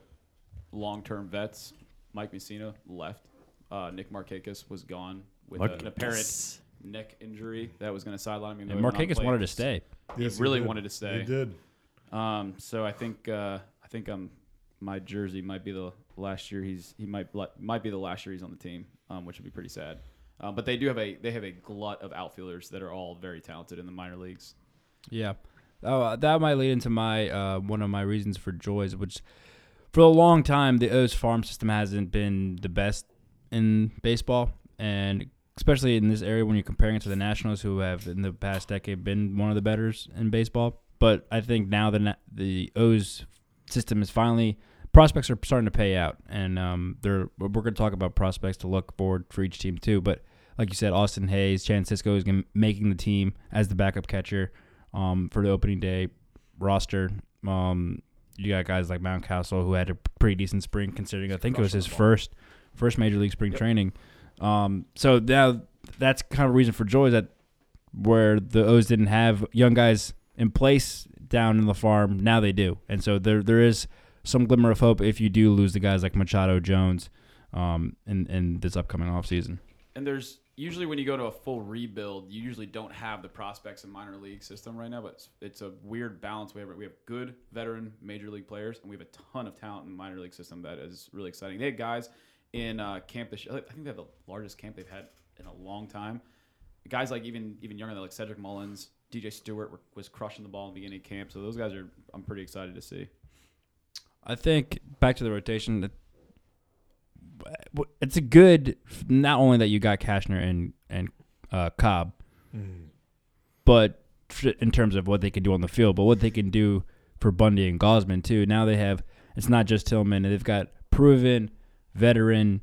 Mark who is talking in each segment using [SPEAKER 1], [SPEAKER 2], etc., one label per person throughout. [SPEAKER 1] long-term vets. Mike Messina left. Uh, Nick Markakis was gone with a- an apparent neck injury that was going to sideline him.
[SPEAKER 2] and Marquez wanted to stay.
[SPEAKER 1] He
[SPEAKER 3] Yes,
[SPEAKER 1] really
[SPEAKER 3] did.
[SPEAKER 1] wanted to stay.
[SPEAKER 3] He did.
[SPEAKER 1] Um, so I think uh, I think um my jersey might be the last year he's he might li- might be the last year he's on the team, um, which would be pretty sad. Um, but they do have a they have a glut of outfielders that are all very talented in the minor leagues.
[SPEAKER 2] Yeah. Oh, uh, that might lead into my uh, one of my reasons for joys, which for a long time the O's farm system hasn't been the best in baseball, and especially in this area when you're comparing it to the Nationals, who have in the past decade been one of the betters in baseball. But I think now the Na- the O's system is finally prospects are starting to pay out, and um, they're we're going to talk about prospects to look forward for each team too. But like you said, Austin Hayes, Chan Cisco is gonna, making the team as the backup catcher um, for the opening day roster. Um, you got guys like Mountcastle who had a pretty decent spring, considering I think it was his first first major league spring training. Um, so now that's kind of a reason for joy is that where the O's didn't have young guys in place down in the farm, now they do, and so there there is some glimmer of hope if you do lose the guys like Machado Jones um, in in this upcoming offseason.
[SPEAKER 1] and there's usually when you go to a full rebuild, you usually don't have the prospects and minor league system right now, but it's, it's a weird balance. We have we have good veteran major league players, and we have a ton of talent in the minor league system that is really exciting. They had guys in uh, camp this year. I think they have the largest camp they've had in a long time. Guys like even even younger, than like Cedric Mullins, DJ Stewart were, was crushing the ball in the beginning of camp. So those guys are I'm pretty excited to see.
[SPEAKER 2] I think back to the rotation. that- w- It's a good not only that you got Kashner and and uh, Cobb,
[SPEAKER 3] Mm.
[SPEAKER 2] but f- in terms of what they can do on the field, but what they can do for Bundy and Gosman too. Now they have it's not just Tillman; they've got proven veteran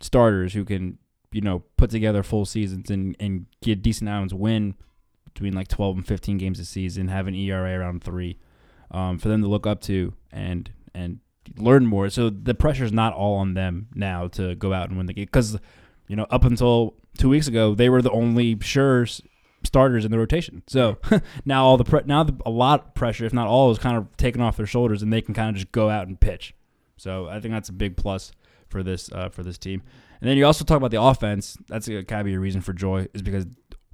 [SPEAKER 2] starters who can you know put together full seasons and and get decent outcomes, win between like twelve and fifteen games a season, have an ERA around three um, for them to look up to and and learn more. So the pressure's not all on them now to go out and win the game because you know up until two weeks ago they were the only sure s- starters in the rotation. So now all the pre- now the, a lot of pressure, if not all, is kind of taken off their shoulders and they can kind of just go out and pitch. So I think that's a big plus for this uh, for this team. And then you also talk about the offense. That's a kind of your reason for joy is because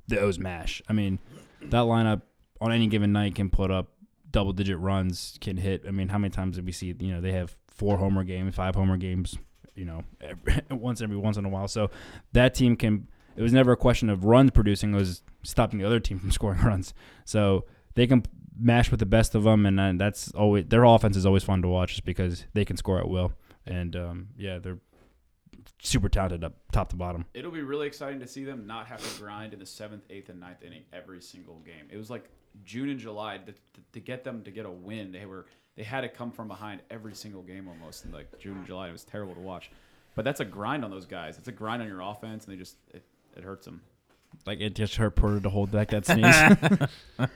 [SPEAKER 2] the O's mash. I mean, that lineup on any given night can put up double digit runs, can hit. I mean, how many times did we see? You know, they have four homer games, five homer games. You know, every, once every once in a while. So that team can. It was never a question of runs producing. It was stopping the other team from scoring runs. So they can mash with the best of them, and, uh that's always their offense is always fun to watch, just because they can score at will. And um, yeah, they're super talented up top to bottom.
[SPEAKER 1] It'll be really exciting to see them not have to grind in the seventh, eighth, and ninth inning every single game. It was like June and July to, to, to get them to get a win. They were they had to come from behind every single game almost in like June and July. It was terrible to watch, but that's a grind on those guys. It's a grind on your offense, and they just it, it hurts them.
[SPEAKER 2] Like it just hurt Porter to hold back that sneeze.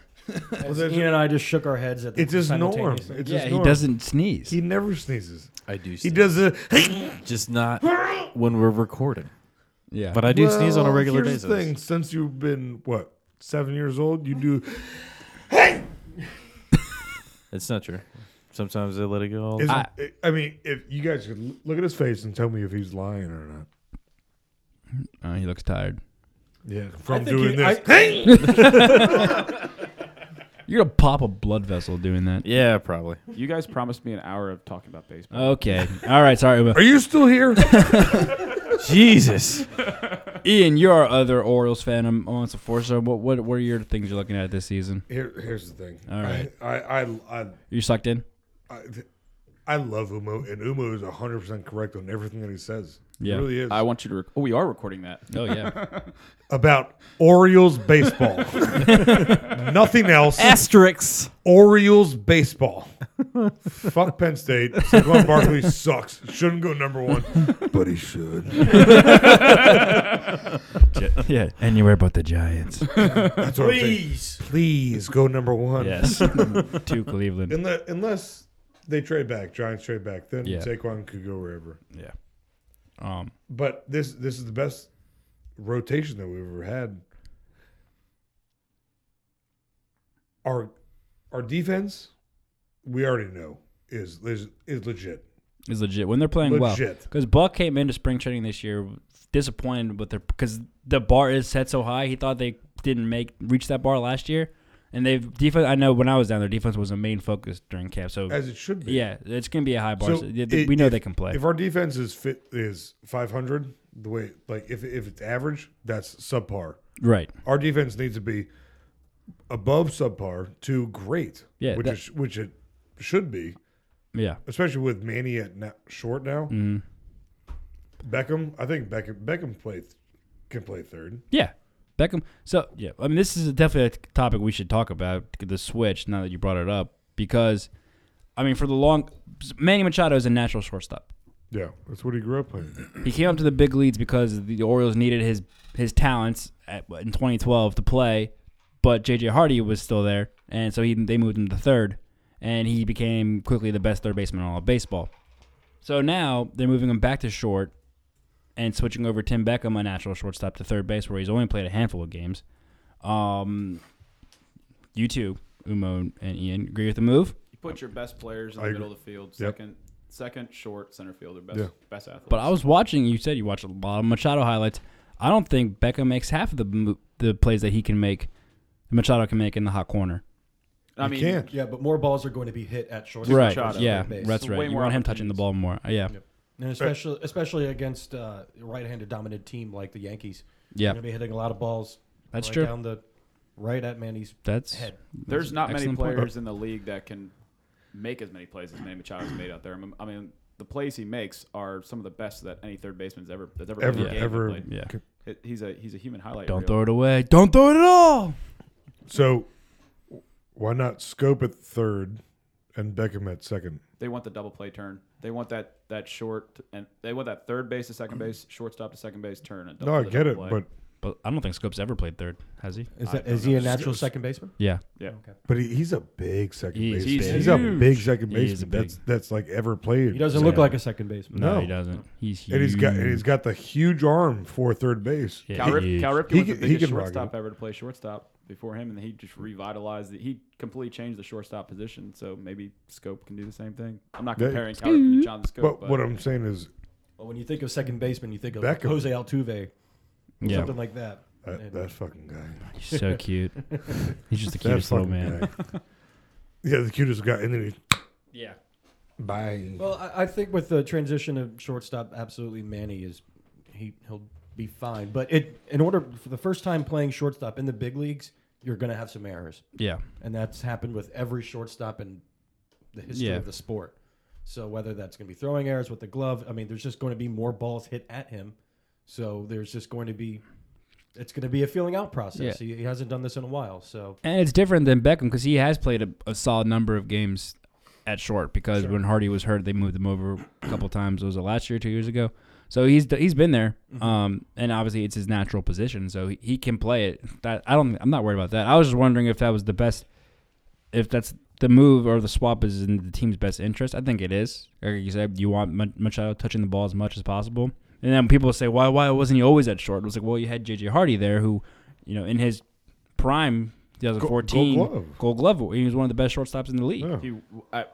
[SPEAKER 4] As Ian and I just shook our heads at the
[SPEAKER 3] It's his norm.
[SPEAKER 4] simultaneously.
[SPEAKER 3] It's
[SPEAKER 2] Yeah,
[SPEAKER 3] his
[SPEAKER 2] he
[SPEAKER 3] norm.
[SPEAKER 2] doesn't sneeze.
[SPEAKER 3] He never sneezes.
[SPEAKER 5] I do.
[SPEAKER 3] He does a.
[SPEAKER 5] just not when we're recording.
[SPEAKER 2] yeah,
[SPEAKER 5] But I do sneeze on a
[SPEAKER 3] Well,
[SPEAKER 5] regular basis.
[SPEAKER 3] here's the thing. Since you've been what seven years old, you do.
[SPEAKER 5] It's not true. Sometimes they let it go. All the
[SPEAKER 3] Is,
[SPEAKER 5] time.
[SPEAKER 3] I, mean, if you guys could l- look at his face and tell me if he's lying or not.
[SPEAKER 2] Uh, he looks tired.
[SPEAKER 3] Yeah, from
[SPEAKER 4] think
[SPEAKER 3] doing
[SPEAKER 4] you-
[SPEAKER 3] this.
[SPEAKER 2] You're gonna pop a blood vessel doing that.
[SPEAKER 5] yeah, probably.
[SPEAKER 1] You guys promised me an hour of talking about baseball.
[SPEAKER 2] Okay. All right. Sorry, Uma.
[SPEAKER 3] Are you still here?
[SPEAKER 5] Jesus.
[SPEAKER 2] Ian. You're our other Orioles fan um, am- amongst the four. So what, what? What are your things you're looking at this season?
[SPEAKER 3] Here, here's the thing.
[SPEAKER 2] All right.
[SPEAKER 3] I, I, I, I,
[SPEAKER 2] You sucked in.
[SPEAKER 3] I, I love Umo, and Umo is 100 percent correct on everything that he says.
[SPEAKER 2] Yeah.
[SPEAKER 3] he really is
[SPEAKER 1] I want you to. Rec- oh, we are recording that.
[SPEAKER 2] Oh yeah.
[SPEAKER 3] about Orioles baseball. Nothing else.
[SPEAKER 5] Asterix.
[SPEAKER 3] Orioles baseball. Fuck Penn State. Saquon Barkley sucks. Shouldn't go number one, but he should.
[SPEAKER 2] yeah. Anywhere but the Giants.
[SPEAKER 3] That's what Please, please go number one.
[SPEAKER 2] yes. to Cleveland.
[SPEAKER 3] Unless, unless they trade back, Giants trade back, then
[SPEAKER 2] Yeah.
[SPEAKER 3] Saquon could go wherever.
[SPEAKER 2] Yeah. Um.
[SPEAKER 3] But this this is the best rotation that we've ever had. Our our defense, we already know is is, is legit.
[SPEAKER 2] is legit when they're playing well.
[SPEAKER 3] Legit.
[SPEAKER 2] Because Buck came into spring training this year disappointed with their because the bar is set so high. He thought they didn't make reach that bar last year, and they've defense. I know when I was down there, defense was a main focus during camp. So
[SPEAKER 3] As it should be.
[SPEAKER 2] yeah, it's gonna be a high bar.
[SPEAKER 3] So
[SPEAKER 2] So yeah, th-
[SPEAKER 3] i-
[SPEAKER 2] we know
[SPEAKER 3] if-
[SPEAKER 2] they can play.
[SPEAKER 3] If our defense is fit is five hundred, the way like if if it's average, that's subpar.
[SPEAKER 2] right.
[SPEAKER 3] Our defense needs to be above subpar to great.
[SPEAKER 2] Yeah,
[SPEAKER 3] which
[SPEAKER 2] that-
[SPEAKER 3] is which it should be,
[SPEAKER 2] Yeah.
[SPEAKER 3] especially with Manny at na- short now.
[SPEAKER 2] Mm-hmm.
[SPEAKER 3] Beckham, I think Beckham Beckham play can play third.
[SPEAKER 2] Yeah. Beckham. So yeah, I mean, this is definitely a topic we should talk about the switch. Now that you brought it up, because I mean, for the long, Manny Machado is a natural shortstop.
[SPEAKER 3] Yeah, that's what he grew up playing.
[SPEAKER 2] He came up to the big leads because the Orioles needed his his talents at, in 2012 to play, but JJ Hardy was still there, and so he they moved him to third, and he became quickly the best third baseman in all of baseball. So now they're moving him back to short, and switching over Tim Beckham, a natural shortstop, to third base, where he's only played a handful of games. Um, you two, Umo and Ian, agree with the move?
[SPEAKER 1] You put your best players in
[SPEAKER 3] I
[SPEAKER 1] the
[SPEAKER 3] agree.
[SPEAKER 1] middle of the field,
[SPEAKER 3] Yep.
[SPEAKER 1] second, second, short, center fielder, best,
[SPEAKER 3] Yeah.
[SPEAKER 1] best athlete.
[SPEAKER 2] But I was watching. You said you watched a lot of Machado highlights. I don't think Beckham makes half of the mo- the plays that he can make. Machado can make in the hot corner.
[SPEAKER 1] I mean,
[SPEAKER 3] Can't
[SPEAKER 4] Yeah, but more balls are going to be hit at short.
[SPEAKER 1] Machado.
[SPEAKER 2] Yeah,
[SPEAKER 4] Base.
[SPEAKER 2] that's
[SPEAKER 1] Way
[SPEAKER 2] right. You
[SPEAKER 1] more
[SPEAKER 2] want him touching the
[SPEAKER 1] opportunities.
[SPEAKER 2] ball more. Uh, Yeah.
[SPEAKER 4] And especially especially against uh, a right-handed dominant team like the Yankees.
[SPEAKER 2] Yeah.
[SPEAKER 4] You're going to be hitting a lot of balls.
[SPEAKER 2] That's
[SPEAKER 4] right
[SPEAKER 2] true.
[SPEAKER 4] Down the right at Manny's
[SPEAKER 2] That's
[SPEAKER 4] head.
[SPEAKER 1] there's not many
[SPEAKER 2] Excellent point.
[SPEAKER 1] players in the league that can make as many plays as Manny Machado's made out there. I mean, I mean, the plays he makes are some of the best that any third baseman's ever that's ever,
[SPEAKER 3] ever
[SPEAKER 1] played a game
[SPEAKER 3] ever.
[SPEAKER 1] and played.
[SPEAKER 2] Yeah.
[SPEAKER 1] It- He's a he's a human highlight.
[SPEAKER 2] Don't
[SPEAKER 1] reel.
[SPEAKER 2] throw it away. Don't throw it at all.
[SPEAKER 3] So why not scope at third and Beckham at second?
[SPEAKER 1] They want the double play turn. They want that that short and they want that third base to second base, shortstop to second base turn. And
[SPEAKER 3] No, I get it, but
[SPEAKER 2] But I don't think Scope's ever played third, has he?
[SPEAKER 4] Is, that, is he a natural second baseman?
[SPEAKER 2] Yeah.
[SPEAKER 1] yeah,
[SPEAKER 3] But he, he's a big second
[SPEAKER 2] He's
[SPEAKER 3] baseman.
[SPEAKER 2] big.
[SPEAKER 3] He's, a
[SPEAKER 2] Huge.
[SPEAKER 3] big second
[SPEAKER 2] He is
[SPEAKER 3] baseman.
[SPEAKER 2] big.
[SPEAKER 3] That's that's like ever played.
[SPEAKER 4] He doesn't look like a second baseman.
[SPEAKER 2] No,
[SPEAKER 3] No.
[SPEAKER 2] he doesn't. He's huge.
[SPEAKER 3] And he's got and he's got the huge arm for third base.
[SPEAKER 2] Yeah,
[SPEAKER 1] Cal, Rip,
[SPEAKER 2] huge.
[SPEAKER 1] Cal Ripken
[SPEAKER 3] He
[SPEAKER 1] was the
[SPEAKER 3] can- he
[SPEAKER 1] biggest
[SPEAKER 3] can rock it.
[SPEAKER 1] shortstop ever to play shortstop before him, and he just revitalized it. He completely changed the shortstop position, so maybe Scope can do the same thing. I'm not
[SPEAKER 3] Yeah.
[SPEAKER 1] comparing Cal Ripken to John Scope,
[SPEAKER 3] But
[SPEAKER 1] but,
[SPEAKER 3] what I'm saying is,
[SPEAKER 4] Well, when you think of second baseman, you think of
[SPEAKER 3] Beckham.
[SPEAKER 4] Jose Altuve,
[SPEAKER 2] yeah.
[SPEAKER 4] something like that.
[SPEAKER 3] that,
[SPEAKER 4] And
[SPEAKER 3] uh, that fucking guy.
[SPEAKER 2] He's so cute. He's just the
[SPEAKER 3] That
[SPEAKER 2] cutest little
[SPEAKER 3] fucking
[SPEAKER 2] man.
[SPEAKER 3] guy. yeah, the cutest guy. And then he
[SPEAKER 2] Yeah.
[SPEAKER 3] bye.
[SPEAKER 4] Well, I, I think with the transition of shortstop, absolutely Manny is he he'll be fine. But it in order for the first time playing shortstop in the big leagues, you're going to have some errors,
[SPEAKER 2] Yeah.
[SPEAKER 4] and that's happened with every shortstop in the history
[SPEAKER 2] Yeah.
[SPEAKER 4] of the sport. So whether that's going to be throwing errors with the glove, I mean, there's just going to be more balls hit at him. So there's just going to be it's going to be a feeling out process.
[SPEAKER 2] Yeah.
[SPEAKER 4] He, he hasn't done this in a while, so
[SPEAKER 2] And it's different than Beckham because he has played a, a solid number of games at short because when Hardy was hurt, they moved him over a couple times. Was it last year, two years ago? So he's he's been there, um, and obviously it's his natural position, so he, he can play it. That I don't, I'm not worried about that. I was just wondering if that was the best, if that's the move or the swap is in the team's best interest. I think it is. Like you said, you want Mach- Machado touching the ball as much as possible, and then people say, why why wasn't he always at short? It was like, well, you had JJ Hardy there, who, you know, in his prime, 2014
[SPEAKER 3] Gold Glove.
[SPEAKER 2] Gold Glove, he was one of the best shortstops in the league.
[SPEAKER 3] Yeah.
[SPEAKER 1] He, I,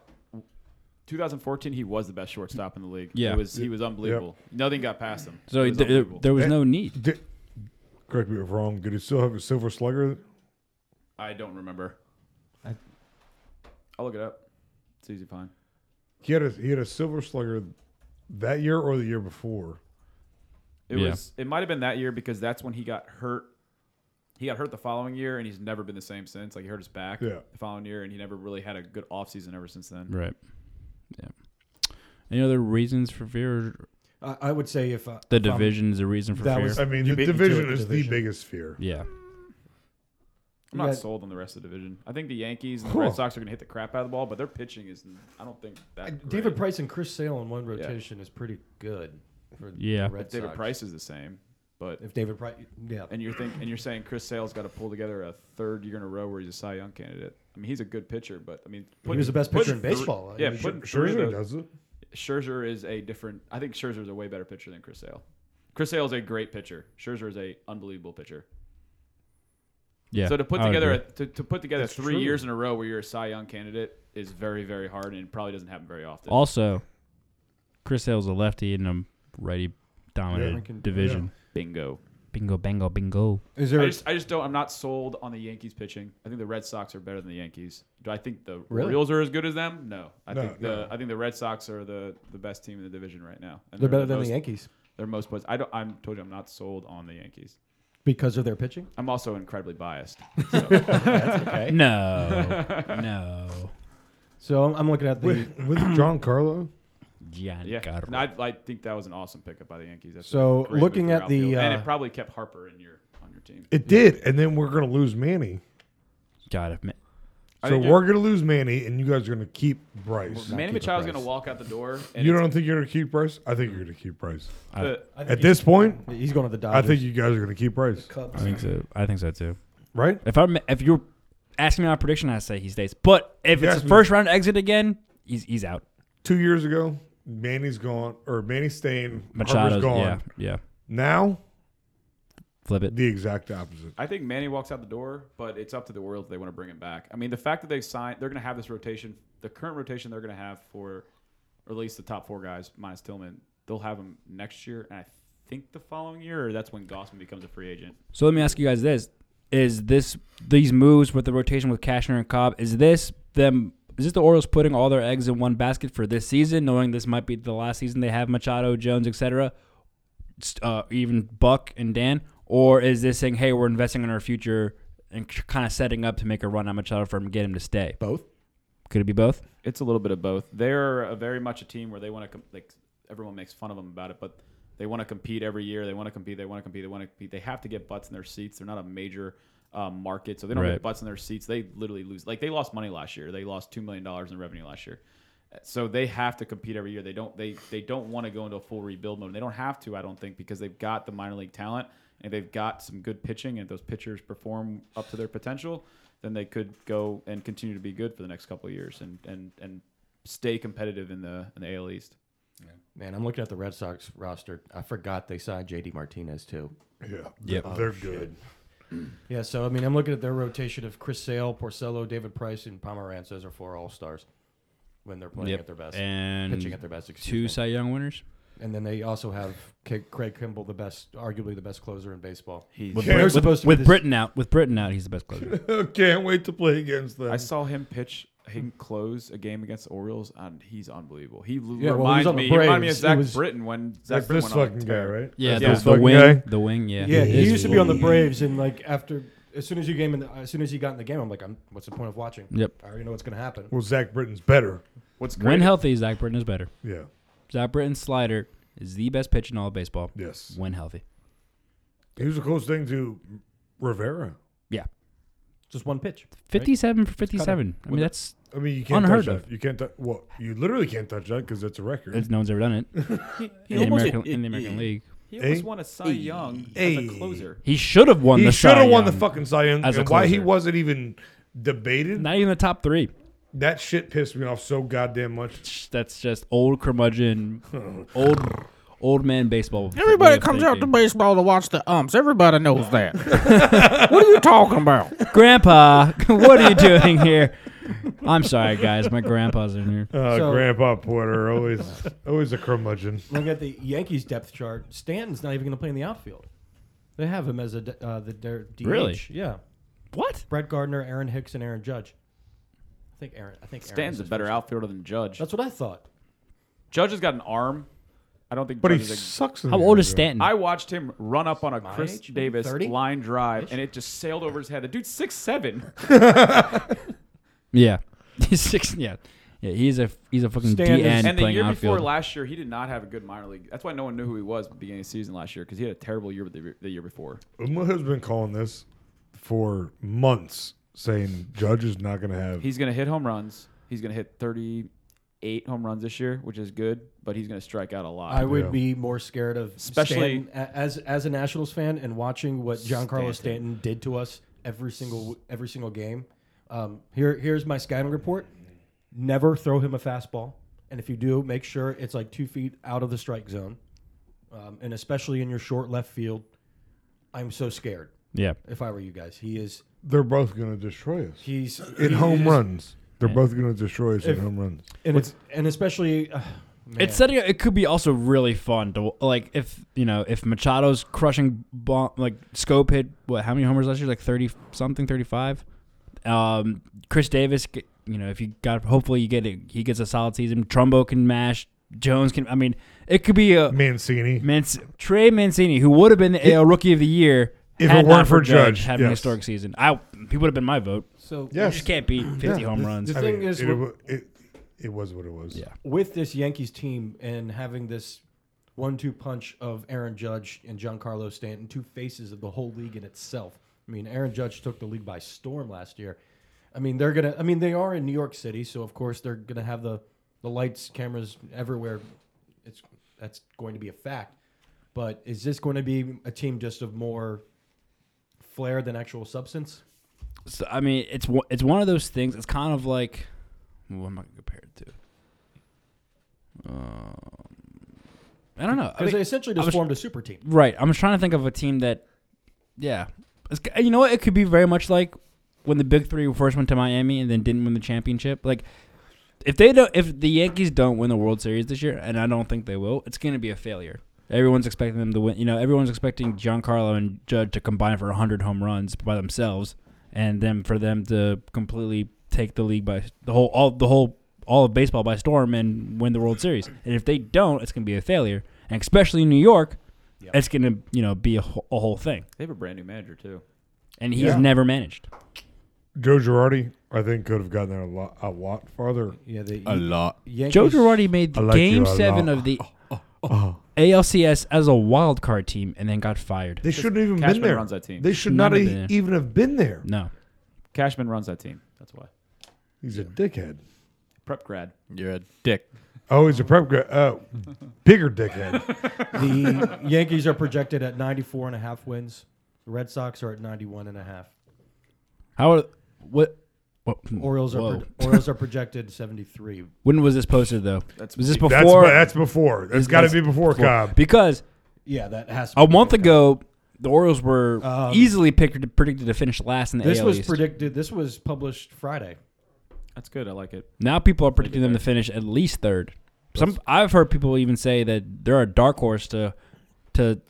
[SPEAKER 1] 2014, he was the best shortstop in the league.
[SPEAKER 2] Yeah.
[SPEAKER 1] It was, he was unbelievable. Nothing got past him.
[SPEAKER 2] So
[SPEAKER 1] It
[SPEAKER 2] th-
[SPEAKER 1] was
[SPEAKER 2] there,
[SPEAKER 1] unbelievable.
[SPEAKER 2] there was
[SPEAKER 3] Eh,
[SPEAKER 2] no need.
[SPEAKER 3] Did, correct me if wrong. Did he still have a silver slugger?
[SPEAKER 1] I don't remember. I, will look it up. It's easy to find.
[SPEAKER 3] He had a he had a silver slugger that year or the year before.
[SPEAKER 1] It
[SPEAKER 2] Yeah.
[SPEAKER 1] was. It might have been that year because that's when he got hurt. He got hurt the following year, and he's never been the same since. Like he hurt his back
[SPEAKER 3] Yeah.
[SPEAKER 1] the following year, and he never really had a good offseason ever since then.
[SPEAKER 2] Right. Yeah. Any other reasons for fear?
[SPEAKER 4] I, I would say if uh,
[SPEAKER 2] The
[SPEAKER 4] if I'm-
[SPEAKER 2] division is a reason for
[SPEAKER 4] that
[SPEAKER 2] fear.
[SPEAKER 4] was-
[SPEAKER 3] I mean,
[SPEAKER 4] You
[SPEAKER 3] the
[SPEAKER 4] beat me to
[SPEAKER 3] division
[SPEAKER 4] it, the
[SPEAKER 3] is the
[SPEAKER 4] division.
[SPEAKER 3] biggest fear.
[SPEAKER 2] yeah.
[SPEAKER 1] I'm not
[SPEAKER 4] Yeah.
[SPEAKER 1] sold on the rest of the division. I think the Yankees and the Red
[SPEAKER 3] Huh.
[SPEAKER 1] Sox are going to hit the crap out of the ball, but their pitching is. I don't think that.
[SPEAKER 4] David
[SPEAKER 1] great.
[SPEAKER 4] Price and Chris Sale in one rotation is pretty good. For
[SPEAKER 2] Yeah.
[SPEAKER 4] the Red
[SPEAKER 1] David
[SPEAKER 4] Sox.
[SPEAKER 1] Price is the same, but
[SPEAKER 4] If David Price, yeah,
[SPEAKER 1] and you're think and you're saying Chris Sale's got to pull together a third year in a row where he's a Cy Young candidate. I mean, he's a good pitcher, but I mean, putting-
[SPEAKER 4] was the best pitcher
[SPEAKER 1] putting
[SPEAKER 4] in
[SPEAKER 1] three-
[SPEAKER 4] baseball. I
[SPEAKER 1] yeah,
[SPEAKER 4] mean,
[SPEAKER 1] putting three of
[SPEAKER 3] Scherzer
[SPEAKER 1] those-
[SPEAKER 3] does it.
[SPEAKER 1] Scherzer is a different. I think Scherzer is a way better pitcher than Chris Sale. Chris Sale is a great pitcher. Scherzer is a unbelievable pitcher.
[SPEAKER 2] Yeah.
[SPEAKER 1] so to put
[SPEAKER 2] I would
[SPEAKER 1] together a,
[SPEAKER 2] agree.
[SPEAKER 1] to, to put together
[SPEAKER 3] It's
[SPEAKER 1] three
[SPEAKER 3] true.
[SPEAKER 1] years in a row where you're a Cy Young candidate is very very hard and probably doesn't happen very often.
[SPEAKER 2] also, Chris Hale's a lefty in a righty dominated
[SPEAKER 4] Lincoln-
[SPEAKER 2] division.
[SPEAKER 1] Bingo.
[SPEAKER 2] Bingo, bango, bingo.
[SPEAKER 4] is
[SPEAKER 1] I
[SPEAKER 4] there?
[SPEAKER 1] just, I just don't. I'm not sold on the Yankees pitching. I think the Red Sox are better than the Yankees. Do I think the
[SPEAKER 4] Really?
[SPEAKER 1] Orioles are as good as them? No. I
[SPEAKER 3] No,
[SPEAKER 1] think the I think the Red Sox are the, the best team in the division right now. And
[SPEAKER 4] they're better
[SPEAKER 1] the
[SPEAKER 4] than
[SPEAKER 1] most,
[SPEAKER 4] the Yankees
[SPEAKER 1] They're most poised. I don't. I'm told you. I'm not sold on the Yankees.
[SPEAKER 4] because of their pitching.
[SPEAKER 1] I'm also incredibly biased. So,
[SPEAKER 2] No. no.
[SPEAKER 4] So I'm, I'm looking at the.
[SPEAKER 3] With, with John Carlo,
[SPEAKER 1] yeah.
[SPEAKER 2] Giancarlo.
[SPEAKER 1] And I, I think that was an awesome pickup by the Yankees. That's
[SPEAKER 4] So,
[SPEAKER 1] a great move
[SPEAKER 4] looking
[SPEAKER 1] for
[SPEAKER 4] at the,
[SPEAKER 1] outfield. and
[SPEAKER 4] uh,
[SPEAKER 1] it probably kept Harper in your on your team.
[SPEAKER 3] it did, and then we're gonna lose Manny.
[SPEAKER 2] God, if ma-
[SPEAKER 1] I
[SPEAKER 3] So
[SPEAKER 1] think
[SPEAKER 3] we're gonna lose Manny, and you guys are gonna keep Bryce.
[SPEAKER 1] Manny
[SPEAKER 4] keep a
[SPEAKER 1] Machado's going
[SPEAKER 4] price.
[SPEAKER 1] to walk out the door. And
[SPEAKER 3] You
[SPEAKER 1] it's-
[SPEAKER 3] don't think you're gonna keep Bryce? I think you're gonna keep Bryce.
[SPEAKER 1] the-
[SPEAKER 4] I think
[SPEAKER 3] At
[SPEAKER 4] he's-
[SPEAKER 3] this point,
[SPEAKER 4] he's going to the
[SPEAKER 3] I
[SPEAKER 4] Dodgers.
[SPEAKER 3] think you guys are gonna keep Bryce,
[SPEAKER 2] I think so. I think so too.
[SPEAKER 3] right?
[SPEAKER 2] If I'm if you're asking me my prediction, I say he stays. But if
[SPEAKER 3] You
[SPEAKER 2] it's
[SPEAKER 3] asked
[SPEAKER 2] a
[SPEAKER 3] me-
[SPEAKER 2] first round exit again, he's he's out.
[SPEAKER 3] Two years ago, Manny's gone, or Manny's staying. Harper's
[SPEAKER 2] Machado's
[SPEAKER 3] gone.
[SPEAKER 2] yeah yeah.
[SPEAKER 3] Now,
[SPEAKER 2] Flip it.
[SPEAKER 3] the exact opposite.
[SPEAKER 1] I think Manny walks out the door, but it's up to the Orioles if they want to bring him back. I mean, the fact that they signed, they're going to have this rotation, the current rotation they're going to have for, or at least the top four guys minus Tillman, they'll have him next year, and I think the following year, or that's when Gossman becomes a free agent.
[SPEAKER 2] So let me ask you guys this: Is this these moves with the rotation with Cashner and Cobb? Is this them? Is this the Orioles putting all their eggs in one basket for this season, knowing this might be the last season they have Machado, Jones, etc., uh, even Buck and Dan? Or is this saying, "Hey, we're investing in our future and kind of setting up to make a run on Machado for him, and get him to stay"?
[SPEAKER 4] both.
[SPEAKER 2] Could it be both?
[SPEAKER 1] It's a little bit of both. They're a very much a team where they want to com- like everyone makes fun of them about it, but they want to compete every year. They want to compete. They want to compete. They want to compete. They have to get butts in their seats. They're not a major um, market, so they don't
[SPEAKER 2] Right.
[SPEAKER 1] get butts in their seats. They literally lose. Like they lost money last year. They lost two million dollars in revenue last year. So they have to compete every year. They don't. They they don't want to go into a full rebuild mode. They don't have to, I don't think, because they've got the minor league talent and they've got some good pitching. And if those pitchers perform up to their potential, then they could go and continue to be good for the next couple of years and and and stay competitive in the in the AL East.
[SPEAKER 4] Man, I'm looking at the Red Sox roster. I forgot they signed J.D. Martinez too.
[SPEAKER 3] Yeah, yep. they're
[SPEAKER 1] Oh,
[SPEAKER 3] good.
[SPEAKER 4] Yeah, so I mean, I'm looking at their rotation of Chris Sale, Porcello, David Price, and Pomeranz. Those are four All Stars when they're playing at their best,
[SPEAKER 2] and
[SPEAKER 4] pitching at their best.
[SPEAKER 2] two
[SPEAKER 4] Excuse me.
[SPEAKER 2] Cy Young winners.
[SPEAKER 4] and then they also have K- Craig Kimball, the best, arguably the best closer in baseball. He's
[SPEAKER 2] With, Brit-
[SPEAKER 3] Can't- They're
[SPEAKER 2] with,
[SPEAKER 4] supposed to be
[SPEAKER 2] with
[SPEAKER 4] this-
[SPEAKER 2] Britain out, with Britain out, he's the best closer.
[SPEAKER 3] Can't wait to play against them.
[SPEAKER 1] I saw him pitch, him close a game against the Orioles, and he's unbelievable. He l-
[SPEAKER 4] Yeah, well, he was
[SPEAKER 1] reminds
[SPEAKER 4] on the
[SPEAKER 1] me, he reminded me of
[SPEAKER 4] Braves.
[SPEAKER 1] Zach
[SPEAKER 4] He was-
[SPEAKER 1] Britton when Zach
[SPEAKER 3] That's
[SPEAKER 1] Britton
[SPEAKER 3] this
[SPEAKER 1] went on a
[SPEAKER 3] fucking guy,
[SPEAKER 1] tear.
[SPEAKER 3] right?
[SPEAKER 2] yeah,
[SPEAKER 3] That's
[SPEAKER 2] the,
[SPEAKER 3] this
[SPEAKER 2] the
[SPEAKER 3] fucking
[SPEAKER 2] wing,
[SPEAKER 3] guy?
[SPEAKER 2] the wing. Yeah,
[SPEAKER 4] yeah, he
[SPEAKER 2] is
[SPEAKER 4] used to be on the
[SPEAKER 2] good.
[SPEAKER 4] Braves, and like after, as soon as you game, in the, as soon as he got in the game, I'm like, I'm, what's the point of watching?
[SPEAKER 2] Yep.
[SPEAKER 4] I already know what's going to happen.
[SPEAKER 3] Well, Zach Britton's better.
[SPEAKER 1] What's great?
[SPEAKER 2] When healthy, Zach Britton is better.
[SPEAKER 3] Yeah.
[SPEAKER 2] Zach Britton's slider is the best pitch in all of baseball.
[SPEAKER 3] Yes.
[SPEAKER 2] When healthy.
[SPEAKER 3] He was the closest thing to Rivera.
[SPEAKER 2] Yeah.
[SPEAKER 4] Just one pitch.
[SPEAKER 2] 57 for 57. I mean, that's
[SPEAKER 3] I mean, you can't
[SPEAKER 2] unheard
[SPEAKER 3] touch
[SPEAKER 2] of.
[SPEAKER 3] that. You can't. tou- well, you literally can't touch that because it's a record.
[SPEAKER 2] It's- no one's ever done it in, the American, in the American League.
[SPEAKER 6] He almost
[SPEAKER 3] Eh?
[SPEAKER 6] won a Cy Young as
[SPEAKER 3] Eh.
[SPEAKER 6] a closer.
[SPEAKER 2] He should have won
[SPEAKER 3] he
[SPEAKER 2] the Cy
[SPEAKER 3] should have won the
[SPEAKER 2] Young.
[SPEAKER 3] fucking Cy Young.
[SPEAKER 2] as a
[SPEAKER 3] And why he
[SPEAKER 2] closer.
[SPEAKER 3] wasn't even debated?
[SPEAKER 2] Not even the top three.
[SPEAKER 3] That shit pissed me off so goddamn much.
[SPEAKER 2] That's just old curmudgeon, old old man baseball. way
[SPEAKER 1] Everybody
[SPEAKER 2] of
[SPEAKER 1] comes out to
[SPEAKER 2] thinking.
[SPEAKER 1] baseball to watch the umps. Everybody knows that. what are you talking about?
[SPEAKER 2] Grandpa, what are you doing here? I'm sorry, guys. My grandpa's in here.
[SPEAKER 3] Uh,
[SPEAKER 4] So-
[SPEAKER 3] Grandpa Porter always, always a curmudgeon.
[SPEAKER 4] Look at the Yankees depth chart. Stanton's not even going to play in the outfield. They have him as a de- uh, the their DH.
[SPEAKER 2] Really?
[SPEAKER 4] Yeah.
[SPEAKER 2] What?
[SPEAKER 4] Brett Gardner, Aaron Hicks, and Aaron Judge. I think Aaron. I think Aaron's
[SPEAKER 1] Stan's a better outfielder than Judge.
[SPEAKER 4] That's what I thought.
[SPEAKER 1] Judge has got an arm. I don't think.
[SPEAKER 3] But he
[SPEAKER 1] Judge is a-
[SPEAKER 3] sucks. in
[SPEAKER 2] How
[SPEAKER 3] the
[SPEAKER 2] old is
[SPEAKER 3] outfield.
[SPEAKER 2] Stanton?
[SPEAKER 1] I watched him run up on a Chris
[SPEAKER 4] age, maybe
[SPEAKER 1] Davis
[SPEAKER 4] 30?
[SPEAKER 1] line drive, and it just sailed over his head. The dude's six seven.
[SPEAKER 2] yeah, he's six. Yeah, yeah. He's a he's a fucking
[SPEAKER 4] Stanton is-
[SPEAKER 2] DN
[SPEAKER 1] And the
[SPEAKER 2] playing
[SPEAKER 1] year
[SPEAKER 2] outfield.
[SPEAKER 1] before last year, he did not have a good minor league. That's why no one knew who he was at the beginning of the season last year because he had a terrible year the, the year before.
[SPEAKER 3] Uma has been calling this for months, saying Judge is not going to have.
[SPEAKER 1] He's going to hit home runs. He's going to hit 38 home runs this year, which is good, but he's going to strike out a lot.
[SPEAKER 4] I would
[SPEAKER 3] Yeah.
[SPEAKER 4] be more scared of
[SPEAKER 1] Especially-
[SPEAKER 4] Stanton a- as as a Nationals fan and watching what Giancarlo Stanton, did to us every single every single game. Um, here here's my scouting report. Never throw him a fastball, and if you do, make sure it's like two feet out of the strike zone, um, and especially in your short left field. I'm so scared.
[SPEAKER 2] yeah,
[SPEAKER 4] If I were you guys, he is
[SPEAKER 3] They're both going to destroy us
[SPEAKER 4] he's
[SPEAKER 3] in
[SPEAKER 4] he
[SPEAKER 3] home
[SPEAKER 4] is-
[SPEAKER 3] runs. They're both going to destroy us
[SPEAKER 4] If-
[SPEAKER 3] in home runs.
[SPEAKER 4] and, it's, and especially uh, man.
[SPEAKER 2] it's setting. It could be also really fun to like if you know if Machado's crushing bomb like scope hit what how many homers last year like thirty something thirty five. Um, Chris Davis, g- you know if you got hopefully you get it, he gets a solid season. Trumbo can mash. Jones can. I mean, it could be a
[SPEAKER 3] Mancini.
[SPEAKER 2] Manc- Trey Mancini, who would have been the AL Rookie of the Year
[SPEAKER 3] If
[SPEAKER 2] had
[SPEAKER 3] it weren't
[SPEAKER 2] not
[SPEAKER 3] for Judge,
[SPEAKER 2] having a
[SPEAKER 3] yes.
[SPEAKER 2] historic season. I he would have been my vote.
[SPEAKER 4] so
[SPEAKER 2] You
[SPEAKER 3] Yes.
[SPEAKER 2] just can't beat 50
[SPEAKER 3] Yeah,
[SPEAKER 2] home
[SPEAKER 3] this-
[SPEAKER 2] runs.
[SPEAKER 4] this-
[SPEAKER 3] I
[SPEAKER 4] The
[SPEAKER 3] mean,
[SPEAKER 4] thing is,
[SPEAKER 3] it,
[SPEAKER 4] we're-
[SPEAKER 3] it, it was what it was.
[SPEAKER 2] Yeah.
[SPEAKER 4] with this Yankees team and having this one-two punch of Aaron Judge and Giancarlo Stanton, two faces of the whole league in itself. I mean, Aaron Judge took the league by storm last year. I mean, they're gonna. I mean, they are in New York City, so of course they're gonna have the the lights, cameras everywhere. It's that's going to be a fact. But is this going to be a team just of more flair than actual substance?
[SPEAKER 2] So, I mean, it's one- it's one of those things. It's kind of like what am I going to compare it to? Um, I don't know. I
[SPEAKER 4] Because
[SPEAKER 2] mean-
[SPEAKER 4] they essentially
[SPEAKER 2] I
[SPEAKER 4] just
[SPEAKER 2] was-
[SPEAKER 4] formed a super team.
[SPEAKER 2] Right. I'm trying to think of a team that, yeah. It's, you know what? It could be very much like when the big three first went to Miami and then didn't win the championship. Like, if they don't, if the Yankees don't win the World Series this year, and I don't think they will, it's going to be a failure. Everyone's expecting them to win. You know, everyone's expecting Giancarlo and Judge to combine for 100 home runs by themselves, and then for them to completely take the league by the whole, all the whole, all of baseball by storm and win the World Series. And if they don't, it's going to be a failure. And especially in New York, it's going to you know be a, wh- a whole thing.
[SPEAKER 1] They have a brand new manager, too.
[SPEAKER 2] And he's
[SPEAKER 3] Yeah.
[SPEAKER 2] never managed.
[SPEAKER 3] Joe Girardi, I think, could have gotten there a lot, a lot farther.
[SPEAKER 4] Yeah, they, a lot. Yankees, Oh,
[SPEAKER 2] Joe Girardi made the
[SPEAKER 3] I like
[SPEAKER 2] game
[SPEAKER 3] you a
[SPEAKER 2] seven
[SPEAKER 3] lot.
[SPEAKER 2] of the ALCS as a wild card team, and then got fired.
[SPEAKER 3] They shouldn't have even been
[SPEAKER 1] Cashman
[SPEAKER 3] there.
[SPEAKER 1] runs that team.
[SPEAKER 3] They should
[SPEAKER 2] Shouldn't
[SPEAKER 3] not
[SPEAKER 2] have
[SPEAKER 3] e-
[SPEAKER 2] been there.
[SPEAKER 3] even have been there.
[SPEAKER 2] no,
[SPEAKER 1] Cashman runs that team. That's why.
[SPEAKER 3] He's a dickhead.
[SPEAKER 1] Prep grad.
[SPEAKER 7] You're a dick.
[SPEAKER 3] Oh, he's a prep guy. Uh, bigger dickhead.
[SPEAKER 4] The Yankees are projected at 94 and a half wins. The Red Sox are at 91 and a half.
[SPEAKER 2] how are what? what
[SPEAKER 4] Orioles are
[SPEAKER 2] whoa.
[SPEAKER 4] pro- Orioles are projected 73.
[SPEAKER 2] when was this posted though?
[SPEAKER 1] That's-
[SPEAKER 2] was this
[SPEAKER 1] that's-
[SPEAKER 2] before?
[SPEAKER 3] That's that's before. That's got to
[SPEAKER 2] that's
[SPEAKER 3] be before Cobb.
[SPEAKER 2] Because
[SPEAKER 4] Yeah, that has to
[SPEAKER 2] a
[SPEAKER 4] be
[SPEAKER 2] month
[SPEAKER 4] correct.
[SPEAKER 2] ago, the Orioles were
[SPEAKER 4] Um,
[SPEAKER 2] easily picked, predicted to finish last in the
[SPEAKER 4] This
[SPEAKER 2] AL
[SPEAKER 4] was
[SPEAKER 2] East.
[SPEAKER 4] predicted. This was published Friday.
[SPEAKER 1] That's good. I like it.
[SPEAKER 2] now people are predicting them to finish at least third. Some I've heard people even say that they're a dark horse to to.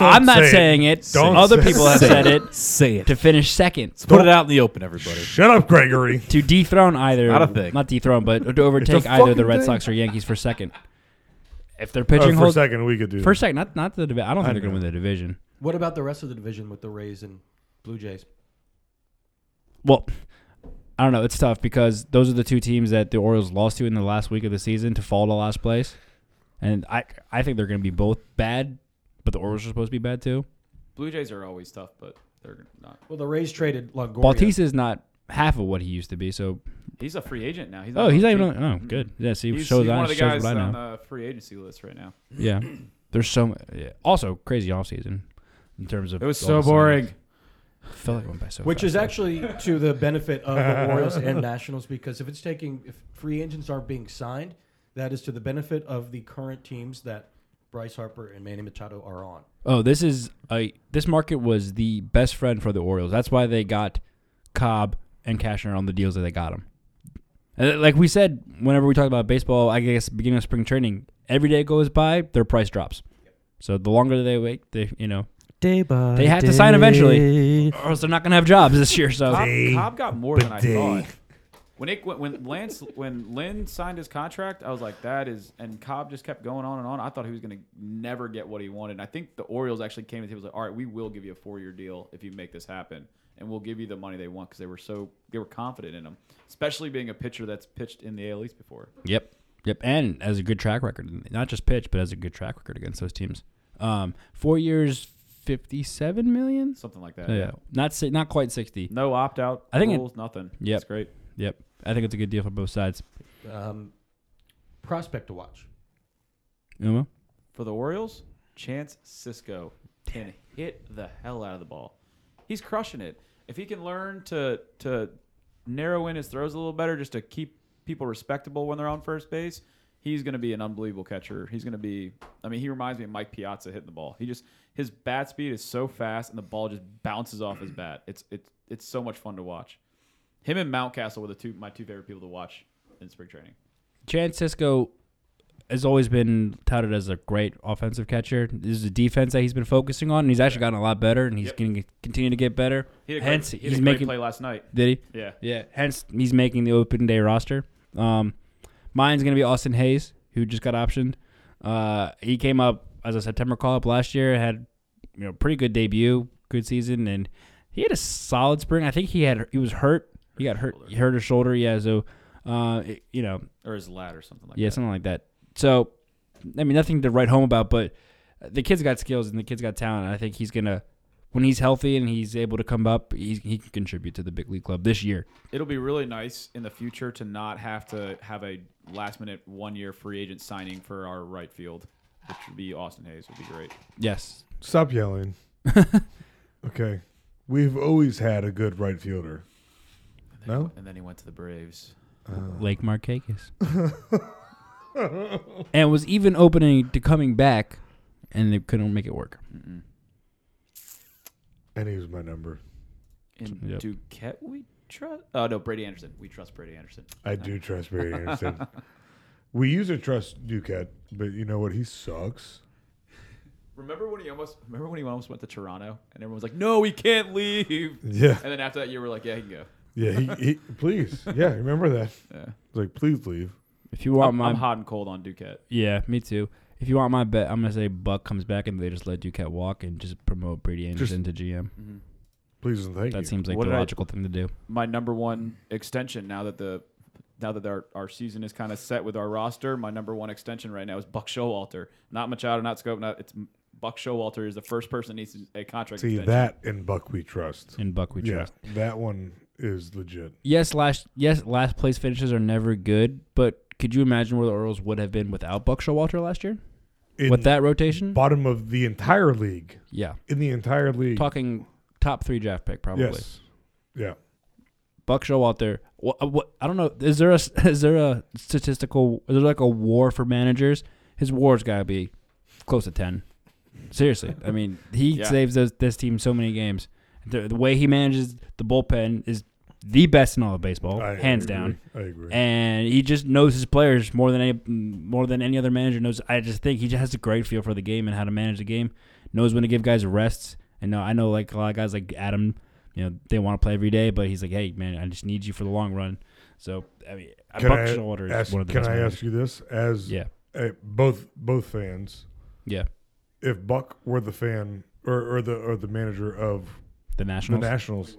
[SPEAKER 2] I'm not
[SPEAKER 3] say it.
[SPEAKER 2] saying it.
[SPEAKER 3] Don't
[SPEAKER 2] Other
[SPEAKER 3] say it.
[SPEAKER 2] people have said it
[SPEAKER 7] Say it.
[SPEAKER 2] to finish second.
[SPEAKER 7] Put it out in the open, everybody.
[SPEAKER 3] Shut up, Gregory.
[SPEAKER 2] to dethrone either
[SPEAKER 7] Not a thing.
[SPEAKER 2] not dethrone, but to overtake either the
[SPEAKER 3] fucking
[SPEAKER 2] Red
[SPEAKER 3] thing.
[SPEAKER 2] Sox or Yankees for second. If their
[SPEAKER 3] Uh,
[SPEAKER 2] pitching
[SPEAKER 3] for a
[SPEAKER 2] holds
[SPEAKER 3] second, we could do.
[SPEAKER 2] for second, not not the division. I don't think
[SPEAKER 3] I
[SPEAKER 2] they're going to
[SPEAKER 3] know.
[SPEAKER 2] win the division.
[SPEAKER 4] What about the rest of the division with the Rays and Blue Jays?
[SPEAKER 2] Well, I don't know. It's tough because those are the two teams that the Orioles lost to in the last week of the season to fall to last place, and I I think they're going to be both bad. but the Orioles are supposed to be bad too.
[SPEAKER 1] Blue Jays are always tough, but they're not.
[SPEAKER 4] Well, the Rays traded Longoria.
[SPEAKER 2] Bautista is not half of what he used to be. So
[SPEAKER 1] He's a free agent now. He's
[SPEAKER 2] oh, he's not even.
[SPEAKER 1] team.
[SPEAKER 2] On, oh, good. Yeah, see,
[SPEAKER 1] He's,
[SPEAKER 2] shows,
[SPEAKER 1] he's
[SPEAKER 2] I,
[SPEAKER 1] one of the
[SPEAKER 2] shows
[SPEAKER 1] guys uh,
[SPEAKER 2] what I know.
[SPEAKER 1] on the free agency list right now.
[SPEAKER 2] Yeah. There's so much. Yeah. Also, crazy offseason in terms of.
[SPEAKER 1] It was
[SPEAKER 2] all
[SPEAKER 1] so
[SPEAKER 2] the signings.
[SPEAKER 1] boring.
[SPEAKER 2] felt like it went by so
[SPEAKER 4] Which
[SPEAKER 2] fast.
[SPEAKER 4] is actually to the benefit of the Orioles and Nationals because if it's taking if free agents aren't being signed, that is to the benefit of the current teams that Bryce Harper and Manny Machado are on.
[SPEAKER 2] Oh, this is a this market was the best friend for the Orioles. That's why they got Cobb and Cashner on the deals that they got them. Like we said, whenever we talk about baseball, I guess beginning of spring training, every day goes by, their price drops. So the longer they wait, they you know
[SPEAKER 8] Day by
[SPEAKER 2] they have to sign eventually, or else they're not gonna have jobs this year. So
[SPEAKER 1] Cobb, Cobb got more than I thought. When it when- when Lance when Lynn signed his contract, I was like, that is. And Cobb just kept going on and on. I thought he was going to never get what he wanted. And I think the Orioles actually came to him and was like, all right, we will give you a four year deal if you make this happen, and we'll give you the money they want because they were so they were confident in him, especially being a pitcher that's pitched in the AL East before.
[SPEAKER 2] Yep. Yep. And as a good track record, not just pitch, but as a good track record against those teams. Um, four years, fifty-seven million,
[SPEAKER 1] Something like that,
[SPEAKER 2] Yeah,
[SPEAKER 1] yeah.
[SPEAKER 2] not si- not quite sixty.
[SPEAKER 1] No opt out.
[SPEAKER 2] I think it-
[SPEAKER 1] rules, nothing.
[SPEAKER 2] Yep.
[SPEAKER 1] it's great.
[SPEAKER 2] Yep. I think it's a good deal for both sides.
[SPEAKER 4] Um, prospect to watch.
[SPEAKER 2] Uma?
[SPEAKER 1] For the Orioles, Chance Cisco can hit the hell out of the ball. He's crushing it. If he can learn to to narrow in his throws a little better, just to keep people respectable when they're on first base, he's going to be an unbelievable catcher. He's going to be. I mean, he reminds me of Mike Piazza hitting the ball. He just his bat speed is so fast, and the ball just bounces off his bat. It's it's it's so much fun to watch. Him and Mountcastle were the two my two favorite people to watch in spring training.
[SPEAKER 2] Chan Cisco has always been touted as a great offensive catcher. This is the defense that he's been focusing on, and he's actually gotten a lot better, and he's
[SPEAKER 1] Yep.
[SPEAKER 2] going to continue to get better.
[SPEAKER 1] He had a great-
[SPEAKER 2] hence,
[SPEAKER 1] he had a
[SPEAKER 2] he's
[SPEAKER 1] great
[SPEAKER 2] making
[SPEAKER 1] play last night.
[SPEAKER 2] Did he?
[SPEAKER 1] Yeah.
[SPEAKER 2] yeah. Hence, he's making the open day roster. Um, mine's going to be Austin Hayes, who just got optioned. Uh, he came up as a September call up last year, had you know pretty good debut, good season, and he had a solid spring. I think he had he was hurt. He got hurt. He hurt his shoulder. Yeah. So, uh, it- you know,
[SPEAKER 1] Or his lat or something like
[SPEAKER 2] yeah,
[SPEAKER 1] that.
[SPEAKER 2] something like that. So, I mean, nothing to write home about, but the kid's got skills and the kid's got talent. I think he's gonna, when he's healthy and he's able to come up, he's, he can contribute to the big league club this year.
[SPEAKER 1] it'll be really nice in the future to not have to have a last minute one year free agent signing for our right field, which would be Austin Hayes would be great.
[SPEAKER 2] Yes.
[SPEAKER 3] Stop yelling. okay. We've always had a good right fielder.
[SPEAKER 2] Oh.
[SPEAKER 3] No?
[SPEAKER 1] And then he went to the Braves.
[SPEAKER 3] Oh.
[SPEAKER 2] Lake Marcakis, and was even opening to coming back, and they couldn't make it work.
[SPEAKER 3] And he was my number.
[SPEAKER 1] And
[SPEAKER 2] Yep.
[SPEAKER 1] Duquette we trust oh no, Brady Anderson. We trust Brady Anderson.
[SPEAKER 3] I do trust Barry Anderson. we used to trust Duquette, but you know what? He sucks.
[SPEAKER 1] Remember when he almost remember when he almost went to Toronto and everyone was like, No, he can't leave.
[SPEAKER 3] Yeah.
[SPEAKER 1] And then after that year we're like, Yeah, he can go.
[SPEAKER 3] Yeah, he, he please. Yeah, remember that. Yeah. Like, please leave.
[SPEAKER 2] If you want
[SPEAKER 1] I'm,
[SPEAKER 2] Oh, my,
[SPEAKER 1] I'm hot and cold on Duquette.
[SPEAKER 2] yeah, me too. If you want my bet, I'm gonna say Buck comes back and they just let Duquette walk and just promote Brady Anderson to GM.
[SPEAKER 3] Please and thank
[SPEAKER 2] That
[SPEAKER 3] you.
[SPEAKER 2] seems like
[SPEAKER 1] Mm-hmm. What
[SPEAKER 2] the
[SPEAKER 1] did I-
[SPEAKER 2] logical thing to do.
[SPEAKER 1] my number one extension now that the now that our, our season is kind of set with our roster, my number one extension right now is Buck Showalter. Not Machado, not Scope, not it's Buck Showalter is the first person that needs a contract
[SPEAKER 3] See
[SPEAKER 1] extension.
[SPEAKER 3] that and Buck we trust.
[SPEAKER 2] In Buck, we
[SPEAKER 3] yeah,
[SPEAKER 2] trust.
[SPEAKER 3] that one is legit.
[SPEAKER 2] yes, last yes, last place finishes are never good, but could you imagine where the Orioles would have been without Buck Showalter last year?
[SPEAKER 3] In
[SPEAKER 2] With that rotation?
[SPEAKER 3] bottom of the entire league,
[SPEAKER 2] Yeah.
[SPEAKER 3] in the entire league,
[SPEAKER 2] Talking top three draft pick probably.
[SPEAKER 3] yes, yeah.
[SPEAKER 2] Buck Showalter. What, what, uh, I don't know. Is there a is there a statistical? Is there like a war for managers? His war's gotta be close to ten. Seriously, I mean, he
[SPEAKER 1] Yeah.
[SPEAKER 2] saves those, this team so many games. The, the way he manages the bullpen is the best in all of baseball,
[SPEAKER 3] I
[SPEAKER 2] Oh, hands
[SPEAKER 3] agree.
[SPEAKER 2] down.
[SPEAKER 3] I agree.
[SPEAKER 2] And he just knows his players more than any more than any other manager knows. I just think he just has a great feel for the game and how to manage the game. Knows when to give guys rests. And no, I know like a lot of guys like Adam, you know, they want to play every day, but he's like, hey man, I just need you for the long run. So I mean,
[SPEAKER 3] Can
[SPEAKER 2] Buck
[SPEAKER 3] I
[SPEAKER 2] Showalter is
[SPEAKER 3] ask,
[SPEAKER 2] one of the
[SPEAKER 3] can
[SPEAKER 2] best
[SPEAKER 3] I
[SPEAKER 2] managers.
[SPEAKER 3] ask you this as
[SPEAKER 2] Yeah.
[SPEAKER 3] uh, both both fans?
[SPEAKER 2] Yeah,
[SPEAKER 3] If Buck were the fan or, or the or the manager of
[SPEAKER 2] the Nationals.
[SPEAKER 3] the Nationals,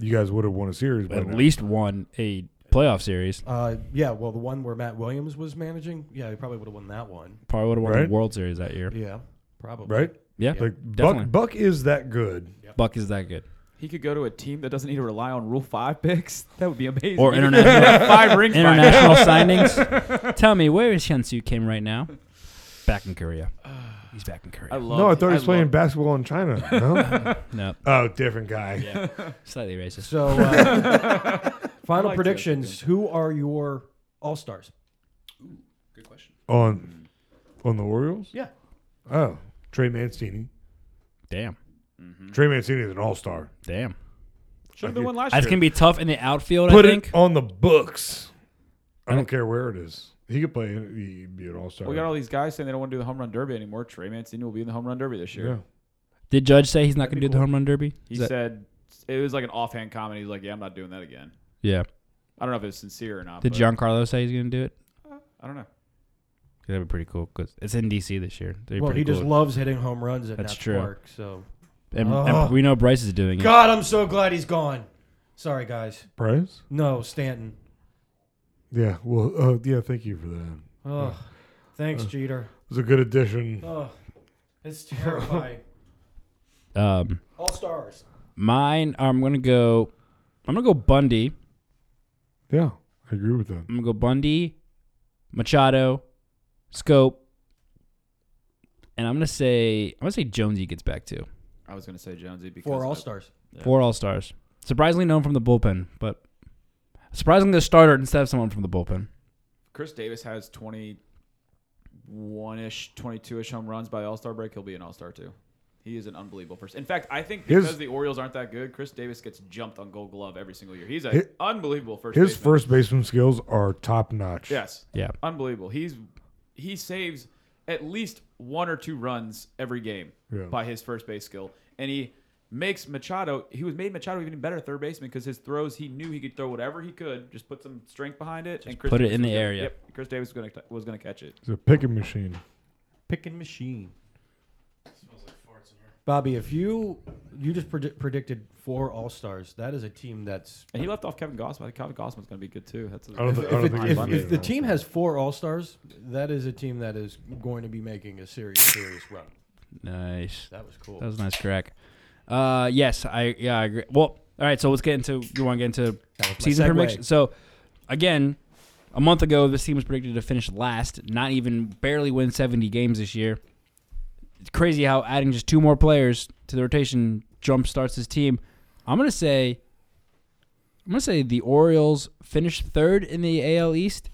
[SPEAKER 3] you guys would have won a series. by
[SPEAKER 2] at
[SPEAKER 3] now.
[SPEAKER 2] least won a playoff series.
[SPEAKER 4] Uh, yeah, well, the one where Matt Williams was managing, yeah, he probably would have won that one.
[SPEAKER 2] Probably would have won
[SPEAKER 3] Right?
[SPEAKER 2] the World Series that year.
[SPEAKER 4] Yeah, probably.
[SPEAKER 3] right?
[SPEAKER 2] Yeah,
[SPEAKER 3] Like
[SPEAKER 2] definitely.
[SPEAKER 3] Buck, Buck is that good.
[SPEAKER 2] Buck is that good.
[SPEAKER 1] He could go to a team that doesn't need to rely on Rule Five picks. That would be amazing.
[SPEAKER 2] Or
[SPEAKER 1] He could
[SPEAKER 2] international
[SPEAKER 1] have five ring
[SPEAKER 2] international
[SPEAKER 1] finals.
[SPEAKER 2] signings. Tell me, where is Hyunsu Kim right now? Back in Korea. He's back in Korea.
[SPEAKER 1] I love.
[SPEAKER 3] no, I thought he was
[SPEAKER 1] I
[SPEAKER 3] playing
[SPEAKER 1] loved-
[SPEAKER 3] basketball in China. No,
[SPEAKER 2] No.
[SPEAKER 3] Oh, different guy.
[SPEAKER 2] Slightly racist.
[SPEAKER 4] So, uh, final
[SPEAKER 1] like to.
[SPEAKER 4] predictions. Who are your all stars?
[SPEAKER 3] On on the Orioles.
[SPEAKER 4] Yeah.
[SPEAKER 3] Oh, Trey Mancini.
[SPEAKER 2] damn,
[SPEAKER 1] Mm-hmm.
[SPEAKER 3] Trey Mancini is an all star.
[SPEAKER 2] damn.
[SPEAKER 1] Should have been one last year.
[SPEAKER 2] That's gonna be tough in the outfield.
[SPEAKER 3] Put
[SPEAKER 2] I think.
[SPEAKER 3] it on the books. I don't care where it is. He could play. He'd be an all star.
[SPEAKER 1] We got all these guys saying they don't want to do the home run derby anymore. Trey Mancini will be in the home run derby this year.
[SPEAKER 3] yeah.
[SPEAKER 2] Did Judge say he's not gonna do the home run derby?
[SPEAKER 1] He
[SPEAKER 2] Is that-
[SPEAKER 1] said it was like an offhand comment. He's like, "Yeah, I'm not doing that again."
[SPEAKER 2] yeah.
[SPEAKER 1] I don't know if it's sincere or not.
[SPEAKER 2] Did
[SPEAKER 1] but
[SPEAKER 2] Giancarlo say he's gonna do it?
[SPEAKER 1] I don't know.
[SPEAKER 2] That'd be pretty cool because it's in DC this year. That'd be
[SPEAKER 4] Well,
[SPEAKER 2] pretty
[SPEAKER 4] he just
[SPEAKER 2] cool.
[SPEAKER 4] loves hitting home runs at
[SPEAKER 2] That's
[SPEAKER 4] Nats
[SPEAKER 2] true. Mm.
[SPEAKER 4] Park. So,
[SPEAKER 2] and,
[SPEAKER 4] Oh.
[SPEAKER 2] and we know Bryce is doing it.
[SPEAKER 4] God, I'm so glad he's gone. Sorry, guys.
[SPEAKER 3] Price.
[SPEAKER 4] No, Stanton.
[SPEAKER 3] Yeah. Well. Uh, yeah. Thank you for that.
[SPEAKER 4] Oh, thanks, Jeter.
[SPEAKER 3] It was a good addition.
[SPEAKER 4] Oh, it's terrifying.
[SPEAKER 2] Um,
[SPEAKER 4] all stars.
[SPEAKER 2] mine. I'm gonna go. I'm gonna go Bundy.
[SPEAKER 3] Yeah. I agree with that.
[SPEAKER 2] I'm gonna go Bundy, Machado, Scope, and I'm gonna say I'm gonna say Jonesy gets back too.
[SPEAKER 1] I was going to say Jonesy because
[SPEAKER 4] Four
[SPEAKER 1] I-
[SPEAKER 4] all stars.
[SPEAKER 2] Four All Stars. Surprisingly known from the bullpen, but surprisingly a starter instead of someone from the bullpen.
[SPEAKER 1] Chris Davis has 21 ish, 22 ish home runs by All Star break. He'll be an All Star too. He is an unbelievable person. In fact, I think
[SPEAKER 3] His-
[SPEAKER 1] because the Orioles aren't that good, Chris Davis gets jumped on Gold Glove every single year. He's an
[SPEAKER 3] His-
[SPEAKER 1] unbelievable first.
[SPEAKER 3] His
[SPEAKER 1] baseman.
[SPEAKER 3] first baseman skills are top notch.
[SPEAKER 1] Yes.
[SPEAKER 2] Yeah.
[SPEAKER 1] Unbelievable. He's he saves at least one or two runs every game
[SPEAKER 3] Yeah.
[SPEAKER 1] by his first base skill, and he makes Machado. He was made Machado even better third baseman because his throws. He knew he could throw whatever he could, just put some strength behind it, and Chris
[SPEAKER 2] put it
[SPEAKER 1] Davis
[SPEAKER 2] in
[SPEAKER 1] was
[SPEAKER 2] the
[SPEAKER 1] gonna-
[SPEAKER 2] area.
[SPEAKER 1] Yep, Chris Davis was going to was going to catch it.
[SPEAKER 3] He's a picking machine.
[SPEAKER 4] Picking machine. Bobby, if you you just predi- predicted four all stars, that is a team that's
[SPEAKER 1] And he left off Kevin Gossman. Kevin Gossman's going to be good too. That's
[SPEAKER 3] I don't,
[SPEAKER 1] a,
[SPEAKER 3] thi- I
[SPEAKER 4] if,
[SPEAKER 3] don't
[SPEAKER 4] it-
[SPEAKER 3] think
[SPEAKER 4] if-
[SPEAKER 3] he's
[SPEAKER 4] if
[SPEAKER 3] Bundy.
[SPEAKER 4] the team has four All Stars, that is a team that is going to be making a serious, serious run.
[SPEAKER 2] Nice.
[SPEAKER 4] That was cool.
[SPEAKER 2] That was a nice crack. Uh, yes, I yeah I agree. Well, all right. So let's get into you want to get into
[SPEAKER 4] was my
[SPEAKER 2] season
[SPEAKER 4] segue.
[SPEAKER 2] prediction. So again, a month ago this team was predicted to finish last, not even barely win seventy games this year. It's crazy how adding just two more players to the rotation jump starts this team. I'm gonna say, I'm gonna say the Orioles finished third in the AL East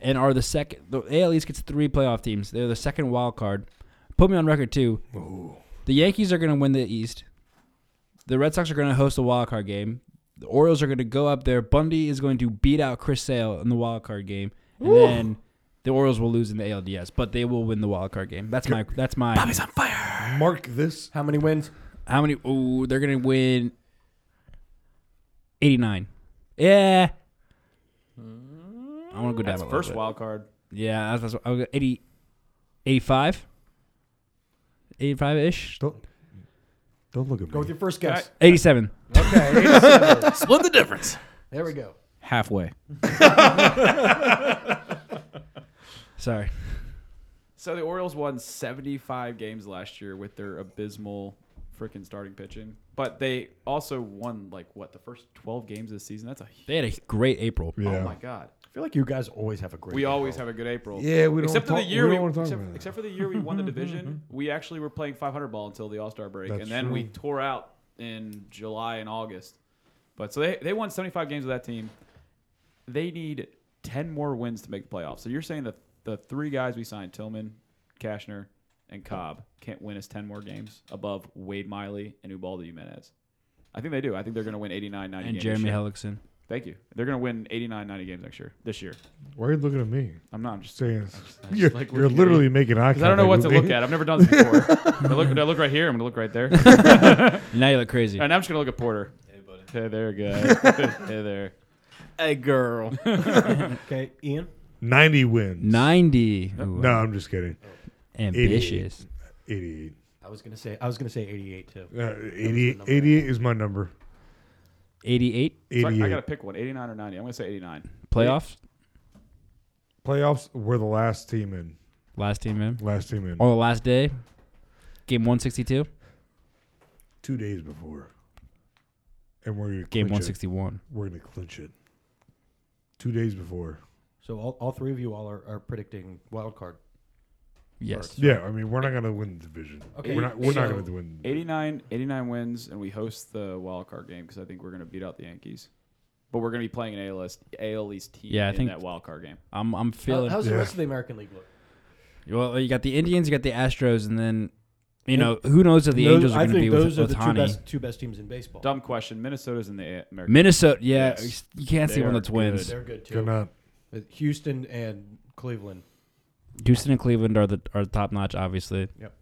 [SPEAKER 2] and are the second. The AL East gets three playoff teams. They're the second wild card. Put me on record too. The Yankees are going to win the East. The Red Sox are going to host a wild card game. The Orioles are going to go up there. Bundy is going to beat out Chris Sale in the wild card game, and then the Orioles will lose in the ALDS, but they will win the wild card game. That's my. That's my.
[SPEAKER 3] Mark this.
[SPEAKER 4] How many wins?
[SPEAKER 2] How many? Ooh, they're going to win. Eighty nine. Yeah. I want to go down
[SPEAKER 1] that's
[SPEAKER 2] a little
[SPEAKER 1] first
[SPEAKER 2] bit.
[SPEAKER 1] wild card.
[SPEAKER 2] Yeah, that's, that's I was 80, 85? 85 ish.
[SPEAKER 3] Don't, don't look at me.
[SPEAKER 4] Go with your first guess.
[SPEAKER 2] Eighty seven.
[SPEAKER 7] Split the difference.
[SPEAKER 4] There we go.
[SPEAKER 7] Halfway.
[SPEAKER 2] Sorry.
[SPEAKER 1] So the Orioles won 75 games last year with their abysmal freaking starting pitching, but they also won like what the first 12 games of the season. That's a
[SPEAKER 2] They had a great April.
[SPEAKER 1] oh
[SPEAKER 3] Yeah.
[SPEAKER 1] my god.
[SPEAKER 4] I feel like you guys always have a great.
[SPEAKER 1] We always have a good April.
[SPEAKER 3] Yeah, we don't
[SPEAKER 1] except for
[SPEAKER 3] wanna
[SPEAKER 1] the
[SPEAKER 3] talk-
[SPEAKER 1] year
[SPEAKER 3] we
[SPEAKER 1] we,
[SPEAKER 3] don't wanna talk
[SPEAKER 1] except,
[SPEAKER 3] about that.
[SPEAKER 1] except for the year we won the division. we actually were playing 500 ball until the All Star break,
[SPEAKER 3] That's
[SPEAKER 1] and then we
[SPEAKER 3] true.
[SPEAKER 1] tore out in July and August. But so they they won 75 games with that team. They need 10 more wins to make the playoffs. So you're saying that the three guys we signed Tillman, Kashner, and Cobb can't win us 10 more games above Wade Miley and Ubaldo Jimenez. I think they do. I think they're going to win 89 90
[SPEAKER 2] And
[SPEAKER 1] games.
[SPEAKER 2] Jeremy
[SPEAKER 1] this year.
[SPEAKER 2] Hellickson.
[SPEAKER 1] Thank you. They're going to win 89 90 games next year. This year.
[SPEAKER 3] Why are you looking at me?
[SPEAKER 1] I'm not. I'm just
[SPEAKER 3] Saying it's-
[SPEAKER 1] just
[SPEAKER 3] you're,
[SPEAKER 1] like
[SPEAKER 3] you're
[SPEAKER 1] looking at
[SPEAKER 3] literally making eye
[SPEAKER 1] Because I don't know what
[SPEAKER 3] contact
[SPEAKER 1] to
[SPEAKER 3] with me.
[SPEAKER 1] look at. I've never done this before. I look, do I look right here. I'm gonna look right there. and
[SPEAKER 2] Now you look crazy.
[SPEAKER 1] I'm just gonna look at Porter. Hey, buddy. Hey there, guy. hey there.
[SPEAKER 7] Hey, girl.
[SPEAKER 4] Okay, Ian.
[SPEAKER 3] 90 wins.
[SPEAKER 2] 90. Ooh,
[SPEAKER 3] No, I'm just kidding.
[SPEAKER 2] Ambitious.
[SPEAKER 3] 88.
[SPEAKER 4] I was gonna say. I was gonna say 88 too.
[SPEAKER 3] Uh, 88, 88 is my number.
[SPEAKER 2] 88
[SPEAKER 1] So I, I
[SPEAKER 3] 88.
[SPEAKER 1] gotta pick one. 89 or 90. I'm gonna say 89.
[SPEAKER 2] playoffs.
[SPEAKER 3] Playoffs, we're the last team in.
[SPEAKER 2] Last team in. Oh.
[SPEAKER 3] Last team in.
[SPEAKER 2] On the last day. Game 162?
[SPEAKER 3] Two days before. And we're gonna
[SPEAKER 2] Game
[SPEAKER 3] clinch it.
[SPEAKER 2] 161.
[SPEAKER 3] We're gonna clinch it. Two days before.
[SPEAKER 4] So all, all three of you all are, are predicting wild card.
[SPEAKER 2] Yes.
[SPEAKER 3] Yeah, I mean we're not gonna win the division.
[SPEAKER 4] Okay.
[SPEAKER 3] We're not we're not
[SPEAKER 4] So-
[SPEAKER 3] gonna win
[SPEAKER 1] 89, 89 wins, and we host the wild card game because I think we're going to beat out the Yankees. But we're going to be playing an AL East, AL East E team
[SPEAKER 2] Yeah, I
[SPEAKER 1] in
[SPEAKER 2] think-
[SPEAKER 1] that wild card game.
[SPEAKER 2] I'm I'm
[SPEAKER 4] How,
[SPEAKER 2] feeling
[SPEAKER 4] how's the rest of the American League look?
[SPEAKER 2] Well, you got the Indians, you got the Astros, and then you know who knows if the
[SPEAKER 4] Those-
[SPEAKER 2] Angels are
[SPEAKER 4] I
[SPEAKER 2] going to
[SPEAKER 4] think
[SPEAKER 2] be
[SPEAKER 4] those
[SPEAKER 2] with
[SPEAKER 4] are the two
[SPEAKER 2] Otani.
[SPEAKER 4] best, two best teams in baseball.
[SPEAKER 1] Dumb question. Minnesota's in the A- American.
[SPEAKER 2] Minnesota, yeah,
[SPEAKER 1] Yes.
[SPEAKER 2] you can't sleep on the
[SPEAKER 1] They're
[SPEAKER 2] Twins.
[SPEAKER 4] They're good too.
[SPEAKER 3] They're not.
[SPEAKER 4] With Houston and Cleveland.
[SPEAKER 2] Houston and Cleveland are the are top notch, obviously.
[SPEAKER 4] Yep.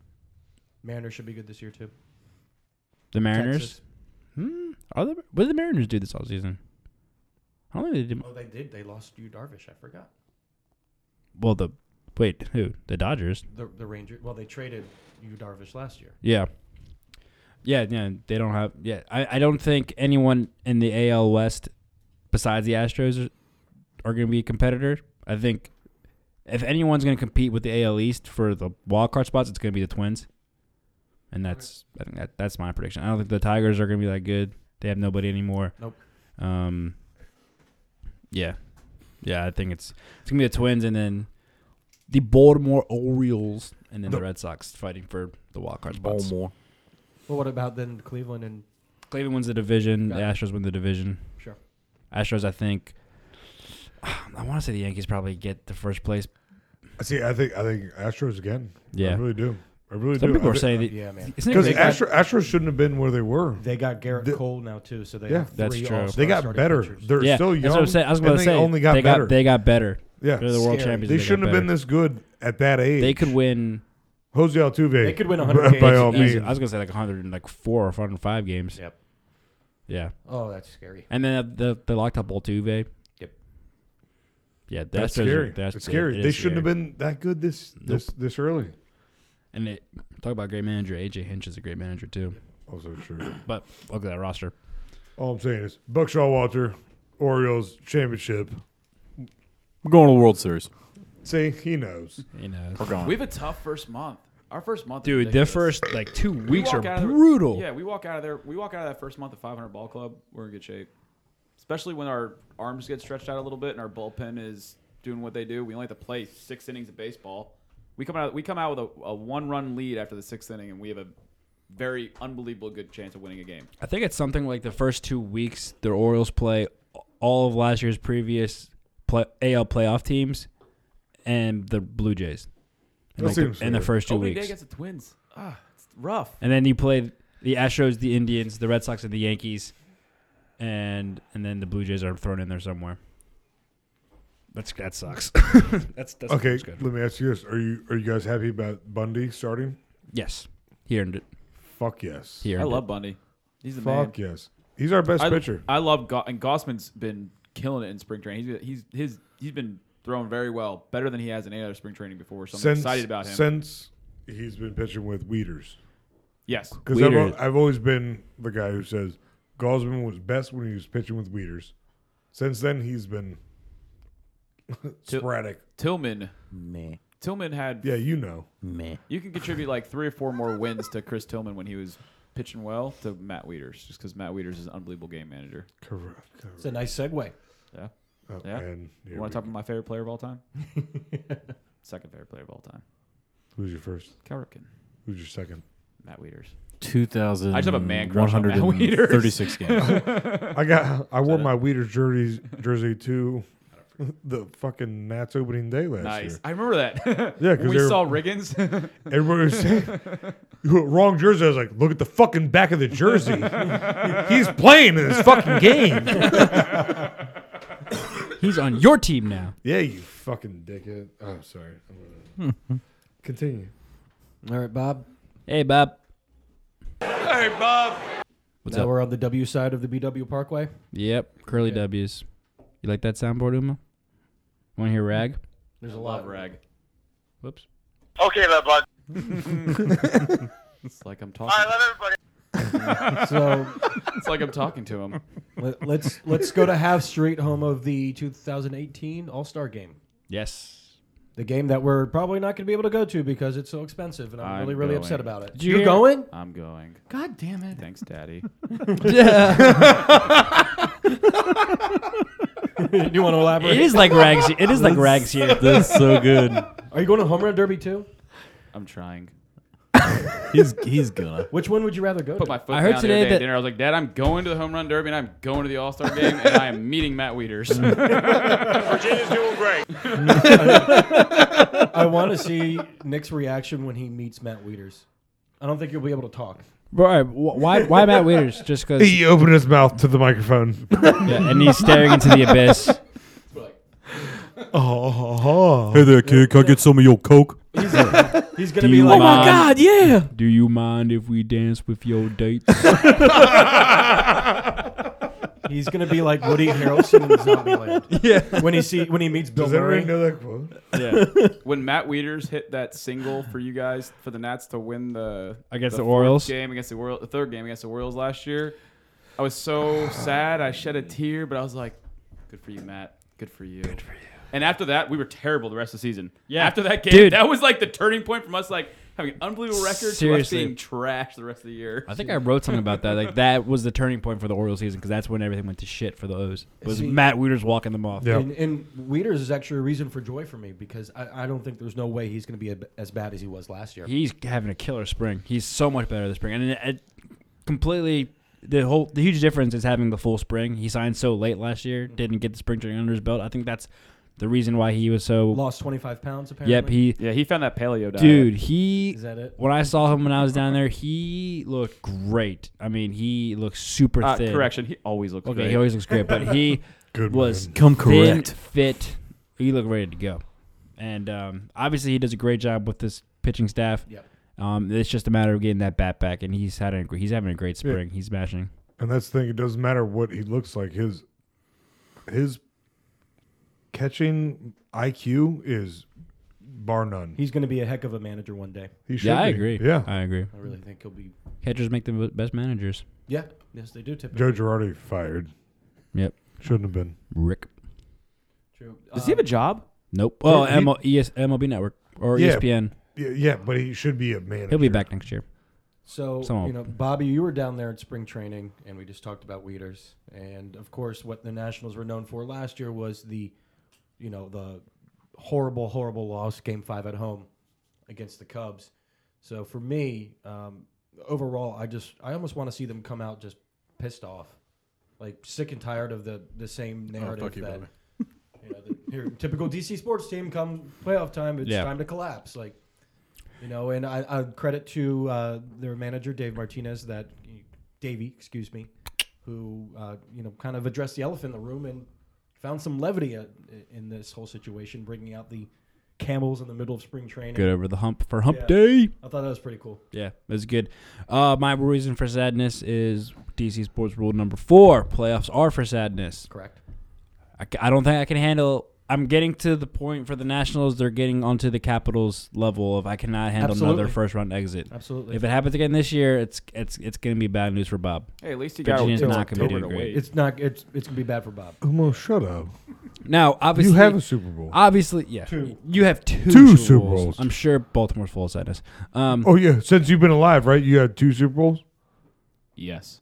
[SPEAKER 4] Mariners should be good this year too.
[SPEAKER 2] The Mariners,
[SPEAKER 4] Texas.
[SPEAKER 2] hmm, are the what did the Mariners do this offseason? I don't think they did.
[SPEAKER 4] Oh, they did. They lost Yu Darvish. I forgot.
[SPEAKER 2] Well, the wait, who the Dodgers?
[SPEAKER 4] The the Rangers. Well, they traded Yu Darvish last year.
[SPEAKER 2] Yeah. Yeah, yeah, they don't have. Yeah, I, I don't think anyone in the AL West besides the Astros are, are going to be a competitor. I think if anyone's going to compete with the AL East for the wild card spots, it's going to be the Twins, and that's I think that that's my prediction. I don't think the Tigers are going to be that good. They have nobody anymore.
[SPEAKER 4] Nope.
[SPEAKER 2] Um. Yeah, yeah, I think it's it's gonna be the Twins and then the Baltimore Orioles and then the, Red Sox fighting for the wild card spots.
[SPEAKER 3] Baltimore.
[SPEAKER 4] Well, what about then Cleveland and
[SPEAKER 2] Cleveland wins the division.
[SPEAKER 4] Got
[SPEAKER 2] the
[SPEAKER 4] it.
[SPEAKER 2] Astros win the division.
[SPEAKER 4] sure.
[SPEAKER 2] Astros, I think. I want to say the Yankees probably get the first place.
[SPEAKER 3] I see I think I think Astros again. I
[SPEAKER 2] Yeah.
[SPEAKER 3] really do. I really
[SPEAKER 2] Some
[SPEAKER 3] do.
[SPEAKER 2] people
[SPEAKER 3] I
[SPEAKER 2] are
[SPEAKER 3] thi-
[SPEAKER 2] saying that.
[SPEAKER 4] Yeah, man.
[SPEAKER 2] Isn't it
[SPEAKER 3] because
[SPEAKER 2] crazy?
[SPEAKER 3] Astro, Astros shouldn't have been where they were.
[SPEAKER 4] They got Garrett
[SPEAKER 3] The-
[SPEAKER 4] Cole now too, so they
[SPEAKER 3] Yeah.
[SPEAKER 4] have three
[SPEAKER 2] That's true.
[SPEAKER 4] all-star
[SPEAKER 3] They got
[SPEAKER 4] starting
[SPEAKER 3] better.
[SPEAKER 4] pitchers.
[SPEAKER 3] They're
[SPEAKER 2] yeah,
[SPEAKER 3] still young.
[SPEAKER 2] that's what I'm saying. I was
[SPEAKER 3] and
[SPEAKER 2] going to
[SPEAKER 3] they
[SPEAKER 2] say
[SPEAKER 3] only got
[SPEAKER 2] they
[SPEAKER 3] better.
[SPEAKER 2] got they got better.
[SPEAKER 3] Yeah.
[SPEAKER 2] they're the world
[SPEAKER 4] Scary.
[SPEAKER 2] champions.
[SPEAKER 3] They
[SPEAKER 2] got
[SPEAKER 3] shouldn't have been
[SPEAKER 2] better.
[SPEAKER 3] this good at that age.
[SPEAKER 2] They could win.
[SPEAKER 3] Jose Altuve.
[SPEAKER 4] They could win 100
[SPEAKER 3] by
[SPEAKER 4] games
[SPEAKER 3] all
[SPEAKER 2] easy-
[SPEAKER 3] means.
[SPEAKER 2] I was going to say like 104 or 105 games.
[SPEAKER 4] Yep.
[SPEAKER 2] Yeah,
[SPEAKER 4] Oh, that's scary.
[SPEAKER 2] and then the they locked up Altuve.
[SPEAKER 4] Yep.
[SPEAKER 2] Yeah, the
[SPEAKER 3] That's
[SPEAKER 2] Astros are-
[SPEAKER 3] scary.
[SPEAKER 2] the Astros-
[SPEAKER 3] That's scary.
[SPEAKER 2] it
[SPEAKER 3] They
[SPEAKER 2] is
[SPEAKER 3] shouldn't have
[SPEAKER 2] scary.
[SPEAKER 3] been that good this this this early.
[SPEAKER 2] And they, talk about great manager. AJ Hinch is a great manager too.
[SPEAKER 3] Also true.
[SPEAKER 2] But look at that roster.
[SPEAKER 3] All I'm saying is Buckshaw Walter, Orioles championship.
[SPEAKER 8] We're going to the World Series.
[SPEAKER 3] See, he knows.
[SPEAKER 2] You know,
[SPEAKER 8] We're going.
[SPEAKER 1] We have a tough first month. Our first month, is
[SPEAKER 2] dude, their
[SPEAKER 1] ridiculous.
[SPEAKER 2] first like two
[SPEAKER 1] We
[SPEAKER 2] weeks are
[SPEAKER 1] walk out of the-
[SPEAKER 2] brutal.
[SPEAKER 1] yeah, we walk out of there. We walk out of that first month at 500 ball club. We're in good shape, especially when our arms get stretched out a little bit and our bullpen is doing what they do. We only have to play six innings of baseball. We come out. We come out with a, a one-run lead after the sixth inning, and we have a very unbelievable good chance of winning a game.
[SPEAKER 2] I think it's something like the first two weeks the Orioles play all of last year's previous play, AL playoff teams and the Blue Jays.
[SPEAKER 3] That
[SPEAKER 2] In, like,
[SPEAKER 3] seems
[SPEAKER 2] the, in the
[SPEAKER 3] fair.
[SPEAKER 2] first two
[SPEAKER 1] Opening day
[SPEAKER 2] weeks,
[SPEAKER 1] against the Twins. Ah, it's rough.
[SPEAKER 2] and then you play the Astros, the Indians, the Red Sox, and the Yankees, and and then the Blue Jays are thrown in there somewhere. That's that sucks. that's that's
[SPEAKER 3] Okay,
[SPEAKER 2] that's good.
[SPEAKER 3] let me ask you this: Are you are you guys happy about Bundy starting?
[SPEAKER 2] Yes, he earned it.
[SPEAKER 3] Fuck yes.
[SPEAKER 2] He
[SPEAKER 1] I
[SPEAKER 2] earned
[SPEAKER 1] love Bundy. He's the man.
[SPEAKER 3] Fuck yes. He's our best
[SPEAKER 1] I,
[SPEAKER 3] pitcher.
[SPEAKER 1] I love Go- and Gossman's been killing it in spring training. He's he's his he's been throwing very well, better than he has in any other spring training before. So I'm
[SPEAKER 3] since
[SPEAKER 1] excited about him.
[SPEAKER 3] since he's been pitching with Weeders.
[SPEAKER 1] yes,
[SPEAKER 3] Because I've,
[SPEAKER 2] Wieters.
[SPEAKER 3] al- I've always been the guy who says Gosman was best when he was pitching with Weeders. Since then, he's been
[SPEAKER 1] Til-
[SPEAKER 3] sporadic.
[SPEAKER 1] Tillman
[SPEAKER 8] Meh.
[SPEAKER 1] Tillman had
[SPEAKER 3] Yeah, you know.
[SPEAKER 8] Meh.
[SPEAKER 1] you can contribute like three or four more wins to Chris Tillman when he was pitching well to Matt Wieters, just because Matt Wieters is an unbelievable game manager.
[SPEAKER 3] Correct. correct.
[SPEAKER 4] It's a nice segue.
[SPEAKER 1] Yeah,
[SPEAKER 3] Oh,
[SPEAKER 1] yeah.
[SPEAKER 3] And
[SPEAKER 1] you want to talk about my favorite player of all time? Second favorite player of all time,
[SPEAKER 3] who's your first?
[SPEAKER 1] Cal Ripken,
[SPEAKER 3] Who's your second?
[SPEAKER 1] Matt Wieters.
[SPEAKER 8] 2,000.
[SPEAKER 1] I just have a man crush on Matt
[SPEAKER 8] 136 games.
[SPEAKER 3] I got. I wore my Weeders jersey jersey to the fucking Nats opening day last
[SPEAKER 1] Nice.
[SPEAKER 3] year.
[SPEAKER 1] I remember that. yeah,
[SPEAKER 3] 'cause
[SPEAKER 1] we
[SPEAKER 3] they're-
[SPEAKER 1] saw Riggins.
[SPEAKER 3] Everybody was saying wrong jersey. I was like, look at the fucking back of the jersey. he's playing in this fucking game.
[SPEAKER 2] He's on your team now.
[SPEAKER 3] yeah, you fucking dickhead. Oh, sorry. I'm gonna-
[SPEAKER 2] Hmm.
[SPEAKER 3] Continue.
[SPEAKER 4] All right, Bob.
[SPEAKER 2] Hey, Bob.
[SPEAKER 4] What's
[SPEAKER 2] up?
[SPEAKER 4] we're on the W side of the BW Parkway.
[SPEAKER 2] Yep, curly W's. You like that soundboard, Uma? Want to hear rag?
[SPEAKER 4] There's a lot.
[SPEAKER 1] Love rag.
[SPEAKER 2] Whoops.
[SPEAKER 9] Okay, LeBlanc.
[SPEAKER 1] It's like I'm
[SPEAKER 9] I
[SPEAKER 1] talking.
[SPEAKER 9] love everybody.
[SPEAKER 4] So
[SPEAKER 1] It's like I'm talking to him.
[SPEAKER 4] let, let's let's go to Half Street, home of the 2018 All Star Game.
[SPEAKER 2] Yes.
[SPEAKER 4] the game that we're probably not going to be able to go to because it's so expensive, and I'm,
[SPEAKER 1] I'm
[SPEAKER 4] really, really
[SPEAKER 1] going.
[SPEAKER 4] upset about it.
[SPEAKER 1] Did you
[SPEAKER 4] You're
[SPEAKER 1] hear-
[SPEAKER 4] going?
[SPEAKER 1] I'm going.
[SPEAKER 4] God damn it!
[SPEAKER 1] Thanks, Daddy.
[SPEAKER 4] Do you want to elaborate?
[SPEAKER 2] It is like rags- it is like That's- rags here. that's so good.
[SPEAKER 4] Are you going to home run derby too?
[SPEAKER 1] I'm trying.
[SPEAKER 8] he's he's gonna.
[SPEAKER 4] Which one would you rather go?
[SPEAKER 1] Put
[SPEAKER 4] to?
[SPEAKER 1] my foot down the other day at dinner. I was like, Dad, I'm going to the home run derby and I'm going to the All Star game and I am meeting Matt Wieters.
[SPEAKER 9] Virginia's doing great.
[SPEAKER 4] I want to see Nick's reaction when he meets Matt Wieters. I don't think you'll be able to talk.
[SPEAKER 2] Bro, all right, wh- why why Matt Waiters? Just because
[SPEAKER 3] He opened his mouth to the microphone.
[SPEAKER 2] yeah, and he's staring into the abyss.
[SPEAKER 3] Oh,
[SPEAKER 8] Hey there, kid. Can I get some of your coke?
[SPEAKER 4] He's, he's
[SPEAKER 2] Do
[SPEAKER 4] gonna be
[SPEAKER 2] you
[SPEAKER 4] like, "Oh
[SPEAKER 2] mind-
[SPEAKER 7] yeah.
[SPEAKER 2] Do you mind if we dance with your dates?
[SPEAKER 4] He's gonna be like Woody Harrelson in Zombieland.
[SPEAKER 2] Yeah.
[SPEAKER 4] When he see when he meets Bill
[SPEAKER 3] Does
[SPEAKER 4] Murray.
[SPEAKER 3] everybody know that quote?
[SPEAKER 1] yeah. When Matt Wieters hit that single for you guys for the Nats to win the
[SPEAKER 2] Against the
[SPEAKER 1] fourth
[SPEAKER 2] Orioles?
[SPEAKER 1] game against the Orioles, the third game against the Orioles last year, I was so sad. I shed a tear, but I was like, "Good for you, Matt. Good for you." Good for you. And after that, we were terrible the rest of the season.
[SPEAKER 2] Yeah.
[SPEAKER 1] After that game,
[SPEAKER 2] Dude.
[SPEAKER 1] that was like the turning point from us like having an unbelievable record to us
[SPEAKER 2] Seriously.
[SPEAKER 1] being trash the rest of the year.
[SPEAKER 2] I think I wrote something about that. Like that was the turning point for the Orioles season because that's when everything went to shit for the O's. Was
[SPEAKER 4] See-
[SPEAKER 2] Matt Wieters walking them off?
[SPEAKER 4] And, and Wieters is actually a reason for joy for me because I, I don't think there's no way he's going to be a, as bad as he was last year.
[SPEAKER 2] He's having a killer spring. He's so much better this spring, and it, it completely the whole the huge difference is having the full spring. He signed so late last year, didn't get the spring training under his belt. I think that's the reason why he was so.
[SPEAKER 4] Lost 25 pounds apparently.
[SPEAKER 2] Yep, he
[SPEAKER 1] yeah, he found that paleo diet.
[SPEAKER 2] Dude, he
[SPEAKER 4] Is that it?
[SPEAKER 2] when I saw him when I was down there, he looked great. I mean, he looked super
[SPEAKER 1] Uh,
[SPEAKER 2] thin.
[SPEAKER 1] correction, he always looks
[SPEAKER 2] Okay,
[SPEAKER 1] great.
[SPEAKER 2] he always looks great, but he
[SPEAKER 3] Good
[SPEAKER 2] was
[SPEAKER 3] man.
[SPEAKER 8] Come
[SPEAKER 2] thin,
[SPEAKER 8] correct.
[SPEAKER 2] fit. He looked ready to go, and um, obviously he does a great job with this pitching staff.
[SPEAKER 4] Yep.
[SPEAKER 2] Um, it's just a matter of getting that bat back, and he's had a, gr- he's having a great spring. He's smashing.
[SPEAKER 3] And that's the thing. It doesn't matter what he looks like. His his catching IQ is bar none.
[SPEAKER 4] He's going to be a heck of a manager one day.
[SPEAKER 3] He should
[SPEAKER 2] Yeah, I
[SPEAKER 3] be.
[SPEAKER 2] agree.
[SPEAKER 3] Yeah.
[SPEAKER 2] I agree.
[SPEAKER 4] I really think he'll be.
[SPEAKER 2] Catchers make the w- best managers.
[SPEAKER 4] Yeah, yes, they do typically.
[SPEAKER 3] Joe Girardi fired.
[SPEAKER 2] Yep.
[SPEAKER 3] Shouldn't have been.
[SPEAKER 2] Rick.
[SPEAKER 4] True. Um,
[SPEAKER 1] Does
[SPEAKER 2] Um,
[SPEAKER 1] he have a job?
[SPEAKER 2] Nope. Oh,
[SPEAKER 3] he-
[SPEAKER 2] ML, ES, MLB Network or E
[SPEAKER 3] Yeah.
[SPEAKER 2] ESPN.
[SPEAKER 3] Yeah, yeah, but he should be a manager.
[SPEAKER 2] He'll be back next year.
[SPEAKER 4] So
[SPEAKER 2] Some-
[SPEAKER 4] you know, Bobby, you were down there at spring training, and we just talked about weeders, and of course, what the Nationals were known for last year was the, you know, the horrible, horrible loss, Game Five at home against the Cubs. So for me, um, overall, I just I almost want to see them come out just pissed off, like sick and tired of the the same narrative
[SPEAKER 8] fuck you,
[SPEAKER 4] that.
[SPEAKER 8] Bobby.
[SPEAKER 4] You know, the, here, typical DC sports team come playoff time. It's
[SPEAKER 2] Yeah.
[SPEAKER 4] time to collapse. Like, you know, and I, I credit to uh, their manager Dave Martinez that Davey, excuse me, who uh, you know kind of addressed the elephant in the room and found some levity uh, in this whole situation, bringing out the camels in the middle of spring training.
[SPEAKER 2] Get over the hump for Hump
[SPEAKER 4] Yeah.
[SPEAKER 2] Day.
[SPEAKER 4] I thought that was pretty cool.
[SPEAKER 2] Yeah, that's good. Uh, my reason for sadness is DC Sports Rule number four: playoffs are for sadness.
[SPEAKER 4] Correct.
[SPEAKER 2] I, ca- I don't think I can handle. I'm getting to the point for the Nationals; they're getting onto the Capitals level of I cannot handle another
[SPEAKER 4] Absolutely.
[SPEAKER 2] first round exit.
[SPEAKER 4] Absolutely.
[SPEAKER 2] If it happens again this year, it's it's it's gonna be bad news for Bob.
[SPEAKER 1] Hey, at least he got
[SPEAKER 2] Virginia's
[SPEAKER 1] till
[SPEAKER 2] not gonna be
[SPEAKER 1] October
[SPEAKER 2] doing
[SPEAKER 1] to
[SPEAKER 2] great.
[SPEAKER 1] wait.
[SPEAKER 4] It's not. It's it's gonna be bad for Bob.
[SPEAKER 3] Umo, shut up.
[SPEAKER 2] Now, obviously,
[SPEAKER 3] you have a Super Bowl.
[SPEAKER 2] obviously, yeah, you have two
[SPEAKER 3] Two
[SPEAKER 2] Super
[SPEAKER 3] Super
[SPEAKER 2] Bowls.
[SPEAKER 3] Bowls.
[SPEAKER 2] I'm sure Baltimore's full of sadness. Um,
[SPEAKER 3] oh yeah, since you've been alive, right? You had two Super Bowls.
[SPEAKER 1] Yes,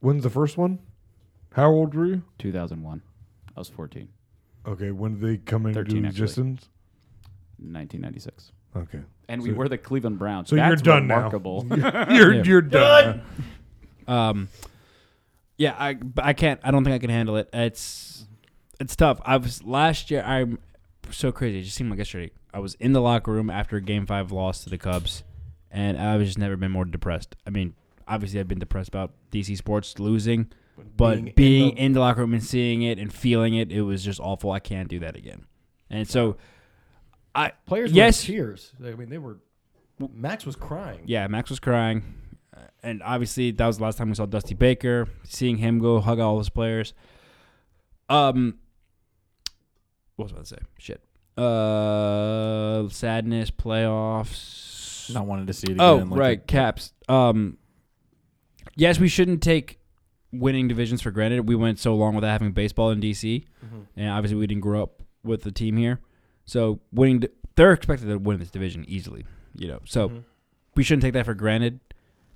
[SPEAKER 3] When's the first one? How old were you?
[SPEAKER 1] 2001. I was 14.
[SPEAKER 3] Okay, when did they come into
[SPEAKER 1] 13, actually.
[SPEAKER 3] existence?
[SPEAKER 1] 1996.
[SPEAKER 3] Okay,
[SPEAKER 1] And we
[SPEAKER 3] So-
[SPEAKER 1] were the Cleveland Browns.
[SPEAKER 3] so
[SPEAKER 1] That's
[SPEAKER 3] you're done
[SPEAKER 1] remarkable.
[SPEAKER 3] now. you're
[SPEAKER 2] Yeah.
[SPEAKER 3] you're done. now.
[SPEAKER 2] Um, yeah, I but I can't. I don't think I can handle it. It's it's tough. I was last year. I'm so crazy. It just seemed like yesterday. I was in the locker room after Game Five loss to the Cubs, and I've just never been more depressed. I mean, obviously I've been depressed about DC sports losing, but being,
[SPEAKER 4] being in
[SPEAKER 2] in,
[SPEAKER 4] the-
[SPEAKER 2] the, locker room and seeing it and feeling it, it was just awful. I can't do that again. And so, I
[SPEAKER 4] Players.
[SPEAKER 2] Yes.
[SPEAKER 4] Were in tears. I mean, they were. Max was crying.
[SPEAKER 2] yeah, Max was crying, Uh, and obviously that was the last time we saw Dusty Baker. Seeing him go hug all his players. Um, what was I about to say? Shit. Uh, sadness, playoffs.
[SPEAKER 8] I wanted to see it again.
[SPEAKER 2] oh,
[SPEAKER 8] like,
[SPEAKER 2] right, caps. Um, yes, we shouldn't take winning divisions for
[SPEAKER 4] Mm-hmm.
[SPEAKER 2] granted. We went so long without having baseball in DC, and obviously we didn't grow up with the team here. So winning, di- they're expected to win this division easily. You know, so
[SPEAKER 4] Mm-hmm.
[SPEAKER 2] we shouldn't take that for granted.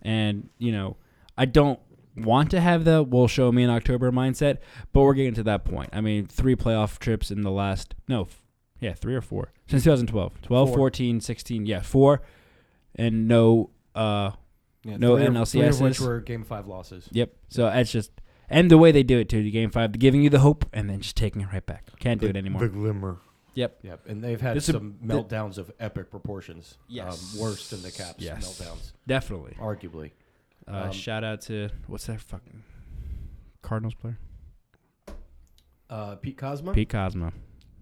[SPEAKER 2] And you know, I don't want to have the "will show me in October" mindset, but we're getting to that point. I mean, three playoff trips in the last no, f- yeah, three or four since 2012, 12,
[SPEAKER 4] Mm-hmm. Four.
[SPEAKER 2] 14, 16, yeah, four, and no, uh,
[SPEAKER 4] Yeah,
[SPEAKER 2] no
[SPEAKER 4] three of-
[SPEAKER 2] NLCS.
[SPEAKER 4] three of which were game five losses.
[SPEAKER 2] Yep. So that's just and the way they do it too. The game five, giving you the hope and then just taking it right back. Can't do
[SPEAKER 4] The-
[SPEAKER 2] it anymore.
[SPEAKER 3] the glimmer.
[SPEAKER 2] Yep.
[SPEAKER 4] Yep. And they've had
[SPEAKER 2] This is-
[SPEAKER 4] some
[SPEAKER 2] th-
[SPEAKER 4] meltdowns of epic proportions.
[SPEAKER 2] Yes.
[SPEAKER 4] Um, worse than the Caps
[SPEAKER 2] Yes.
[SPEAKER 4] meltdowns.
[SPEAKER 2] Definitely.
[SPEAKER 4] Arguably.
[SPEAKER 2] Uh,
[SPEAKER 4] Um,
[SPEAKER 2] shout out to what's that fucking Cardinals player?
[SPEAKER 4] Uh, Pete Cosma.
[SPEAKER 2] Pete Cosma.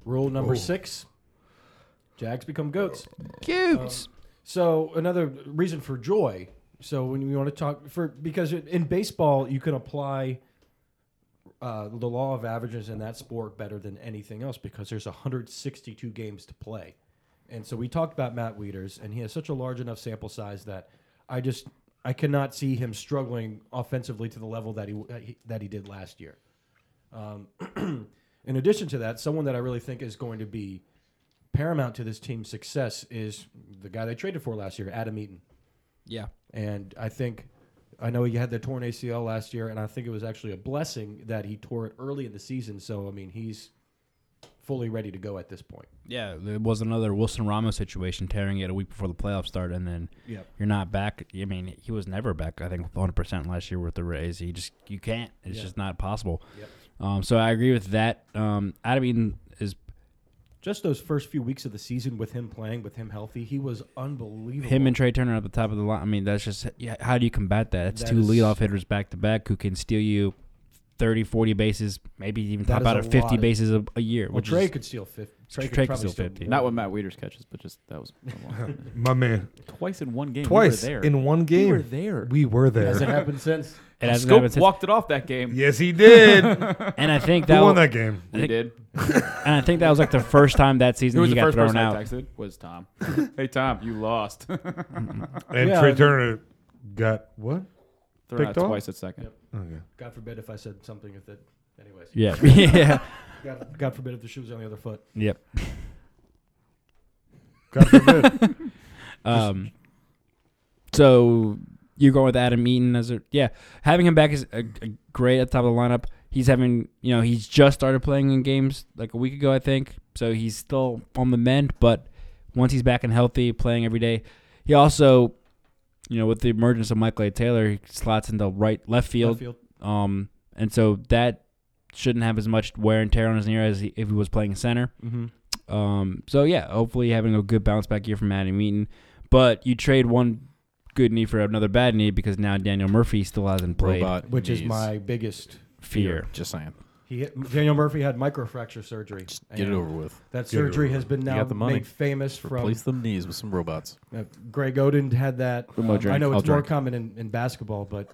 [SPEAKER 4] Rule number
[SPEAKER 2] Ooh.
[SPEAKER 4] six: Jags become goats.
[SPEAKER 2] Goats.
[SPEAKER 4] Um, so another reason for joy. So when you want to talk for because it- in baseball you can apply uh, the law of averages in that sport better than anything else because there's 162 games to play, and so we talked about Matt Wieters and he has such a large enough sample size that I just I cannot see him struggling offensively to the level that he that he, that he did last year. Um, in addition to that, someone that I really think is going to be paramount to this team's success is the guy they traded for last year, Adam Eaton.
[SPEAKER 2] Yeah.
[SPEAKER 4] And I think, I know he had the torn ACL last year, and I think it was actually a blessing that he tore it early in the season. So, I mean, he's fully ready to go at this point.
[SPEAKER 2] Yeah, it was another Wilson Ramos situation, tearing it a week before the playoffs started, and then
[SPEAKER 4] Yep.
[SPEAKER 2] you're not back. I mean, he was never back. I think 100 percent last year with the Rays. He just you can't. It's
[SPEAKER 1] Yeah.
[SPEAKER 2] just not possible.
[SPEAKER 4] Yep.
[SPEAKER 2] Um, so I agree with that. Um, Adam Eaton is
[SPEAKER 4] Just those first few weeks of the season with him playing, with him healthy, he was unbelievable.
[SPEAKER 2] him and Trey Turner at the top of the line. I mean, that's just yeah, how do you combat that? It's
[SPEAKER 4] That
[SPEAKER 2] two
[SPEAKER 4] is-
[SPEAKER 2] leadoff hitters back to back who can steal you 30, 40 bases, maybe even
[SPEAKER 4] That
[SPEAKER 2] top
[SPEAKER 4] is
[SPEAKER 2] out
[SPEAKER 4] a
[SPEAKER 2] at 50
[SPEAKER 4] lot.
[SPEAKER 2] bases a, a year.
[SPEAKER 4] Well,
[SPEAKER 2] which
[SPEAKER 4] Trey
[SPEAKER 2] is-
[SPEAKER 4] could steal fif-
[SPEAKER 2] Trey,
[SPEAKER 4] Trey could
[SPEAKER 2] could
[SPEAKER 4] probably
[SPEAKER 2] steal
[SPEAKER 4] steal
[SPEAKER 2] 50.
[SPEAKER 4] more.
[SPEAKER 2] Not
[SPEAKER 1] Not what Matt Wieters catches, but just that was
[SPEAKER 3] My man.
[SPEAKER 1] twice in one game.
[SPEAKER 3] Twice
[SPEAKER 1] we were there.
[SPEAKER 3] in one game.
[SPEAKER 1] We were there.
[SPEAKER 3] We were there.
[SPEAKER 4] Has it happened since?
[SPEAKER 2] It hasn't
[SPEAKER 1] Scope
[SPEAKER 2] happened since-
[SPEAKER 1] walked it off that game.
[SPEAKER 3] Yes, he did.
[SPEAKER 2] and I think
[SPEAKER 3] Who
[SPEAKER 2] that
[SPEAKER 3] won
[SPEAKER 2] wa-
[SPEAKER 3] that game?
[SPEAKER 2] I
[SPEAKER 1] We
[SPEAKER 2] think-
[SPEAKER 1] did.
[SPEAKER 2] and I think that was like the first time that
[SPEAKER 1] Who
[SPEAKER 2] season
[SPEAKER 1] was
[SPEAKER 2] he
[SPEAKER 1] the
[SPEAKER 2] got
[SPEAKER 1] first
[SPEAKER 2] thrown
[SPEAKER 1] person
[SPEAKER 2] out.
[SPEAKER 1] I texted? Was Tom. hey Tom, you lost.
[SPEAKER 3] And
[SPEAKER 4] Yeah,
[SPEAKER 3] Trey
[SPEAKER 4] the-
[SPEAKER 3] Turner got what?
[SPEAKER 1] Thrown out
[SPEAKER 3] Picked off?
[SPEAKER 1] twice at second.
[SPEAKER 4] Yep.
[SPEAKER 3] Okay.
[SPEAKER 4] God forbid if I said something if that. Anyways.
[SPEAKER 2] Yeah. Yeah.
[SPEAKER 4] God, God forbid if the shoe was on the other foot.
[SPEAKER 2] Yep.
[SPEAKER 3] God forbid.
[SPEAKER 2] Um, so you're going with Adam Eaton as a yeah, having him back is a, a great at the top of the lineup. He's having you know he's just started playing in games like a week ago I think, so he's still on the mend. But once he's back and healthy, playing every day, he also you know with the emergence of Michael A. Taylor, he slots into right left field.
[SPEAKER 4] field.
[SPEAKER 2] Um, and so that shouldn't have as much wear and tear on his knee as he, if he was playing center.
[SPEAKER 4] Mhm.
[SPEAKER 2] Um, so yeah, hopefully having a good bounce back year from Adam Eaton, but you trade one good knee for another bad knee because now Daniel Murphy still hasn't played.
[SPEAKER 8] Robot
[SPEAKER 4] which is
[SPEAKER 8] knees.
[SPEAKER 4] my biggest
[SPEAKER 2] Fear.
[SPEAKER 8] Just saying.
[SPEAKER 4] He hit, Daniel Murphy had microfracture surgery. Just
[SPEAKER 8] get it over with.
[SPEAKER 4] That
[SPEAKER 8] Get it over
[SPEAKER 4] surgery
[SPEAKER 8] with.
[SPEAKER 4] has been
[SPEAKER 8] You
[SPEAKER 4] now
[SPEAKER 8] got the money.
[SPEAKER 4] made famous from
[SPEAKER 8] Replace them knees with some robots.
[SPEAKER 4] uh, Greg Oden had that.
[SPEAKER 8] Put more
[SPEAKER 4] Um, I
[SPEAKER 8] drink.
[SPEAKER 4] know
[SPEAKER 8] I'll
[SPEAKER 4] it's more
[SPEAKER 8] drink.
[SPEAKER 4] common in, in basketball, but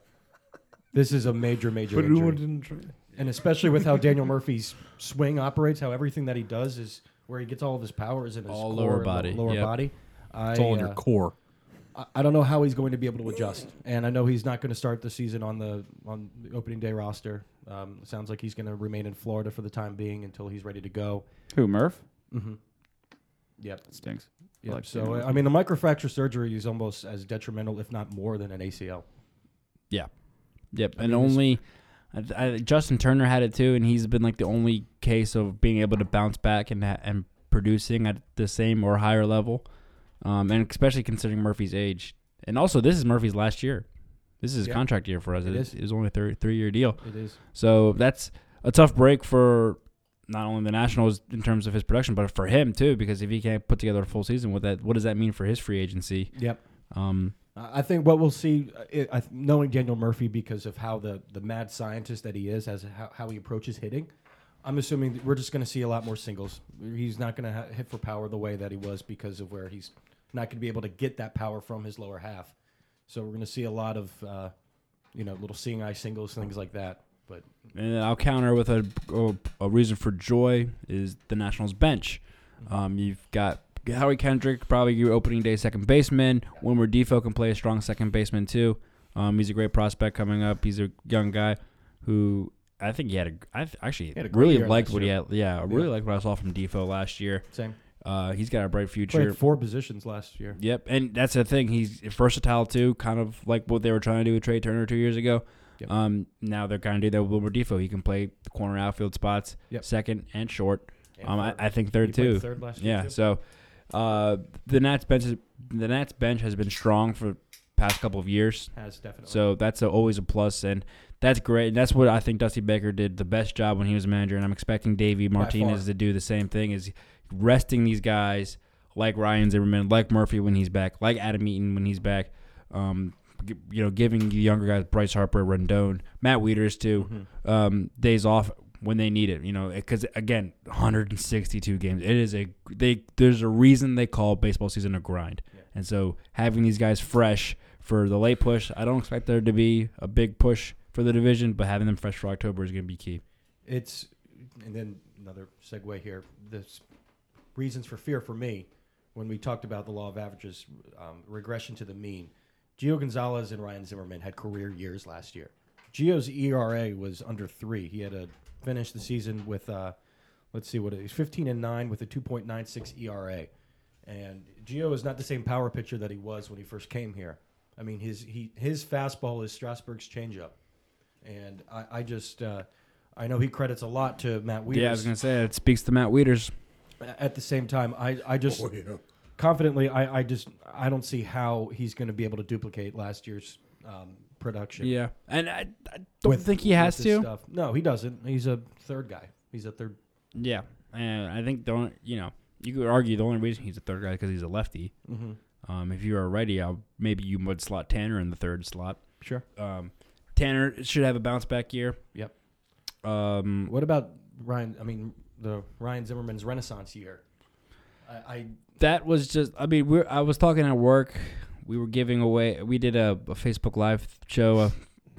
[SPEAKER 4] this is a major, major
[SPEAKER 3] But who
[SPEAKER 4] injury.
[SPEAKER 3] didn't try?
[SPEAKER 4] and especially with how Daniel Murphy's swing operates, how everything that he does is where he gets all of his power is in his
[SPEAKER 2] All
[SPEAKER 4] core
[SPEAKER 2] lower
[SPEAKER 4] and lo-
[SPEAKER 2] body,
[SPEAKER 4] Lower
[SPEAKER 2] yep.
[SPEAKER 4] body. I,
[SPEAKER 8] It's all in your
[SPEAKER 4] uh,
[SPEAKER 8] core.
[SPEAKER 4] I- I don't know how he's going to be able to adjust, and I know he's not going to start the season on the on the opening day roster. Um, sounds like he's going to remain in Florida for the time being until he's ready to go.
[SPEAKER 1] Who Murph?
[SPEAKER 4] Mm-hmm. Yep.
[SPEAKER 1] That stinks.
[SPEAKER 4] Yep.
[SPEAKER 1] Like,
[SPEAKER 4] so I mean, the microfracture surgery is almost as detrimental, if not more, than an ACL.
[SPEAKER 2] Yeah. Yep.
[SPEAKER 4] I
[SPEAKER 2] and
[SPEAKER 4] mean, it's-
[SPEAKER 2] only I, I- Justin Turner had it too, and he's been like the only case of being able to bounce back and ha- and producing at the same or higher level, um, and especially considering Murphy's age. And also, this is Murphy's last year. This is his
[SPEAKER 4] Yeah.
[SPEAKER 2] contract year for us.
[SPEAKER 4] It
[SPEAKER 2] It is.
[SPEAKER 4] is.
[SPEAKER 2] It was only a three three year deal.
[SPEAKER 4] It is.
[SPEAKER 2] So that's a tough break for not only the Nationals in terms of his production, but for him too, because if he can't put together a full season, what that what does that mean for his free agency?
[SPEAKER 4] Yep.
[SPEAKER 2] Um,
[SPEAKER 4] I I think what we'll see, uh, it, I, th- knowing Daniel Murphy because of how the, the mad scientist that he is, as how, how he approaches hitting, I'm assuming that we're just going to see a lot more singles. He's not going to ha- hit for power the way that he was because of where he's not going to be able to get that power from his lower half. So we're going to see a lot of, uh, you know, little seeing eye singles, things like that. But
[SPEAKER 2] And then I'll counter with a, a, a reason for joy is the Nationals bench.
[SPEAKER 4] Mm-hmm.
[SPEAKER 2] Um, you've got Howie Kendrick, probably your opening day second baseman. Wilmer Defoe can play a strong second baseman too. Um, he's a great prospect coming up. He's a young guy who I think he had a I th- actually
[SPEAKER 4] had a great
[SPEAKER 2] really
[SPEAKER 4] year
[SPEAKER 2] liked
[SPEAKER 4] last
[SPEAKER 2] what
[SPEAKER 4] year.
[SPEAKER 2] he had. Yeah, I really
[SPEAKER 4] Yeah.
[SPEAKER 2] liked what I saw from Defoe last year.
[SPEAKER 4] Same.
[SPEAKER 2] Uh, he's got a bright future.
[SPEAKER 4] Played four positions last year.
[SPEAKER 2] Yep, and that's the thing. He's versatile too, kind of like what they were trying to do with Trey Turner two years ago. Um, now they're kind of doing that with Wilmer Defoe. He can play the corner outfield spots,
[SPEAKER 4] Yep.
[SPEAKER 2] second and short.
[SPEAKER 4] And
[SPEAKER 2] um, I,
[SPEAKER 4] third.
[SPEAKER 2] I think third
[SPEAKER 4] He played
[SPEAKER 2] too.
[SPEAKER 4] third last year,
[SPEAKER 2] yeah.
[SPEAKER 4] too.
[SPEAKER 2] So uh, the Nats bench, is, the Nats bench has been strong for past couple of years.
[SPEAKER 4] Has definitely.
[SPEAKER 2] So that's a, always a plus, and that's great. And that's what I think Dusty Baker did the best job when he was manager. And I'm expecting Davey Martinez to do the same thing: is resting these guys like Ryan Zimmerman, like Murphy when he's back, like Adam Eaton when he's back. Um, g- you know, giving the younger guys Bryce Harper, Rendon, Matt Wieters too um, days off when they need it. You know, because again, 162 games. It is a they. There's a reason they call baseball season a grind, and so having these guys fresh for the late push, I don't expect there to be a big push for the division, but having them fresh for October is going to be key.
[SPEAKER 4] It's and then another segue here. This reasons for fear for me when we talked about the law of averages, um, regression to the mean. Gio Gonzalez and Ryan Zimmerman had career years last year. Gio's ERA was under three. He had to finish the season with, uh, let's see what it is, 15 and nine with a 2.96 ERA. And Gio is not the same power pitcher that he was when he first came here. I mean, his he his fastball is Strasburg's changeup, and I, I just uh, I know he credits a lot to Matt Wieters
[SPEAKER 2] Yeah, I was going to say it speaks to Matt Wieters.
[SPEAKER 4] at the same time, I, I just confidently, I, I just I don't see how he's going to be able to duplicate last year's um, production.
[SPEAKER 2] Yeah, and I, I don't think he has
[SPEAKER 4] with his
[SPEAKER 2] to.
[SPEAKER 4] Stuff. No, he doesn't. He's a third guy. He's a third.
[SPEAKER 2] Yeah, and I think the only, you know you could argue the only reason he's a third guy because he's a lefty.
[SPEAKER 4] Mhm.
[SPEAKER 2] Um, if you were a righty, I, maybe you would slot Tanner in the third slot.
[SPEAKER 4] Sure.
[SPEAKER 2] Um, Tanner should have a bounce back year.
[SPEAKER 4] Yep.
[SPEAKER 2] Um,
[SPEAKER 4] What about Ryan? I mean, the Ryan Zimmerman's Renaissance year. I, I
[SPEAKER 2] that was just i mean we're i was talking at work we were giving away we did a, a facebook live show uh,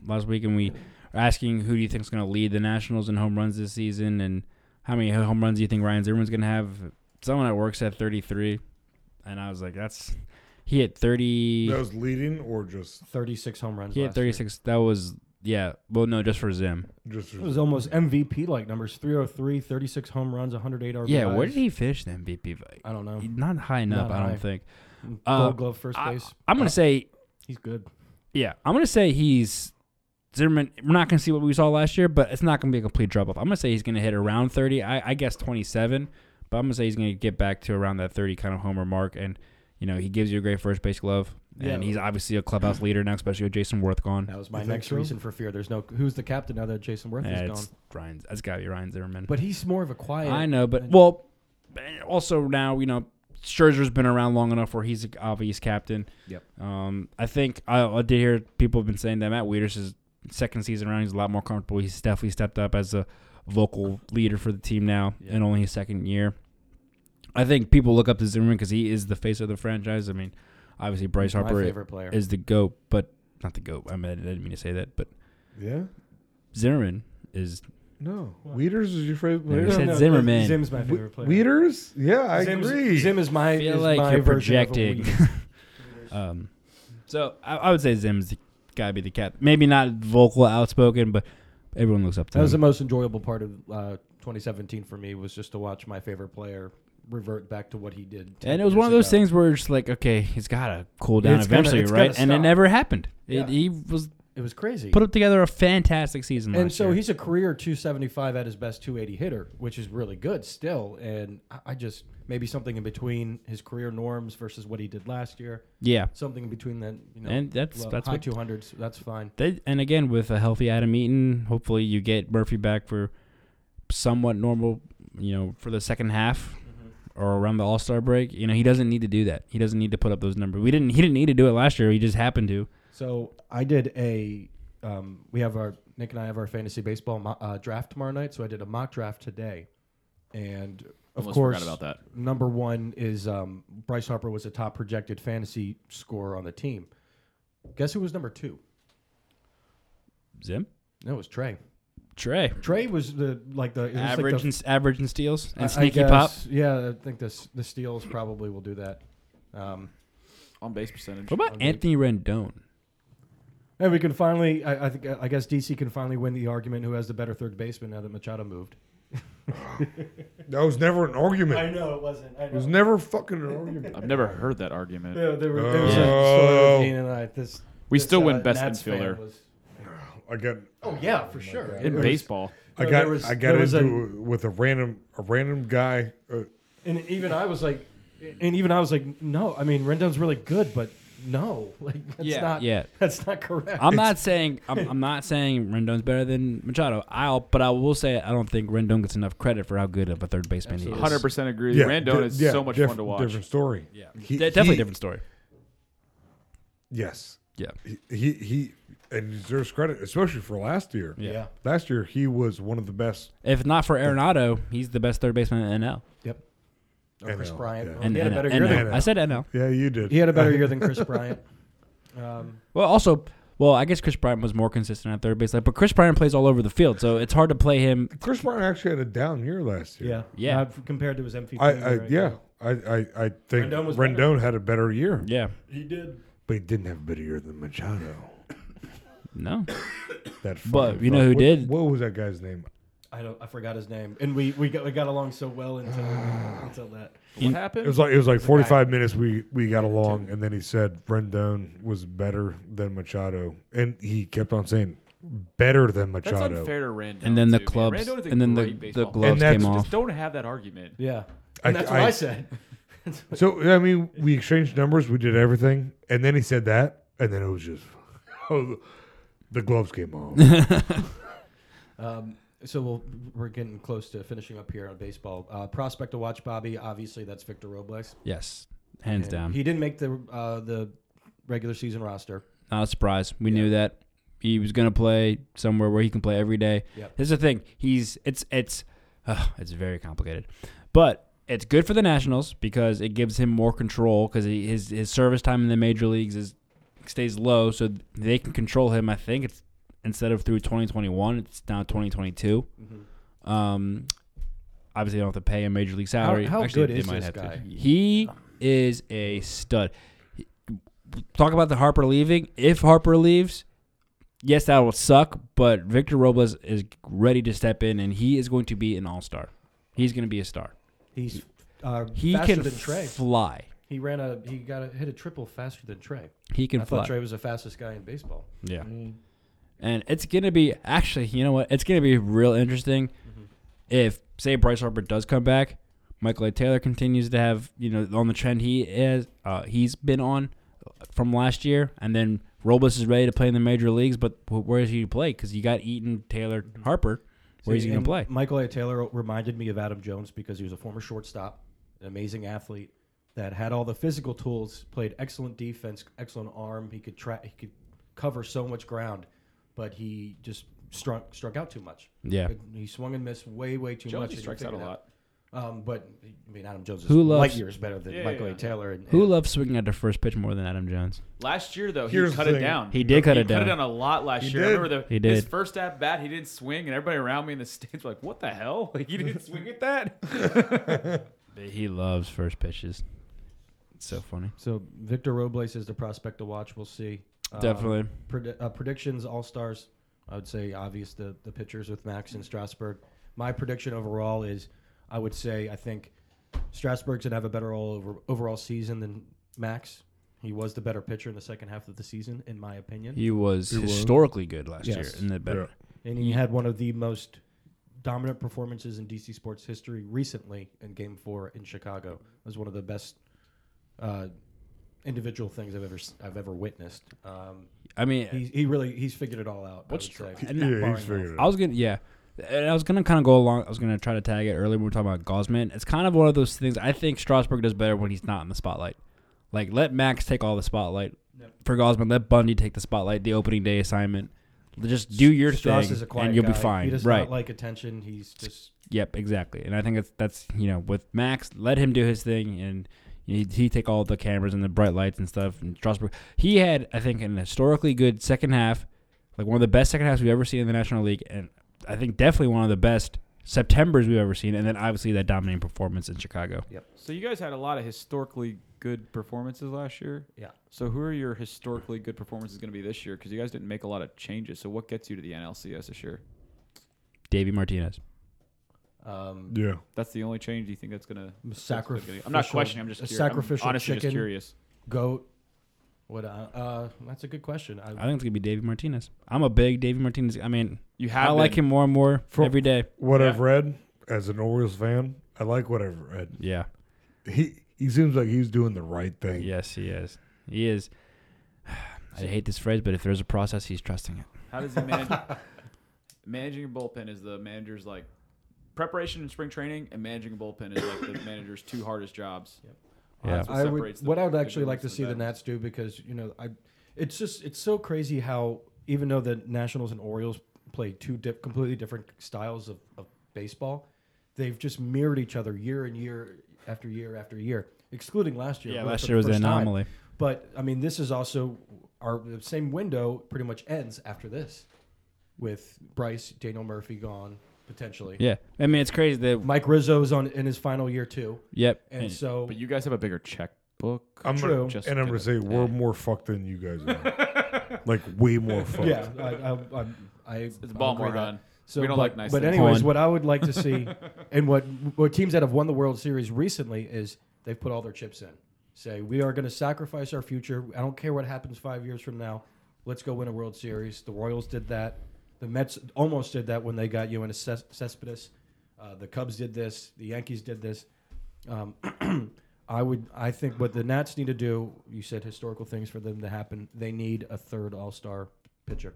[SPEAKER 2] last week and we were asking who do you think's going to lead the nationals in home runs this season and how many home runs do you think ryan zimmerman's going to have someone at work said 33 and i was like that's he hit 30
[SPEAKER 3] That was leading or just
[SPEAKER 4] 36 home runs.
[SPEAKER 2] he hit
[SPEAKER 4] last year.
[SPEAKER 2] 36 that was yeah well no just for zim
[SPEAKER 3] just
[SPEAKER 4] It was almost MVP like numbers 303, 36 home runs, 108 RBIs.
[SPEAKER 2] yeah where did he finish the mvp
[SPEAKER 4] I don't know.
[SPEAKER 2] not high enough
[SPEAKER 4] Um, Not
[SPEAKER 2] i
[SPEAKER 4] high.
[SPEAKER 2] don't think
[SPEAKER 4] Gold
[SPEAKER 2] Uh,
[SPEAKER 4] glove first
[SPEAKER 2] I-
[SPEAKER 4] base.
[SPEAKER 2] i'm going
[SPEAKER 4] Uh,
[SPEAKER 2] to say
[SPEAKER 4] he's good.
[SPEAKER 2] Yeah, I'm gonna say he's Zimmerman. We're not gonna see what we saw last year, but it's not gonna be a complete drop off. I'm gonna say he's gonna hit around 30. I, I guess 27, but I'm gonna say he's gonna get back to around that 30 kind of homer mark. And you know, he gives you a great first base glove,
[SPEAKER 4] Yeah.
[SPEAKER 2] and he's obviously a clubhouse leader now, especially with Jason Worth gone.
[SPEAKER 4] That was my next reason for fear. There's no who's the captain now that Jason Worth
[SPEAKER 2] Yeah,
[SPEAKER 4] is
[SPEAKER 2] it's
[SPEAKER 4] gone.
[SPEAKER 2] Ryan. That's gotta be Ryan Zimmerman.
[SPEAKER 4] But he's more of a quiet.
[SPEAKER 2] I know, but well, also now you know Scherzer's been around long enough where he's an obvious captain.
[SPEAKER 4] Yep.
[SPEAKER 2] Um, I think I, I did hear people have been saying that Matt Wieters' second season around, he's a lot more comfortable. He's definitely stepped up as a vocal leader for the team now, and only his second year. I think people look up to Zimmerman because he is the face of the franchise. I mean, obviously Bryce
[SPEAKER 4] My
[SPEAKER 2] Harper
[SPEAKER 4] favorite player.
[SPEAKER 2] is the goat, but not the goat. I mean, I didn't mean to say that, but
[SPEAKER 3] Yeah.
[SPEAKER 2] Zimmerman is
[SPEAKER 3] No. Wieters is your favorite
[SPEAKER 2] No, you
[SPEAKER 3] player?
[SPEAKER 2] said No, no, Zimmerman.
[SPEAKER 4] Zim's my favorite player.
[SPEAKER 3] Wieters? Yeah, I
[SPEAKER 4] Zim's-
[SPEAKER 3] agree.
[SPEAKER 4] Zim is my.
[SPEAKER 2] feel
[SPEAKER 4] is
[SPEAKER 2] like
[SPEAKER 4] my
[SPEAKER 2] you're
[SPEAKER 4] version of a
[SPEAKER 2] projecting.
[SPEAKER 4] Wheaties.
[SPEAKER 2] um, so I, I would say Zim's the guy to be the cat. Maybe not vocal, outspoken, but everyone looks up to
[SPEAKER 4] That was the
[SPEAKER 2] him.
[SPEAKER 4] most enjoyable part of uh, 2017 for me was just to watch my favorite player revert back to what he did. 10
[SPEAKER 2] and it was
[SPEAKER 4] years
[SPEAKER 2] one of those
[SPEAKER 4] ago.
[SPEAKER 2] things where it's like, okay, it's gotta cool down
[SPEAKER 4] It's gonna-
[SPEAKER 2] eventually,
[SPEAKER 4] it's
[SPEAKER 2] right?
[SPEAKER 4] gotta
[SPEAKER 2] And it
[SPEAKER 4] stop.
[SPEAKER 2] never happened. It,
[SPEAKER 4] Yeah.
[SPEAKER 2] He was
[SPEAKER 4] It was crazy.
[SPEAKER 2] put up together a fantastic season.
[SPEAKER 4] and
[SPEAKER 2] last
[SPEAKER 4] so
[SPEAKER 2] year.
[SPEAKER 4] he's a career 275 at his best 280 hitter, which is really good still. And I- I just maybe something in between his career norms versus what he did last year.
[SPEAKER 2] Yeah.
[SPEAKER 4] something in between that. You know,
[SPEAKER 2] And that's-
[SPEAKER 4] low-
[SPEAKER 2] that's
[SPEAKER 4] high
[SPEAKER 2] what-
[SPEAKER 4] 200s. That's fine.
[SPEAKER 2] They, and again, with a healthy Adam Eaton, hopefully you get Murphy back for somewhat normal, you know, for the second half
[SPEAKER 4] Mm-hmm.
[SPEAKER 2] or around the All Star break. You know, he doesn't need to do that. He doesn't need to put up those numbers. We didn't. He didn't need to do it last year. He just happened to.
[SPEAKER 4] So I did a. Um, we have our Nick and I have our fantasy baseball mo- uh, draft tomorrow night. So I did a mock draft today, and of
[SPEAKER 1] Almost
[SPEAKER 4] course,
[SPEAKER 1] forgot about that.
[SPEAKER 4] Number one is um, Bryce Harper was a top projected fantasy scorer on the team. Guess who was number two?
[SPEAKER 2] Zim,
[SPEAKER 4] No, it was Trey.
[SPEAKER 2] Trey,
[SPEAKER 4] Trey was the like the it was like
[SPEAKER 2] average
[SPEAKER 4] the-
[SPEAKER 2] and s- average and steals
[SPEAKER 4] I- I
[SPEAKER 2] and sneaky
[SPEAKER 4] guess-
[SPEAKER 2] pop.
[SPEAKER 4] Yeah, I think this the Steels probably will do that. Um,
[SPEAKER 1] on base percentage.
[SPEAKER 2] What about Anthony Rendon?
[SPEAKER 4] and we can finally, I, I think, I guess DC can finally win the argument who has the better third baseman now that Machado moved.
[SPEAKER 3] That was never an argument.
[SPEAKER 4] I know it wasn't. I know.
[SPEAKER 3] It was never fucking an argument.
[SPEAKER 1] I've never heard that argument.
[SPEAKER 4] Yeah, there were-
[SPEAKER 3] there was a
[SPEAKER 4] story with Dean and I, this-
[SPEAKER 1] we
[SPEAKER 4] this,
[SPEAKER 1] still
[SPEAKER 4] uh,
[SPEAKER 1] win best
[SPEAKER 4] Nats fan
[SPEAKER 1] infielder.
[SPEAKER 4] was-
[SPEAKER 3] I got.
[SPEAKER 4] Oh yeah, for sure.
[SPEAKER 1] In
[SPEAKER 4] There was-
[SPEAKER 1] baseball.
[SPEAKER 3] I
[SPEAKER 4] No,
[SPEAKER 3] got.
[SPEAKER 4] there was-
[SPEAKER 3] I got
[SPEAKER 4] there was
[SPEAKER 3] into
[SPEAKER 4] a-
[SPEAKER 3] it with a random, a random guy. Uh,
[SPEAKER 4] And even I was like, and even I was like, no. I mean, Rendon's really good, but no, like that's
[SPEAKER 2] yeah,
[SPEAKER 4] not.
[SPEAKER 2] yeah.
[SPEAKER 4] that's not correct.
[SPEAKER 2] I'm not saying I'm, I'm not saying Rendon's better than Machado. I'll, but I will say I don't think Rendon gets enough credit for how good of a third baseman he is.
[SPEAKER 1] 100% agree. Rendon
[SPEAKER 3] di-
[SPEAKER 1] is so much fun to watch.
[SPEAKER 3] Different story.
[SPEAKER 2] Yeah,
[SPEAKER 3] He-
[SPEAKER 2] De- definitely
[SPEAKER 3] he-
[SPEAKER 2] different story.
[SPEAKER 3] Yes.
[SPEAKER 2] Yeah.
[SPEAKER 3] He, he he and he deserves credit, especially for last year.
[SPEAKER 2] Yeah. Yeah.
[SPEAKER 3] Last year he was one of the best.
[SPEAKER 2] If not for Arenado, he's the best third baseman in NL.
[SPEAKER 4] Yep. Or Oh, Chris
[SPEAKER 3] NL,
[SPEAKER 4] Bryant.
[SPEAKER 3] yeah.
[SPEAKER 4] Well, he had a
[SPEAKER 2] NL.
[SPEAKER 4] better year than
[SPEAKER 2] I said NL.
[SPEAKER 3] Yeah, you did.
[SPEAKER 4] He had a better year than Chris Bryant. Um,
[SPEAKER 2] Well, also, well, I guess Chris Bryant was more consistent at third base, like, but Chris Bryant plays all over the field, so it's hard to play him.
[SPEAKER 3] Chris Bryant actually had a down year last year.
[SPEAKER 4] yeah,
[SPEAKER 2] Yeah.
[SPEAKER 4] uh, compared to his MVP.
[SPEAKER 3] I,
[SPEAKER 4] year,
[SPEAKER 3] I
[SPEAKER 4] right?
[SPEAKER 3] yeah. I, I, I think
[SPEAKER 4] Rendon was
[SPEAKER 3] Rendon,
[SPEAKER 4] better.
[SPEAKER 3] had a better year.
[SPEAKER 2] Yeah,
[SPEAKER 4] he did.
[SPEAKER 3] But he didn't have a better year than Machado.
[SPEAKER 2] no,
[SPEAKER 3] That
[SPEAKER 2] But
[SPEAKER 3] fucking
[SPEAKER 2] you know who
[SPEAKER 3] fuck. What-
[SPEAKER 2] did?
[SPEAKER 3] What was that guy's name?
[SPEAKER 4] I don't. I forgot his name, and we we got, we got along so well until until that.
[SPEAKER 1] What happened?
[SPEAKER 3] It was like it was like
[SPEAKER 4] There's a guy-
[SPEAKER 3] forty five minutes. We we got along, and then he said Rendon was better than Machado, and he kept on saying better than
[SPEAKER 1] That's
[SPEAKER 3] Machado.
[SPEAKER 1] unfair to Randon.
[SPEAKER 2] And then the
[SPEAKER 1] too, man.
[SPEAKER 2] clubs-
[SPEAKER 1] Randon is a
[SPEAKER 2] and then the-
[SPEAKER 1] great
[SPEAKER 2] the
[SPEAKER 1] baseball
[SPEAKER 2] gloves
[SPEAKER 1] player.
[SPEAKER 2] came off.
[SPEAKER 1] Just don't have that argument.
[SPEAKER 4] Yeah,
[SPEAKER 3] I-
[SPEAKER 4] and that's what
[SPEAKER 3] I-
[SPEAKER 4] I said.
[SPEAKER 3] So I mean, we exchanged numbers, we did everything, and then he said that, and then it was just oh, the gloves came off.
[SPEAKER 4] Um, so we'll, we're getting close to finishing up here on baseball. Uh, prospect to watch, Bobby. Obviously, that's Victor Robles.
[SPEAKER 2] yes, hands
[SPEAKER 4] And
[SPEAKER 2] down.
[SPEAKER 4] He didn't make the uh, the regular season roster.
[SPEAKER 2] Not a surprise. We knew that he was going to play somewhere where he can play every day.
[SPEAKER 4] Yep.
[SPEAKER 2] This is the thing. He's it's it's uh, it's very complicated, but it's good for the Nationals because it gives him more control because his his service time in the major leagues is stays low, so they can control him. I think it's instead of through 2021, it's now 2022. Um, obviously, they don't have to pay a major league salary.
[SPEAKER 4] how
[SPEAKER 2] Actually,
[SPEAKER 4] good
[SPEAKER 2] they
[SPEAKER 4] is
[SPEAKER 2] might
[SPEAKER 4] this
[SPEAKER 2] have to.
[SPEAKER 4] guy?
[SPEAKER 2] He is a stud. He- Talk about the Harper leaving. If Harper leaves, yes, that will suck. But Victor Robles is ready to step in, and he is going to be an all star. He's going to be a star.
[SPEAKER 4] He's uh,
[SPEAKER 2] He
[SPEAKER 4] faster
[SPEAKER 2] can
[SPEAKER 4] than Trey.
[SPEAKER 2] fly.
[SPEAKER 4] he ran a he got a, hit a triple faster than Trey.
[SPEAKER 2] He can
[SPEAKER 4] I
[SPEAKER 2] fly.
[SPEAKER 4] thought Trey was the fastest guy in baseball.
[SPEAKER 2] Yeah. And it's going to be actually, you know what? It's going to be real interesting if say Bryce Harper does come back, Michael A. Taylor continues to have, you know, on the trend he is uh, he's been on from last year and then Robles is ready to play in the major leagues, but wh- where is he to play? Cuz you got Eaton, Taylor, Harper. Where is he going
[SPEAKER 4] And
[SPEAKER 2] to play?
[SPEAKER 4] Michael A. Taylor reminded me of Adam Jones because he was a former shortstop, an amazing athlete that had all the physical tools, played excellent defense, excellent arm. He could tra- he could cover so much ground, but he just struck struck out too much.
[SPEAKER 2] Yeah.
[SPEAKER 4] he swung and missed way way too
[SPEAKER 1] Jones
[SPEAKER 4] much. and
[SPEAKER 1] strikes
[SPEAKER 4] he
[SPEAKER 1] out a
[SPEAKER 4] figured
[SPEAKER 1] lot.
[SPEAKER 4] Um, but I mean, Adam Jones is
[SPEAKER 2] Who loves-
[SPEAKER 4] light years better than
[SPEAKER 1] Yeah,
[SPEAKER 4] Michael
[SPEAKER 1] yeah,
[SPEAKER 4] A. Taylor. And,
[SPEAKER 2] Who loves swinging at the first pitch more than Adam Jones?
[SPEAKER 1] Last year, though, he
[SPEAKER 3] Here's
[SPEAKER 1] cut
[SPEAKER 3] the
[SPEAKER 1] it
[SPEAKER 3] thing.
[SPEAKER 1] down.
[SPEAKER 2] He did cut
[SPEAKER 1] he
[SPEAKER 2] it
[SPEAKER 1] Cut it
[SPEAKER 2] down.
[SPEAKER 1] down a lot last
[SPEAKER 3] He
[SPEAKER 1] year. I
[SPEAKER 3] did.
[SPEAKER 1] remember the
[SPEAKER 2] He
[SPEAKER 1] his
[SPEAKER 2] did.
[SPEAKER 1] first at bat, he didn't swing, and everybody around me in the stands were like, "What the hell? Like, you didn't swing at that?"
[SPEAKER 2] He loves first pitches. It's so funny.
[SPEAKER 4] So Victor Robles is the prospect to watch. We'll see.
[SPEAKER 2] Definitely.
[SPEAKER 4] predi- uh, predictions, all stars. I would say obvious the the pitchers with Max and Strasburg. My prediction overall is, I would say I think Strasburg's gonna have a better all over, overall season than Max. He was the better pitcher in the second half of the season, in my opinion.
[SPEAKER 2] He was
[SPEAKER 3] was.
[SPEAKER 2] historically good last year
[SPEAKER 4] Yes.
[SPEAKER 2] in the better.
[SPEAKER 4] and he had one of the most dominant performances in DC sports history recently in Game Four in Chicago. It was one of the best uh, individual things I've ever s- I've ever witnessed. Um,
[SPEAKER 2] I mean,
[SPEAKER 4] he, he really he's figured it all out. I
[SPEAKER 2] What's
[SPEAKER 4] would say.
[SPEAKER 2] tr- and
[SPEAKER 3] yeah,
[SPEAKER 4] Barring
[SPEAKER 3] he's figured it
[SPEAKER 2] I
[SPEAKER 3] out.
[SPEAKER 2] was gonna yeah, and I was gonna kind of go along. I was gonna try to tag it earlier when we were talking about Gosman. It's kind of one of those things. I think Strasburg does better when he's not in the spotlight. Like let Max take all the spotlight for Gosman. Let Bundy take the spotlight. The opening day assignment. Just do your
[SPEAKER 4] Strauss
[SPEAKER 2] thing,
[SPEAKER 4] is a quiet
[SPEAKER 2] and you'll
[SPEAKER 4] guy.
[SPEAKER 2] be fine.
[SPEAKER 4] He does
[SPEAKER 2] right?
[SPEAKER 4] not like attention. He's just
[SPEAKER 2] yep, exactly. And I think that's that's you know with Max, let him do his thing, and he, he take all the cameras and the bright lights and stuff. And Strasburg, he had I think an historically good second half, like one of the best second halves we've ever seen in the National League, and I think definitely one of the best September's we've ever seen. And then obviously that dominating performance in Chicago.
[SPEAKER 1] so you guys had a lot of historically good performances last year.
[SPEAKER 4] yeah.
[SPEAKER 1] So who are your historically good performances going to be this year? Because you guys didn't make a lot of changes. So what gets you to the NLCS this year?
[SPEAKER 2] Davey Martinez,
[SPEAKER 4] Um,
[SPEAKER 3] Yeah.
[SPEAKER 1] That's the only change you think that's gonna. that's gonna
[SPEAKER 4] Sacrificial.
[SPEAKER 1] get- I'm not questioning. I'm just
[SPEAKER 4] a
[SPEAKER 1] curious.
[SPEAKER 4] sacrificial
[SPEAKER 1] I'm honestly
[SPEAKER 4] chicken,
[SPEAKER 1] just curious.
[SPEAKER 4] Goat. What? Uh, uh, that's a good question. I,
[SPEAKER 2] I think it's gonna be Davey Martinez. I'm a big Davey Martinez. I mean,
[SPEAKER 1] you
[SPEAKER 2] I like him more and more
[SPEAKER 3] From
[SPEAKER 2] every day.
[SPEAKER 3] What I've read as an Orioles fan, I like what I've read.
[SPEAKER 2] Yeah.
[SPEAKER 3] He he seems like he's doing the right thing.
[SPEAKER 2] Yes, he is. He is. I hate this phrase, but if there's a process, he's trusting it.
[SPEAKER 1] How does he manage? managing a bullpen is the manager's like preparation in spring training, and managing a bullpen is like the manager's two hardest jobs.
[SPEAKER 4] Yeah.
[SPEAKER 1] That's
[SPEAKER 4] I would,
[SPEAKER 1] separates the
[SPEAKER 4] what I would
[SPEAKER 1] good
[SPEAKER 4] actually like to
[SPEAKER 1] ones
[SPEAKER 4] see
[SPEAKER 1] from
[SPEAKER 4] the Nats do because you know I, it's just it's so crazy how even though the Nationals and Orioles play two dip, completely different styles of, of baseball, they've just mirrored each other year and year after year after year, excluding last year.
[SPEAKER 2] Yeah,
[SPEAKER 4] where
[SPEAKER 2] last
[SPEAKER 4] for
[SPEAKER 2] year
[SPEAKER 4] the
[SPEAKER 2] was an
[SPEAKER 4] first time.
[SPEAKER 2] anomaly.
[SPEAKER 4] But I mean, this is also our the same window pretty much ends after this, with Bryce Daniel Murphy gone potentially.
[SPEAKER 2] Yeah, I mean it's crazy that
[SPEAKER 4] Mike Rizzo's on in his final year too.
[SPEAKER 2] Yep.
[SPEAKER 4] and,
[SPEAKER 2] And-
[SPEAKER 4] so
[SPEAKER 1] But you guys have a bigger checkbook.
[SPEAKER 3] I'm
[SPEAKER 4] True.
[SPEAKER 3] gonna, and I'm gonna say we're more fucked than you guys are. like way more fucked.
[SPEAKER 4] Yeah, I, I, I, I it's
[SPEAKER 1] Baltimore run. We don't
[SPEAKER 4] but,
[SPEAKER 1] like nice
[SPEAKER 4] But
[SPEAKER 1] things.
[SPEAKER 4] anyways,
[SPEAKER 1] Porn.
[SPEAKER 4] what I would like to see, and what what teams that have won the World Series recently is they've put all their chips in. Say we are going to sacrifice our future. I don't care what happens five years from now. Let's go win a World Series. The Royals did that. The Mets almost did that when they got you in a Ces- Cespedes. Uh, the Cubs did this. The Yankees did this. Um, I would. I think what the Nats need to do. You said historical things for them to happen. They need a third All Star pitcher.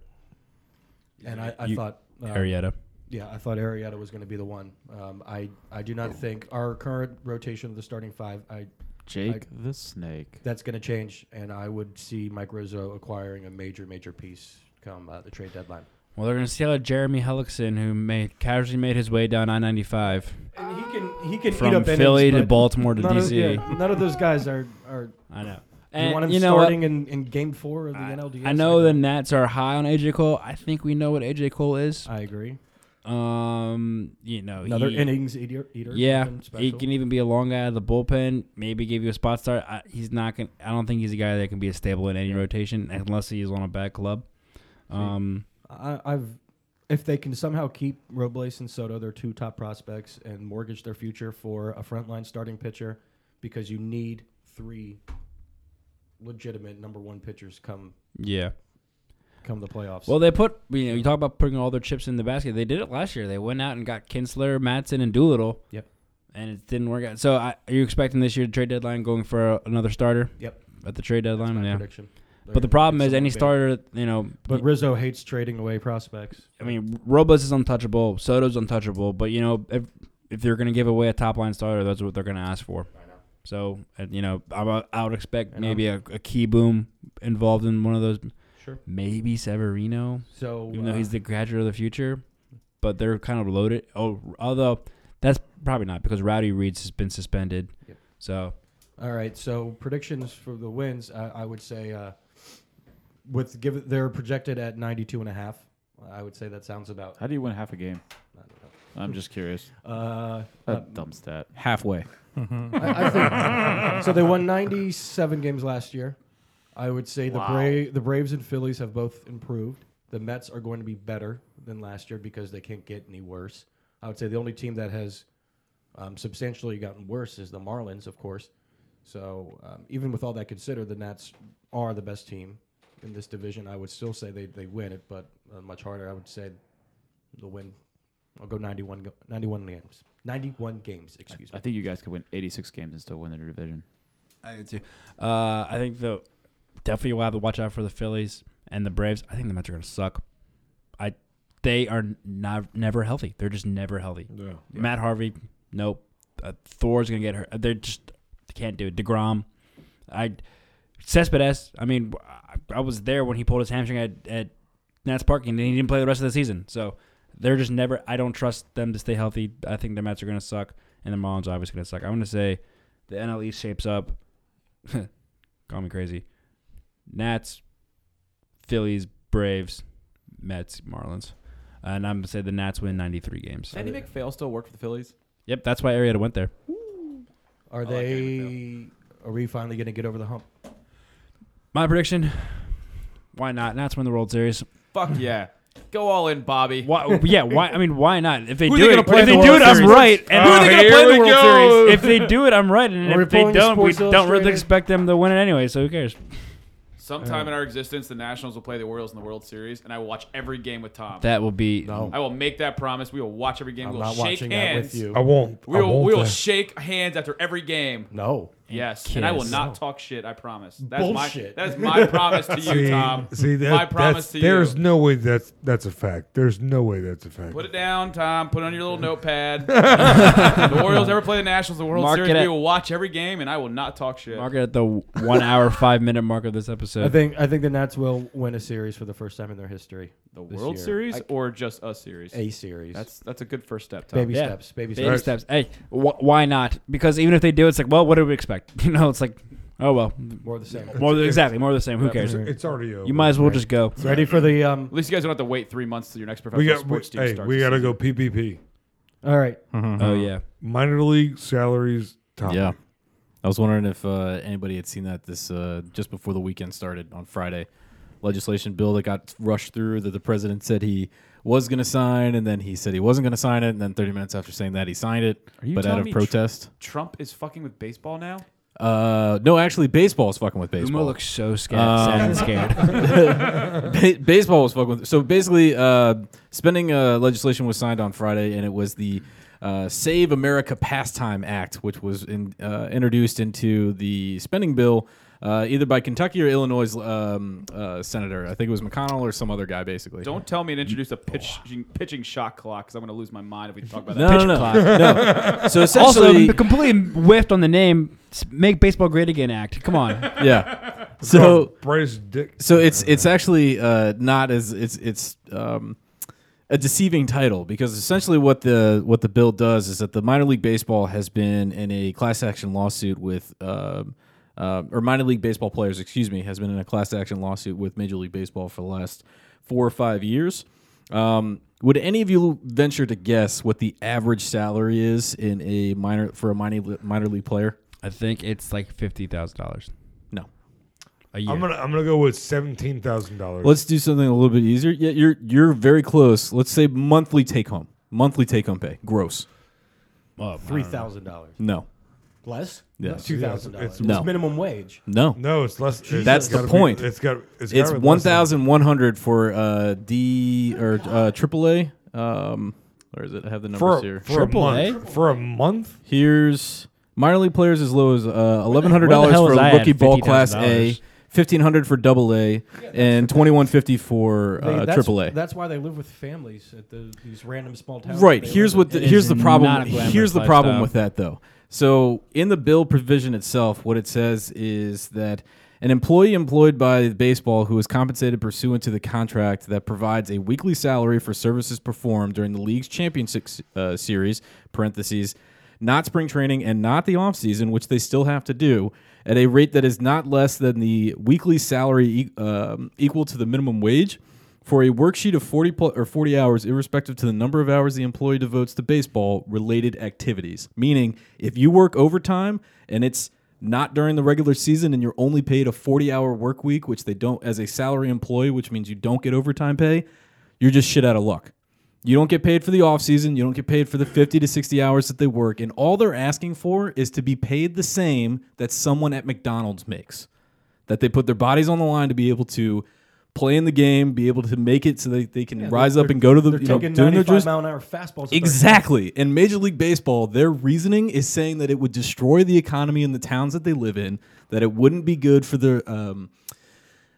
[SPEAKER 4] And I, I
[SPEAKER 2] You-
[SPEAKER 4] thought um,
[SPEAKER 2] Arrieta.
[SPEAKER 4] Yeah, I thought Arietta was going to be the one. Um, I I do not think our current rotation of the starting five. I
[SPEAKER 1] Jake
[SPEAKER 4] I-
[SPEAKER 1] the Snake.
[SPEAKER 4] that's going to change, and I would see Mike Rizzo acquiring a major major piece come uh, the trade deadline.
[SPEAKER 2] Well, they're gonna see how Jeremy Hellickson, who made casually made his way down I-95
[SPEAKER 4] And he can he can
[SPEAKER 2] from
[SPEAKER 4] eat up
[SPEAKER 2] Philly
[SPEAKER 4] innings,
[SPEAKER 2] to
[SPEAKER 4] but
[SPEAKER 2] Baltimore to
[SPEAKER 4] none of-
[SPEAKER 2] DC.
[SPEAKER 4] yeah, none of those guys are are.
[SPEAKER 2] I know.
[SPEAKER 4] you
[SPEAKER 2] And
[SPEAKER 4] want him
[SPEAKER 2] you know what?
[SPEAKER 4] starting in, in Game Four of the NLDS?
[SPEAKER 2] I know the Nats are high on AJ Cole. I think we know what AJ Cole is.
[SPEAKER 4] I agree.
[SPEAKER 2] Um, you know,
[SPEAKER 4] Another
[SPEAKER 2] he-
[SPEAKER 4] innings eater- eater,
[SPEAKER 2] Yeah,
[SPEAKER 4] nothing
[SPEAKER 2] he
[SPEAKER 4] special.
[SPEAKER 2] can e even be a long guy out of the bullpen. Maybe give you a spot start. I, he's not gonna. I don't think he's a guy that can be a stable in any rotation unless he's on a bad club. Um,
[SPEAKER 4] I, I've if they can somehow keep Robles and Soto, their two top prospects, and mortgage their future for a frontline starting pitcher, because you need three legitimate number one pitchers come
[SPEAKER 2] yeah.
[SPEAKER 4] come the playoffs.
[SPEAKER 2] Well, they put you know you talk about putting all their chips in the basket. They did it last year. They went out and got Kinsler, Matson, and Doolittle.
[SPEAKER 4] Yep.
[SPEAKER 2] And it didn't work out. So, I, are you expecting this year trade deadline going for another starter?
[SPEAKER 4] Yep.
[SPEAKER 2] At the trade deadline, yeah.
[SPEAKER 4] prediction. They're
[SPEAKER 2] But the
[SPEAKER 4] gonna
[SPEAKER 2] problem
[SPEAKER 4] get
[SPEAKER 2] is any
[SPEAKER 4] someone
[SPEAKER 2] starter, you know.
[SPEAKER 4] but Rizzo hates trading away prospects.
[SPEAKER 2] I mean, Robles is untouchable. Soto's untouchable. But you know, if if they're going to give away a top line starter, that's what they're going to ask for. So uh, you know, I, would- I would expect maybe a, a key boom involved in one of those.
[SPEAKER 4] Sure.
[SPEAKER 2] Maybe Severino.
[SPEAKER 4] So,
[SPEAKER 2] even though
[SPEAKER 4] uh,
[SPEAKER 2] he's the graduate of the future, but they're kind of loaded. Oh, although that's probably not because Rowdy Reed's has been suspended. So
[SPEAKER 4] All right. So predictions for the wins, I, I would say, uh, with give they're projected at 92 and a half. I would say that sounds about.
[SPEAKER 1] How do you win half a game? I'm just curious.
[SPEAKER 4] Uh,
[SPEAKER 1] a
[SPEAKER 4] uh,
[SPEAKER 1] dumb stat.
[SPEAKER 7] Halfway.
[SPEAKER 4] I, I think, so they won 97 games last year. I would say the
[SPEAKER 7] Wow.
[SPEAKER 4] Bra- the Braves and Phillies have both improved. The Mets are going to be better than last year because they can't get any worse. I would say the only team that has um, substantially gotten worse is the Marlins, of course. So um, even with all that considered, the Nats are the best team in this division. I would still say they, they win it, but uh, much harder. I would say the win. I'll go 91, go- 91 games. 91 games, excuse me.
[SPEAKER 1] I think you guys could win 86 games and still win the division.
[SPEAKER 2] I do too. Uh, I think the definitely we'll have to watch out for the Phillies and the Braves. I think the Mets are going to suck. I they are not never healthy. They're just never healthy.
[SPEAKER 3] Yeah.
[SPEAKER 2] Matt Harvey, nope. Uh, Thor's going to get hurt. They're just they can't do it. Degrom, I Cespedes. I mean, I, I was there when he pulled his hamstring at, at Nats Park, and then he didn't play the rest of the season. So they're just never. I don't trust them to stay healthy. I think the Mets are going to suck, and the Marlins are obviously going to suck. I'm going to say the NL East shapes up. Call me crazy. Nats, Phillies, Braves, Mets, Marlins, and I'm going to say the Nats win 93 games.
[SPEAKER 1] Sandy McPhail still work for the Phillies?
[SPEAKER 2] Yep, that's why Arietta went there.
[SPEAKER 4] Are they? Are we finally going to get over the hump?
[SPEAKER 2] My prediction: Why not? Nats win the World Series.
[SPEAKER 1] Fuck yeah. Go all in, Bobby.
[SPEAKER 2] Why, yeah, why? I mean, why not? If they
[SPEAKER 1] Who are
[SPEAKER 2] do
[SPEAKER 1] they
[SPEAKER 2] it,
[SPEAKER 1] gonna play
[SPEAKER 2] if
[SPEAKER 1] in
[SPEAKER 2] they
[SPEAKER 1] the
[SPEAKER 2] do it,
[SPEAKER 1] World
[SPEAKER 2] I'm
[SPEAKER 1] Series?
[SPEAKER 2] right. And who
[SPEAKER 1] Oh,
[SPEAKER 2] are they going to play
[SPEAKER 1] here
[SPEAKER 2] in the
[SPEAKER 1] we
[SPEAKER 2] World
[SPEAKER 1] go.
[SPEAKER 2] Series? If they do it, I'm right. And
[SPEAKER 1] Are we
[SPEAKER 2] if they
[SPEAKER 1] pulling
[SPEAKER 2] don't, we
[SPEAKER 1] Sports
[SPEAKER 2] don't really
[SPEAKER 1] Illustrated?
[SPEAKER 2] expect them to win it anyway. So who cares?
[SPEAKER 1] Sometime
[SPEAKER 4] Uh.
[SPEAKER 1] in our existence, the Nationals will play the Orioles in the World Series, and I will watch every game with Tom.
[SPEAKER 2] That will be- No.
[SPEAKER 1] I will make that promise. We will watch every game.
[SPEAKER 4] I'm
[SPEAKER 1] we'll
[SPEAKER 4] not
[SPEAKER 1] shake
[SPEAKER 4] watching that
[SPEAKER 1] hands.
[SPEAKER 4] with you.
[SPEAKER 3] I won't.
[SPEAKER 1] We
[SPEAKER 3] I
[SPEAKER 1] will.
[SPEAKER 3] won't uh,
[SPEAKER 1] we will
[SPEAKER 3] then.
[SPEAKER 1] shake hands after every game.
[SPEAKER 4] No.
[SPEAKER 1] Yes,
[SPEAKER 3] And
[SPEAKER 1] and I will
[SPEAKER 3] kiss.
[SPEAKER 1] not
[SPEAKER 3] No.
[SPEAKER 1] talk shit. I promise. That's
[SPEAKER 4] Bullshit.
[SPEAKER 1] my. That's my promise to you,
[SPEAKER 3] see,
[SPEAKER 1] Tom.
[SPEAKER 3] See, that,
[SPEAKER 1] my
[SPEAKER 3] that's-
[SPEAKER 1] promise to
[SPEAKER 3] There's
[SPEAKER 1] you.
[SPEAKER 3] no way that's that's a fact. There's no way that's a fact.
[SPEAKER 1] Put it down, Tom. Put it on your little notepad. the Orioles ever play the Nationals, the World
[SPEAKER 2] Mark
[SPEAKER 1] Series.
[SPEAKER 2] it
[SPEAKER 1] We
[SPEAKER 2] at-
[SPEAKER 1] will watch every game, and I will not talk shit.
[SPEAKER 2] Mark it at the one hour, five minute mark of this episode.
[SPEAKER 4] I think I think the Nats will win a series for the first time in their history.
[SPEAKER 1] The
[SPEAKER 4] this
[SPEAKER 1] World
[SPEAKER 4] year.
[SPEAKER 1] Series
[SPEAKER 4] I-
[SPEAKER 1] or just a series?
[SPEAKER 4] A series.
[SPEAKER 1] That's that's a good first step. Tom.
[SPEAKER 4] Baby Yeah. steps, baby
[SPEAKER 2] Baby steps. Hey, wh- why not? Because even if they do, it's like, well, what do we expect? You know, it's like, oh well,
[SPEAKER 4] More of the same.
[SPEAKER 2] More of the- exactly, more of the same. Who
[SPEAKER 3] It's-
[SPEAKER 2] cares?
[SPEAKER 3] it's already over.
[SPEAKER 2] You might as well just go.
[SPEAKER 4] Ready for the um?
[SPEAKER 1] At least you guys don't have to wait three months till your next professional
[SPEAKER 3] We got. We,
[SPEAKER 1] sports team
[SPEAKER 3] hey,
[SPEAKER 1] starts.
[SPEAKER 3] we
[SPEAKER 1] this
[SPEAKER 3] got to
[SPEAKER 1] season.
[SPEAKER 3] go PPP.
[SPEAKER 4] All right.
[SPEAKER 8] Uh-huh.
[SPEAKER 1] Uh-huh.
[SPEAKER 2] Oh, yeah.
[SPEAKER 3] Minor league salaries. Top.
[SPEAKER 8] Yeah. I was wondering if uh, anybody had seen that this uh, just before the weekend started on Friday. Legislation bill that got rushed through that the president said he was going to sign, and then he said he wasn't going to sign it, and then 30 minutes after saying that, he signed it,
[SPEAKER 1] Are you
[SPEAKER 8] but out
[SPEAKER 1] telling
[SPEAKER 8] of
[SPEAKER 1] me Tr-
[SPEAKER 8] protest.
[SPEAKER 1] Trump is fucking with baseball now.
[SPEAKER 8] Uh, no, actually, baseball is fucking with baseball.
[SPEAKER 2] looks so scared- sad and
[SPEAKER 1] scared.
[SPEAKER 8] ba- baseball was fucking with. So basically, uh, spending uh, legislation was signed on Friday, and it was the uh, Save America Pastime Act, which was in, uh, introduced into the spending bill. Uh, either by Kentucky or Illinois um, uh, senator, I think it was McConnell or some other guy, basically.
[SPEAKER 1] Don't tell me to introduce a pitching pitching shot clock because I'm going to lose my mind if we talk about
[SPEAKER 8] No,
[SPEAKER 1] that.
[SPEAKER 8] no, no.
[SPEAKER 1] clock.
[SPEAKER 8] No.
[SPEAKER 2] also
[SPEAKER 8] So essentially-
[SPEAKER 2] m- completely whiffed on the name. S- Make baseball great again. Act. Come on.
[SPEAKER 8] yeah. So
[SPEAKER 3] Bryce Dick.
[SPEAKER 8] So it's it's actually uh, not as it's it's um, a deceiving title because essentially what the what the bill does is that the minor league baseball has been in a class action lawsuit with. um uh, or minor league baseball players, excuse me, has been in a class action lawsuit with Major League Baseball for the last four or five years. Um, would any of you venture to guess what the average salary is in a minor for a minor minor league player?
[SPEAKER 2] I think it's like fifty thousand dollars.
[SPEAKER 8] No,
[SPEAKER 2] a year.
[SPEAKER 3] I'm gonna. I'm gonna go with seventeen thousand dollars.
[SPEAKER 8] Let's do something a little bit easier. Yeah, you're you're very close. Let's say monthly take home, monthly take home pay, gross.
[SPEAKER 3] Oh,
[SPEAKER 4] Three thousand dollars.
[SPEAKER 8] No,
[SPEAKER 4] Less.
[SPEAKER 8] Yeah.
[SPEAKER 4] Two thousand dollars.
[SPEAKER 8] It's- No.
[SPEAKER 4] minimum wage.
[SPEAKER 8] no,
[SPEAKER 3] No, it's less- it's-
[SPEAKER 8] That's
[SPEAKER 3] it's
[SPEAKER 8] the
[SPEAKER 3] gotta be-
[SPEAKER 8] point.
[SPEAKER 3] it's got- it's
[SPEAKER 8] It's,
[SPEAKER 3] gotta be
[SPEAKER 8] one
[SPEAKER 3] less than-
[SPEAKER 8] thousand one hundred for uh, D or uh, AAA. Um, where is it? I have the numbers
[SPEAKER 3] For a-
[SPEAKER 8] here.
[SPEAKER 3] for a AAA? month. For a month.
[SPEAKER 8] Here's minor league players as low as uh, eleven
[SPEAKER 3] where
[SPEAKER 8] hundred
[SPEAKER 3] the
[SPEAKER 8] dollars
[SPEAKER 3] hell
[SPEAKER 8] for
[SPEAKER 3] was I at
[SPEAKER 8] rookie ball
[SPEAKER 3] $50,000?
[SPEAKER 8] class A. Fifteen hundred for double A and twenty one fifty for
[SPEAKER 4] They-
[SPEAKER 8] uh,
[SPEAKER 4] that's,
[SPEAKER 8] triple A.
[SPEAKER 4] That's why they live with families at the, these random small towns.
[SPEAKER 8] Right.
[SPEAKER 4] They
[SPEAKER 8] Here's
[SPEAKER 4] live
[SPEAKER 8] what
[SPEAKER 4] in.
[SPEAKER 8] the, here's the problem. Here's the problem with that though. So in the bill provision itself, what it says is that an employee employed by baseball who is compensated pursuant to the contract that provides a weekly salary for services performed during the league's championship uh, series (parentheses), not spring training and not the offseason, which they still have to do, at a rate that is not less than the weekly salary e- um, equal to the minimum wage for a worksheet of 40 pl- or 40 hours irrespective to the number of hours the employee devotes to baseball related activities meaning if you work overtime and it's not during the regular season and you're only paid a 40 hour work week which they don't as a salary employee which means you don't get overtime pay you're just shit out of luck you don't get paid for the offseason. You don't get paid for the 50 to 60 hours that they work. And all they're asking for is to be paid the same that someone at McDonald's makes. That they put their bodies on the line to be able to play in the game, be able to make it so that they can
[SPEAKER 4] Yeah,
[SPEAKER 8] rise
[SPEAKER 4] they're-
[SPEAKER 8] up and go to the
[SPEAKER 4] they're
[SPEAKER 8] you know,
[SPEAKER 4] taking
[SPEAKER 8] doing their
[SPEAKER 4] 95
[SPEAKER 8] dris-
[SPEAKER 4] mile an hour fastballs at their-
[SPEAKER 8] Exactly. In Major League Baseball, their reasoning is saying that it would destroy the economy in the towns that they live in, that it wouldn't be good for their um,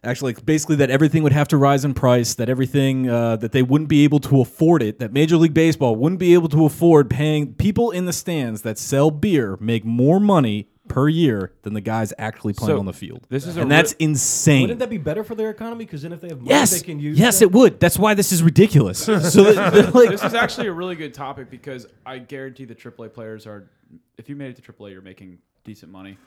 [SPEAKER 8] actually like, basically that everything would have to rise in price that everything uh, that they wouldn't be able to afford it that major league baseball wouldn't be able to afford paying people in the stands that sell beer make more money per year than the guys actually playing
[SPEAKER 1] So,
[SPEAKER 8] on the field
[SPEAKER 1] this is a
[SPEAKER 8] and that's
[SPEAKER 1] real-
[SPEAKER 8] insane
[SPEAKER 4] Wouldn't that be better for their economy? Because then if they have money,
[SPEAKER 8] yes
[SPEAKER 4] they can use.
[SPEAKER 8] yes
[SPEAKER 4] that-
[SPEAKER 8] it would that's why this is ridiculous so that, they're like,
[SPEAKER 1] this is actually a really good topic because I guarantee the AAA players are. If you made it to AAA, you're making decent money.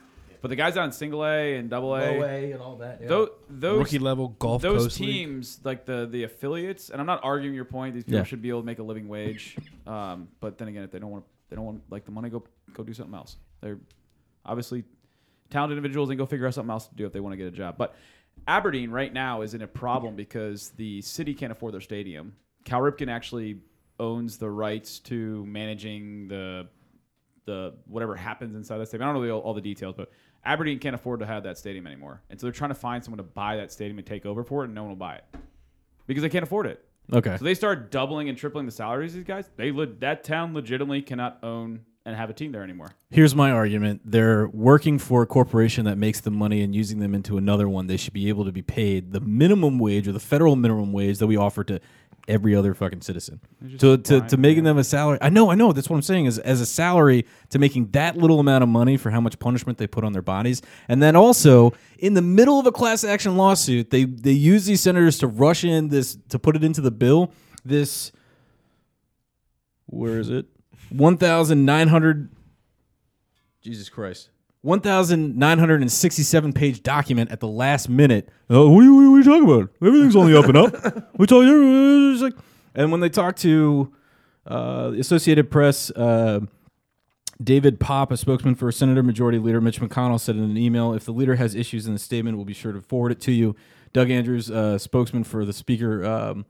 [SPEAKER 1] But the guys on single A and double A,
[SPEAKER 4] Low A and all that, yeah.
[SPEAKER 1] tho- those
[SPEAKER 2] Rookie level, Gulf
[SPEAKER 1] those
[SPEAKER 2] Coast League.
[SPEAKER 1] teams like the the affiliates. And I'm not arguing your point; these people
[SPEAKER 8] Yeah.
[SPEAKER 1] should be able to make a living wage. Um, but then again, if they don't want, they don't want like the money, go go do something else. They're obviously talented individuals and go figure out something else to do if they want to get a job. But Aberdeen right now is in a problem because the city can't afford their stadium. Cal Ripken actually owns the rights to managing the the whatever happens inside that stadium. I don't know all, all the details, but Aberdeen can't afford to have that stadium anymore, and so they're trying to find someone to buy that stadium and take over for it, and no one will buy it because they can't afford it.
[SPEAKER 8] Okay.
[SPEAKER 1] So they start doubling and tripling the salaries. of These guys, they le- that town legitimately cannot own and have a team there anymore.
[SPEAKER 8] Here's my argument. They're working for a corporation that makes the money and using them into another one. They should be able to be paid the minimum wage or the federal minimum wage that we offer to every other fucking citizen.
[SPEAKER 1] They're just
[SPEAKER 8] To, to, to
[SPEAKER 1] blind,
[SPEAKER 8] making them a salary. I know, I know. That's what I'm saying is as a salary to making that little amount of money for how much punishment they put on their bodies. And then also in the middle of a class action lawsuit, they, they use these senators to rush in this, to put it into the bill, this, where is it? 1,900 Jesus Christ. 1,967 page document at the last minute. Oh, what, are you, what are you talking about? Everything's on the up and up. We told you. it's like- And when they talk to uh, the Associated Press, uh, David Pop, a spokesman for Senator Majority Leader Mitch McConnell, said in an email if the leader has issues in the statement, we'll be sure to forward it to you. Doug Andrews, uh, spokesman for the Speaker, um,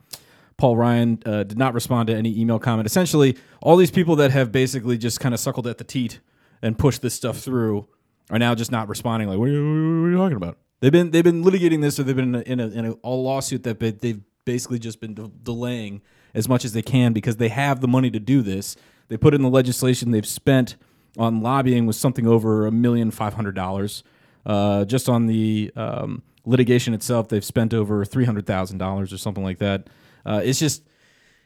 [SPEAKER 8] Paul Ryan, uh, did not respond to any email comment. Essentially, all these people that have basically just kind of suckled at the teat and pushed this stuff through are now just not responding. Like, what are you, what are you talking about? They've been they've been litigating this, or they've been in a, in a, in a, a lawsuit that ba- they've basically just been de- delaying as much as they can because they have the money to do this. They put in the legislation they've spent on lobbying was something over a million five hundred dollars. Uh, just on the um, litigation itself, they've spent over three hundred thousand dollars or something like that. Uh, it's just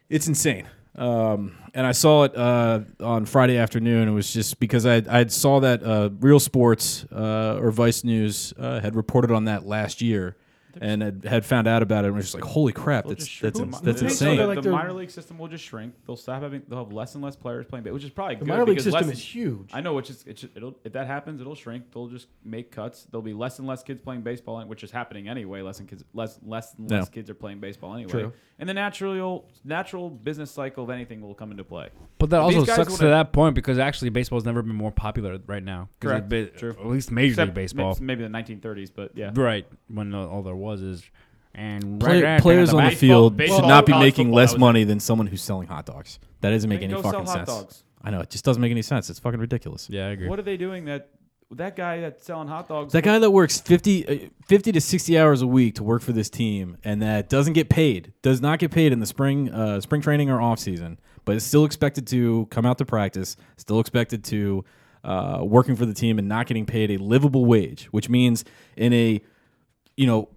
[SPEAKER 8] it's insane. Um, and I saw it uh, on Friday afternoon. It was just because I I saw that uh, Real Sports uh, or Vice News uh, had reported on that last year. And had, had found out about it, and was just like, "Holy crap!
[SPEAKER 1] They'll
[SPEAKER 8] That's
[SPEAKER 1] just
[SPEAKER 8] that's
[SPEAKER 1] shrink
[SPEAKER 8] that's,
[SPEAKER 1] the mi- the-
[SPEAKER 8] insane."
[SPEAKER 1] The, the minor league system will just shrink. They'll stop having. They'll have less and less players playing, ba- which is probably
[SPEAKER 4] The
[SPEAKER 1] good.
[SPEAKER 4] minor league
[SPEAKER 1] because
[SPEAKER 4] system
[SPEAKER 1] less-
[SPEAKER 4] is huge.
[SPEAKER 1] I know, which is it's, it'll if that happens, it'll shrink. They'll just make cuts. There'll be less and less kids playing baseball, and- which is happening anyway. Less and kids, less less and
[SPEAKER 8] Yeah.
[SPEAKER 1] less kids are playing baseball anyway.
[SPEAKER 2] True.
[SPEAKER 1] And the natural natural business cycle of anything will come into play.
[SPEAKER 2] But that
[SPEAKER 1] If
[SPEAKER 2] also
[SPEAKER 1] these guys
[SPEAKER 2] sucks to
[SPEAKER 1] wanna-
[SPEAKER 2] that point because actually baseball's never been more popular right now. 'Cause
[SPEAKER 1] Correct.
[SPEAKER 2] it's been-
[SPEAKER 1] True.
[SPEAKER 2] At least Major
[SPEAKER 1] Except
[SPEAKER 2] League Baseball.
[SPEAKER 1] ma- Maybe the 1930s, but yeah.
[SPEAKER 2] Right. When all all there was is. And
[SPEAKER 8] Play-
[SPEAKER 2] right after
[SPEAKER 8] players on the
[SPEAKER 2] baseball-
[SPEAKER 8] field
[SPEAKER 2] baseball-
[SPEAKER 8] should not be
[SPEAKER 2] college
[SPEAKER 8] making
[SPEAKER 2] football,
[SPEAKER 8] less
[SPEAKER 2] that was
[SPEAKER 8] money than someone who's selling hot dogs. That doesn't make
[SPEAKER 1] Then
[SPEAKER 8] any
[SPEAKER 1] go sell
[SPEAKER 8] fucking
[SPEAKER 1] hot
[SPEAKER 8] sense.
[SPEAKER 1] dogs.
[SPEAKER 8] I know it just doesn't make any sense. It's fucking ridiculous.
[SPEAKER 2] Yeah, I agree.
[SPEAKER 1] What are they doing that that guy that's selling hot dogs?
[SPEAKER 8] That guy that works 50, uh, 50 to 60 hours a week to work for this team and that doesn't get paid, does not get paid in the spring uh, spring training or off season, but is still expected to come out to practice, still expected to uh, working for the team and not getting paid a livable wage, which means in a, you know,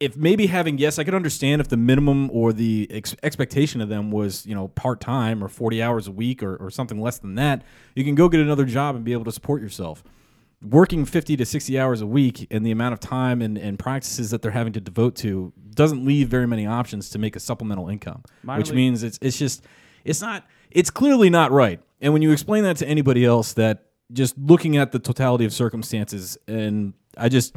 [SPEAKER 8] if maybe having yes, I could understand if the minimum or the ex- expectation of them was you know part time or forty hours a week or, or something less than that. You can go get another job and be able to support yourself. Working fifty to sixty hours a week and the amount of time and, and practices that they're having to devote to doesn't leave very many options to make a supplemental income,
[SPEAKER 1] Minor
[SPEAKER 8] which
[SPEAKER 1] league-
[SPEAKER 8] means it's it's just it's not it's clearly not right. And when you explain that to anybody else, that just looking at the totality of circumstances and I just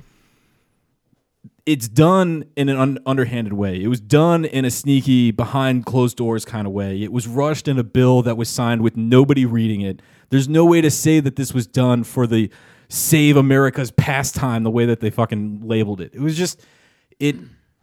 [SPEAKER 8] it's done in an un- underhanded way. It was done in a sneaky, behind closed doors kind of way. It was rushed in a bill that was signed with nobody reading it. There's no way to say that this was done for the save America's pastime the way that they fucking labeled it. It was just, it,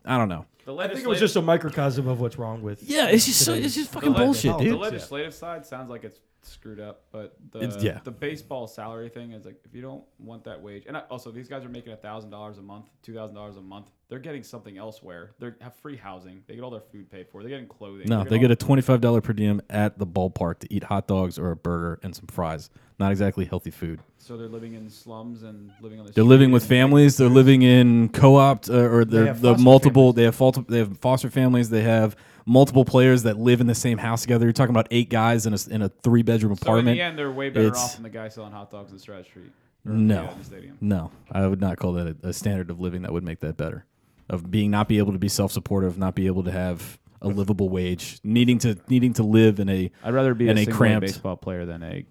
[SPEAKER 8] I don't know.
[SPEAKER 4] I think it was just a microcosm of what's wrong with.
[SPEAKER 8] Yeah, it's just so-
[SPEAKER 4] today's-
[SPEAKER 8] it's just fucking
[SPEAKER 4] today's
[SPEAKER 8] bullshit,
[SPEAKER 4] politics.
[SPEAKER 1] The
[SPEAKER 8] dude.
[SPEAKER 1] legislative side sounds like it's screwed up, but the
[SPEAKER 8] It's- yeah.
[SPEAKER 1] the baseball salary thing is like if you don't want that wage, and I- also these guys are making thousand dollars a month, two thousand dollars a month. They're getting something elsewhere. They have free housing. They get all their food paid for. They're getting clothing.
[SPEAKER 8] No,
[SPEAKER 1] They're
[SPEAKER 8] they get
[SPEAKER 1] all-
[SPEAKER 8] a twenty-five dollar per diem at the ballpark to eat hot dogs or a burger and some fries. Not exactly healthy food.
[SPEAKER 1] So they're living in slums and living on the.
[SPEAKER 8] They're
[SPEAKER 1] street
[SPEAKER 8] living
[SPEAKER 1] and-
[SPEAKER 8] with families. They're living in co-op uh, or
[SPEAKER 1] They
[SPEAKER 8] they're
[SPEAKER 1] have
[SPEAKER 8] the
[SPEAKER 1] foster
[SPEAKER 8] multiple. They have foster, they have foster families. They have multiple players that live in the same house together. You're talking about eight guys in a in a three bedroom
[SPEAKER 1] So in
[SPEAKER 8] apartment.
[SPEAKER 1] the end, they're way better
[SPEAKER 8] It's-
[SPEAKER 1] off than the guy selling hot dogs in Stratford Street. or, yeah,
[SPEAKER 8] No,
[SPEAKER 1] in the stadium.
[SPEAKER 8] no, I would not call that a, a standard of living that would make that better. Of being not be able to be self supportive, not be able to have a livable wage, needing to needing to live in a
[SPEAKER 1] I'd rather be
[SPEAKER 8] in
[SPEAKER 1] a,
[SPEAKER 8] a
[SPEAKER 1] single
[SPEAKER 8] cramped
[SPEAKER 1] baseball player than a.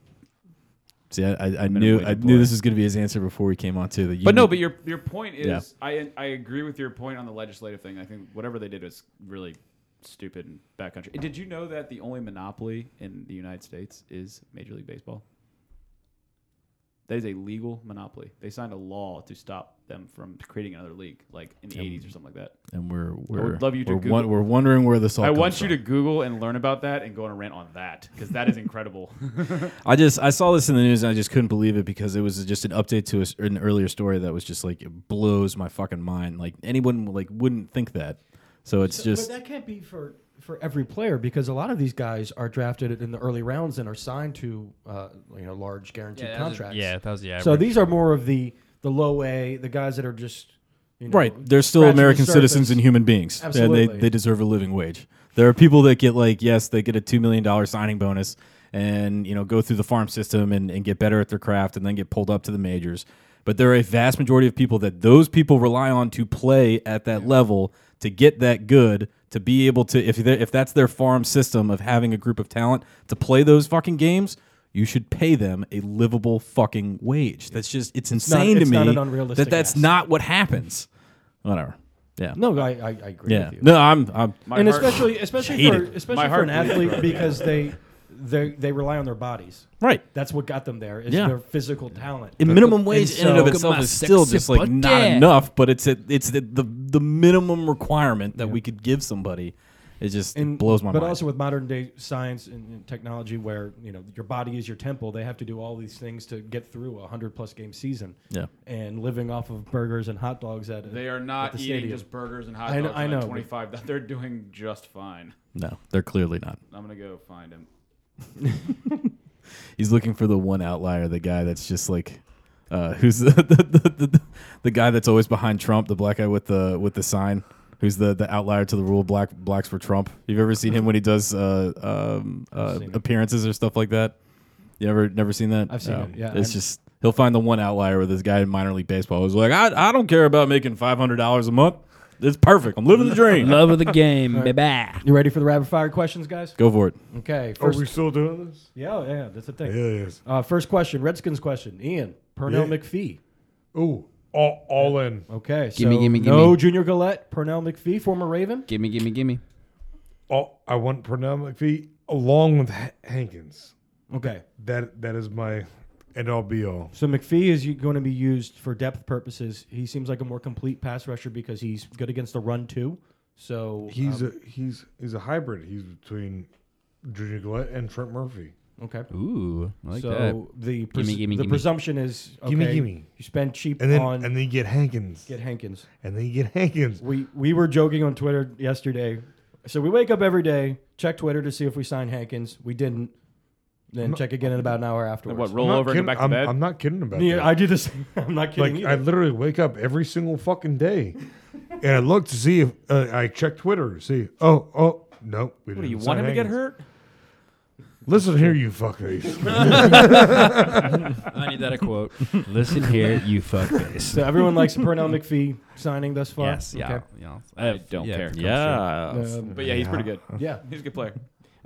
[SPEAKER 8] See, I, I, I
[SPEAKER 1] Minimum
[SPEAKER 8] knew
[SPEAKER 1] wage
[SPEAKER 8] I
[SPEAKER 1] employee.
[SPEAKER 8] knew this was going to be his answer before we came on too. That you
[SPEAKER 1] but no,
[SPEAKER 8] need-
[SPEAKER 1] but your your point is
[SPEAKER 8] Yeah.
[SPEAKER 1] I I agree with your point on the legislative thing. I think whatever they did was really stupid and backcountry. Did you know that the only monopoly in the United States is Major League Baseball? That is a legal monopoly. They signed a law to stop them from creating another league, like in the
[SPEAKER 8] And-
[SPEAKER 1] '80s or something like that.
[SPEAKER 8] And we're
[SPEAKER 1] I
[SPEAKER 8] we're
[SPEAKER 1] would love you to
[SPEAKER 8] we're,
[SPEAKER 1] Google.
[SPEAKER 8] won- we're wondering where this all.
[SPEAKER 1] I
[SPEAKER 8] comes
[SPEAKER 1] want
[SPEAKER 8] from.
[SPEAKER 1] you to Google and learn about that and go on a rant on that because that is incredible.
[SPEAKER 8] I just I saw this in the news and I just couldn't believe it because it was just an update to a s an earlier story that was just like it blows my fucking mind. Like anyone like wouldn't think that. So it's just
[SPEAKER 4] but that can't be for for every player because a lot of these guys are drafted in the early rounds and are signed to uh, you know large guaranteed
[SPEAKER 2] Yeah, that was a-
[SPEAKER 4] contracts.
[SPEAKER 2] yeah, that was the
[SPEAKER 4] So
[SPEAKER 2] average.
[SPEAKER 4] these are more of the the low A, the guys that are just you know,
[SPEAKER 8] right. They're still
[SPEAKER 4] scratching the
[SPEAKER 8] American
[SPEAKER 4] surface.
[SPEAKER 8] citizens and human beings,
[SPEAKER 4] Absolutely.
[SPEAKER 8] and they they deserve a living wage. There are people that get like yes, they get a two million dollar signing bonus and you know go through the farm system and, and get better at their craft and then get pulled up to the majors. But there are a vast majority of people that those people rely on to play at that level to get that good to be able to if they're- if that's their farm system of having a group of talent to play those fucking games. You should py them a livable fucking wage. That's just it's
[SPEAKER 4] not-
[SPEAKER 8] insane
[SPEAKER 4] it's
[SPEAKER 8] to me
[SPEAKER 4] not an unrealistic
[SPEAKER 8] that that's
[SPEAKER 4] ask.
[SPEAKER 8] not what happens. Whatever. Yeah.
[SPEAKER 4] No, I, I, I agree
[SPEAKER 8] Yeah.
[SPEAKER 4] with you.
[SPEAKER 8] No, I'm- I'm- My
[SPEAKER 4] and
[SPEAKER 8] heart-
[SPEAKER 4] especially especially
[SPEAKER 8] Hate
[SPEAKER 4] for
[SPEAKER 8] it.
[SPEAKER 4] especially
[SPEAKER 8] My
[SPEAKER 4] for
[SPEAKER 8] heart
[SPEAKER 4] an
[SPEAKER 8] bleeds
[SPEAKER 4] athlete
[SPEAKER 8] right now.
[SPEAKER 4] because they they they rely on their bodies.
[SPEAKER 8] Right.
[SPEAKER 4] That's what got them there. Is
[SPEAKER 8] Yeah.
[SPEAKER 4] their physical talent.
[SPEAKER 8] And minimum wage in and of
[SPEAKER 4] so-
[SPEAKER 8] itself is still just like not enough, but it's a, it's the, the the minimum requirement that we could give somebody. It just it blows my
[SPEAKER 4] but
[SPEAKER 8] mind.
[SPEAKER 4] also with modern day science and, and technology, where you know your body is your temple, they have to do all these things to get through a hundred plus game season.
[SPEAKER 8] Yeah.
[SPEAKER 4] and living off of burgers and hot dogs at a-
[SPEAKER 1] They are
[SPEAKER 4] at
[SPEAKER 1] not
[SPEAKER 4] the
[SPEAKER 1] eating
[SPEAKER 4] stadium.
[SPEAKER 1] just burgers and hot
[SPEAKER 4] I
[SPEAKER 1] dogs.
[SPEAKER 4] know, I know.
[SPEAKER 1] Twenty five. They're doing just fine.
[SPEAKER 8] no, they're clearly not.
[SPEAKER 1] I'm gonna go find him.
[SPEAKER 8] He's looking for the one outlier, the guy that's just like, uh, who's the the, the, the the guy that's always behind Trump, the black guy with the with the sign, who's the, the outlier to the rule, black blacks for Trump. You've ever seen him when he does uh, um, uh, appearances or stuff like that? You ever never seen that?
[SPEAKER 4] I've seen it, yeah,
[SPEAKER 8] it's
[SPEAKER 4] I'm-
[SPEAKER 8] just he'll find the one outlier with this guy in minor league baseball who's like, I I don't care about making five hundred dollars a month. It's perfect. I'm living the dream.
[SPEAKER 2] Love of the game,
[SPEAKER 4] All right. You ready for the rapid fire questions, guys?
[SPEAKER 8] Go for it.
[SPEAKER 4] Okay.
[SPEAKER 3] Are Oh, we still doing this?
[SPEAKER 4] Yeah, oh, yeah, that's the thing.
[SPEAKER 3] Yeah, it is.
[SPEAKER 4] Uh, first question, Redskins question. Ian, Pernell
[SPEAKER 3] Yeah.
[SPEAKER 4] McPhee.
[SPEAKER 3] Ooh, all, all in.
[SPEAKER 4] Okay,
[SPEAKER 3] Gimme,
[SPEAKER 4] so
[SPEAKER 3] gimme,
[SPEAKER 4] no
[SPEAKER 3] gimme.
[SPEAKER 4] Junior Gillette, Pernell McPhee, former Raven.
[SPEAKER 10] Gimme, gimme, gimme.
[SPEAKER 3] Oh, I want Pernell McPhee along with Ha- Hankins.
[SPEAKER 4] Okay.
[SPEAKER 3] That that is my end all be all.
[SPEAKER 4] So McPhee is going to be used for depth purposes. He seems like a more complete pass rusher because he's good against the run too. So
[SPEAKER 3] He's
[SPEAKER 4] um,
[SPEAKER 3] a he's he's a hybrid. He's between Junior Gillette and Trent Murphy.
[SPEAKER 4] Okay.
[SPEAKER 10] Ooh, I like
[SPEAKER 4] so
[SPEAKER 10] that. Gimme,
[SPEAKER 4] the pres-
[SPEAKER 10] gimme,
[SPEAKER 4] the
[SPEAKER 10] gimme.
[SPEAKER 4] presumption is okay,
[SPEAKER 3] Gimme, gimme.
[SPEAKER 4] You spend cheap
[SPEAKER 3] And then-
[SPEAKER 4] on
[SPEAKER 3] and then you get Hankins.
[SPEAKER 4] Get Hankins.
[SPEAKER 3] And then you get Hankins.
[SPEAKER 4] We we were joking on Twitter yesterday. So we wake up every day, check Twitter to see if we sign Hankins. We didn't. Then
[SPEAKER 3] I'm-
[SPEAKER 4] check again in about an hour afterwards.
[SPEAKER 1] What, roll
[SPEAKER 3] I'm not
[SPEAKER 1] over and go
[SPEAKER 3] kidding-
[SPEAKER 1] back to
[SPEAKER 3] I'm,
[SPEAKER 1] bed?
[SPEAKER 3] I'm not kidding about
[SPEAKER 4] Yeah,
[SPEAKER 3] that.
[SPEAKER 4] I do the same. I'm not kidding
[SPEAKER 3] Like
[SPEAKER 4] either.
[SPEAKER 3] I literally wake up every single fucking day, and I look to see if uh, I check Twitter. to See, oh, oh, no, we didn't.
[SPEAKER 1] What do you want
[SPEAKER 3] sign
[SPEAKER 1] him to get
[SPEAKER 3] Hankins.
[SPEAKER 1] hurt?
[SPEAKER 3] Listen here, you fuckface.
[SPEAKER 2] I need that a quote. Listen here, you fuckface.
[SPEAKER 4] So everyone likes the Pernell McPhee signing thus far.
[SPEAKER 2] Yes, yeah, yeah. I I don't yeah, care.
[SPEAKER 1] Yeah.
[SPEAKER 4] sure. Um,
[SPEAKER 1] but yeah, he's pretty good.
[SPEAKER 4] Yeah.
[SPEAKER 1] He's a good player.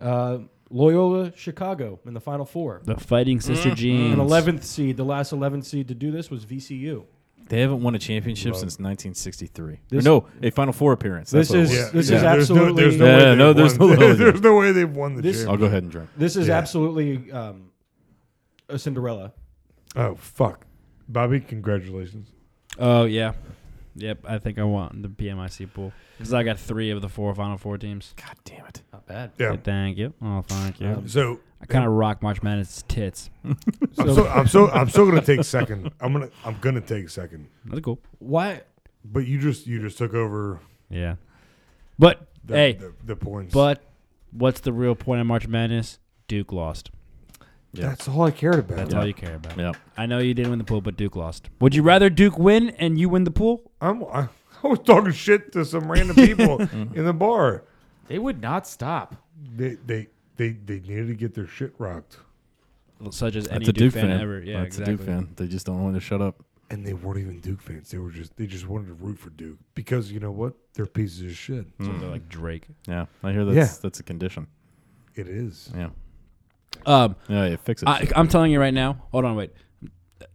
[SPEAKER 4] Uh, Loyola Chicago in the Final Four.
[SPEAKER 2] The Fighting Sister
[SPEAKER 8] Mm-hmm.
[SPEAKER 4] Mm.
[SPEAKER 2] Jeans.
[SPEAKER 4] An 11th seed. The last 11th seed to do this was VCU.
[SPEAKER 8] They haven't won a championship
[SPEAKER 4] Love.
[SPEAKER 8] since 1963.
[SPEAKER 4] This-
[SPEAKER 8] Or no, a Final Four appearance.
[SPEAKER 4] This
[SPEAKER 8] That's what it
[SPEAKER 4] is
[SPEAKER 8] was.
[SPEAKER 4] this is absolutely
[SPEAKER 8] There's no, yeah, no, there's no, way they-
[SPEAKER 3] no way they've won the
[SPEAKER 8] I'll go ahead and drink.
[SPEAKER 4] This is
[SPEAKER 3] Yeah.
[SPEAKER 4] absolutely um, a Cinderella.
[SPEAKER 3] Oh fuck, Bobby, congratulations.
[SPEAKER 2] Oh yeah, yep. I think I want the PMIC pool because I got three of the four Final Four teams.
[SPEAKER 8] God damn it!
[SPEAKER 2] Oh,
[SPEAKER 4] Not bad.
[SPEAKER 3] Yeah.
[SPEAKER 2] Thank you. Oh, thank
[SPEAKER 8] Um,
[SPEAKER 2] you.
[SPEAKER 3] So-
[SPEAKER 2] I kind of rock March Madness tits.
[SPEAKER 3] I'm so I'm so I'm still gonna take second. I'm gonna I'm gonna take second.
[SPEAKER 2] That's cool.
[SPEAKER 4] Why?
[SPEAKER 3] But you just you just took over.
[SPEAKER 2] Yeah. But
[SPEAKER 3] The-
[SPEAKER 2] hey,
[SPEAKER 3] the- the points.
[SPEAKER 2] But what's the real point of March Madness? Duke lost.
[SPEAKER 3] That's all I cared about.
[SPEAKER 2] That's all you care about.
[SPEAKER 8] Yep.
[SPEAKER 2] I know you didn't win the pool, but Duke lost. Would you rather Duke win and you win the pool?
[SPEAKER 3] I'm I, I was talking shit to some random people in the bar.
[SPEAKER 1] They would not stop.
[SPEAKER 3] They they they they needed to get their shit rocked.
[SPEAKER 2] Such as any
[SPEAKER 8] That's a Duke,
[SPEAKER 2] fan,
[SPEAKER 8] fan.
[SPEAKER 2] ever. Yeah,
[SPEAKER 8] That's
[SPEAKER 2] exactly.
[SPEAKER 8] a Duke fan. They just don't want to shut up.
[SPEAKER 3] And they weren't even Duke fans. They were just they just wanted to root for Duke because you know what? They're pieces of shit.
[SPEAKER 2] So
[SPEAKER 8] Mm.
[SPEAKER 2] they're like Drake.
[SPEAKER 8] Yeah, I hear that's that's a condition.
[SPEAKER 3] It is.
[SPEAKER 8] Yeah.
[SPEAKER 2] Um,
[SPEAKER 8] Yeah, yeah, fix it.
[SPEAKER 2] I, I'm telling you right now. Hold on, wait.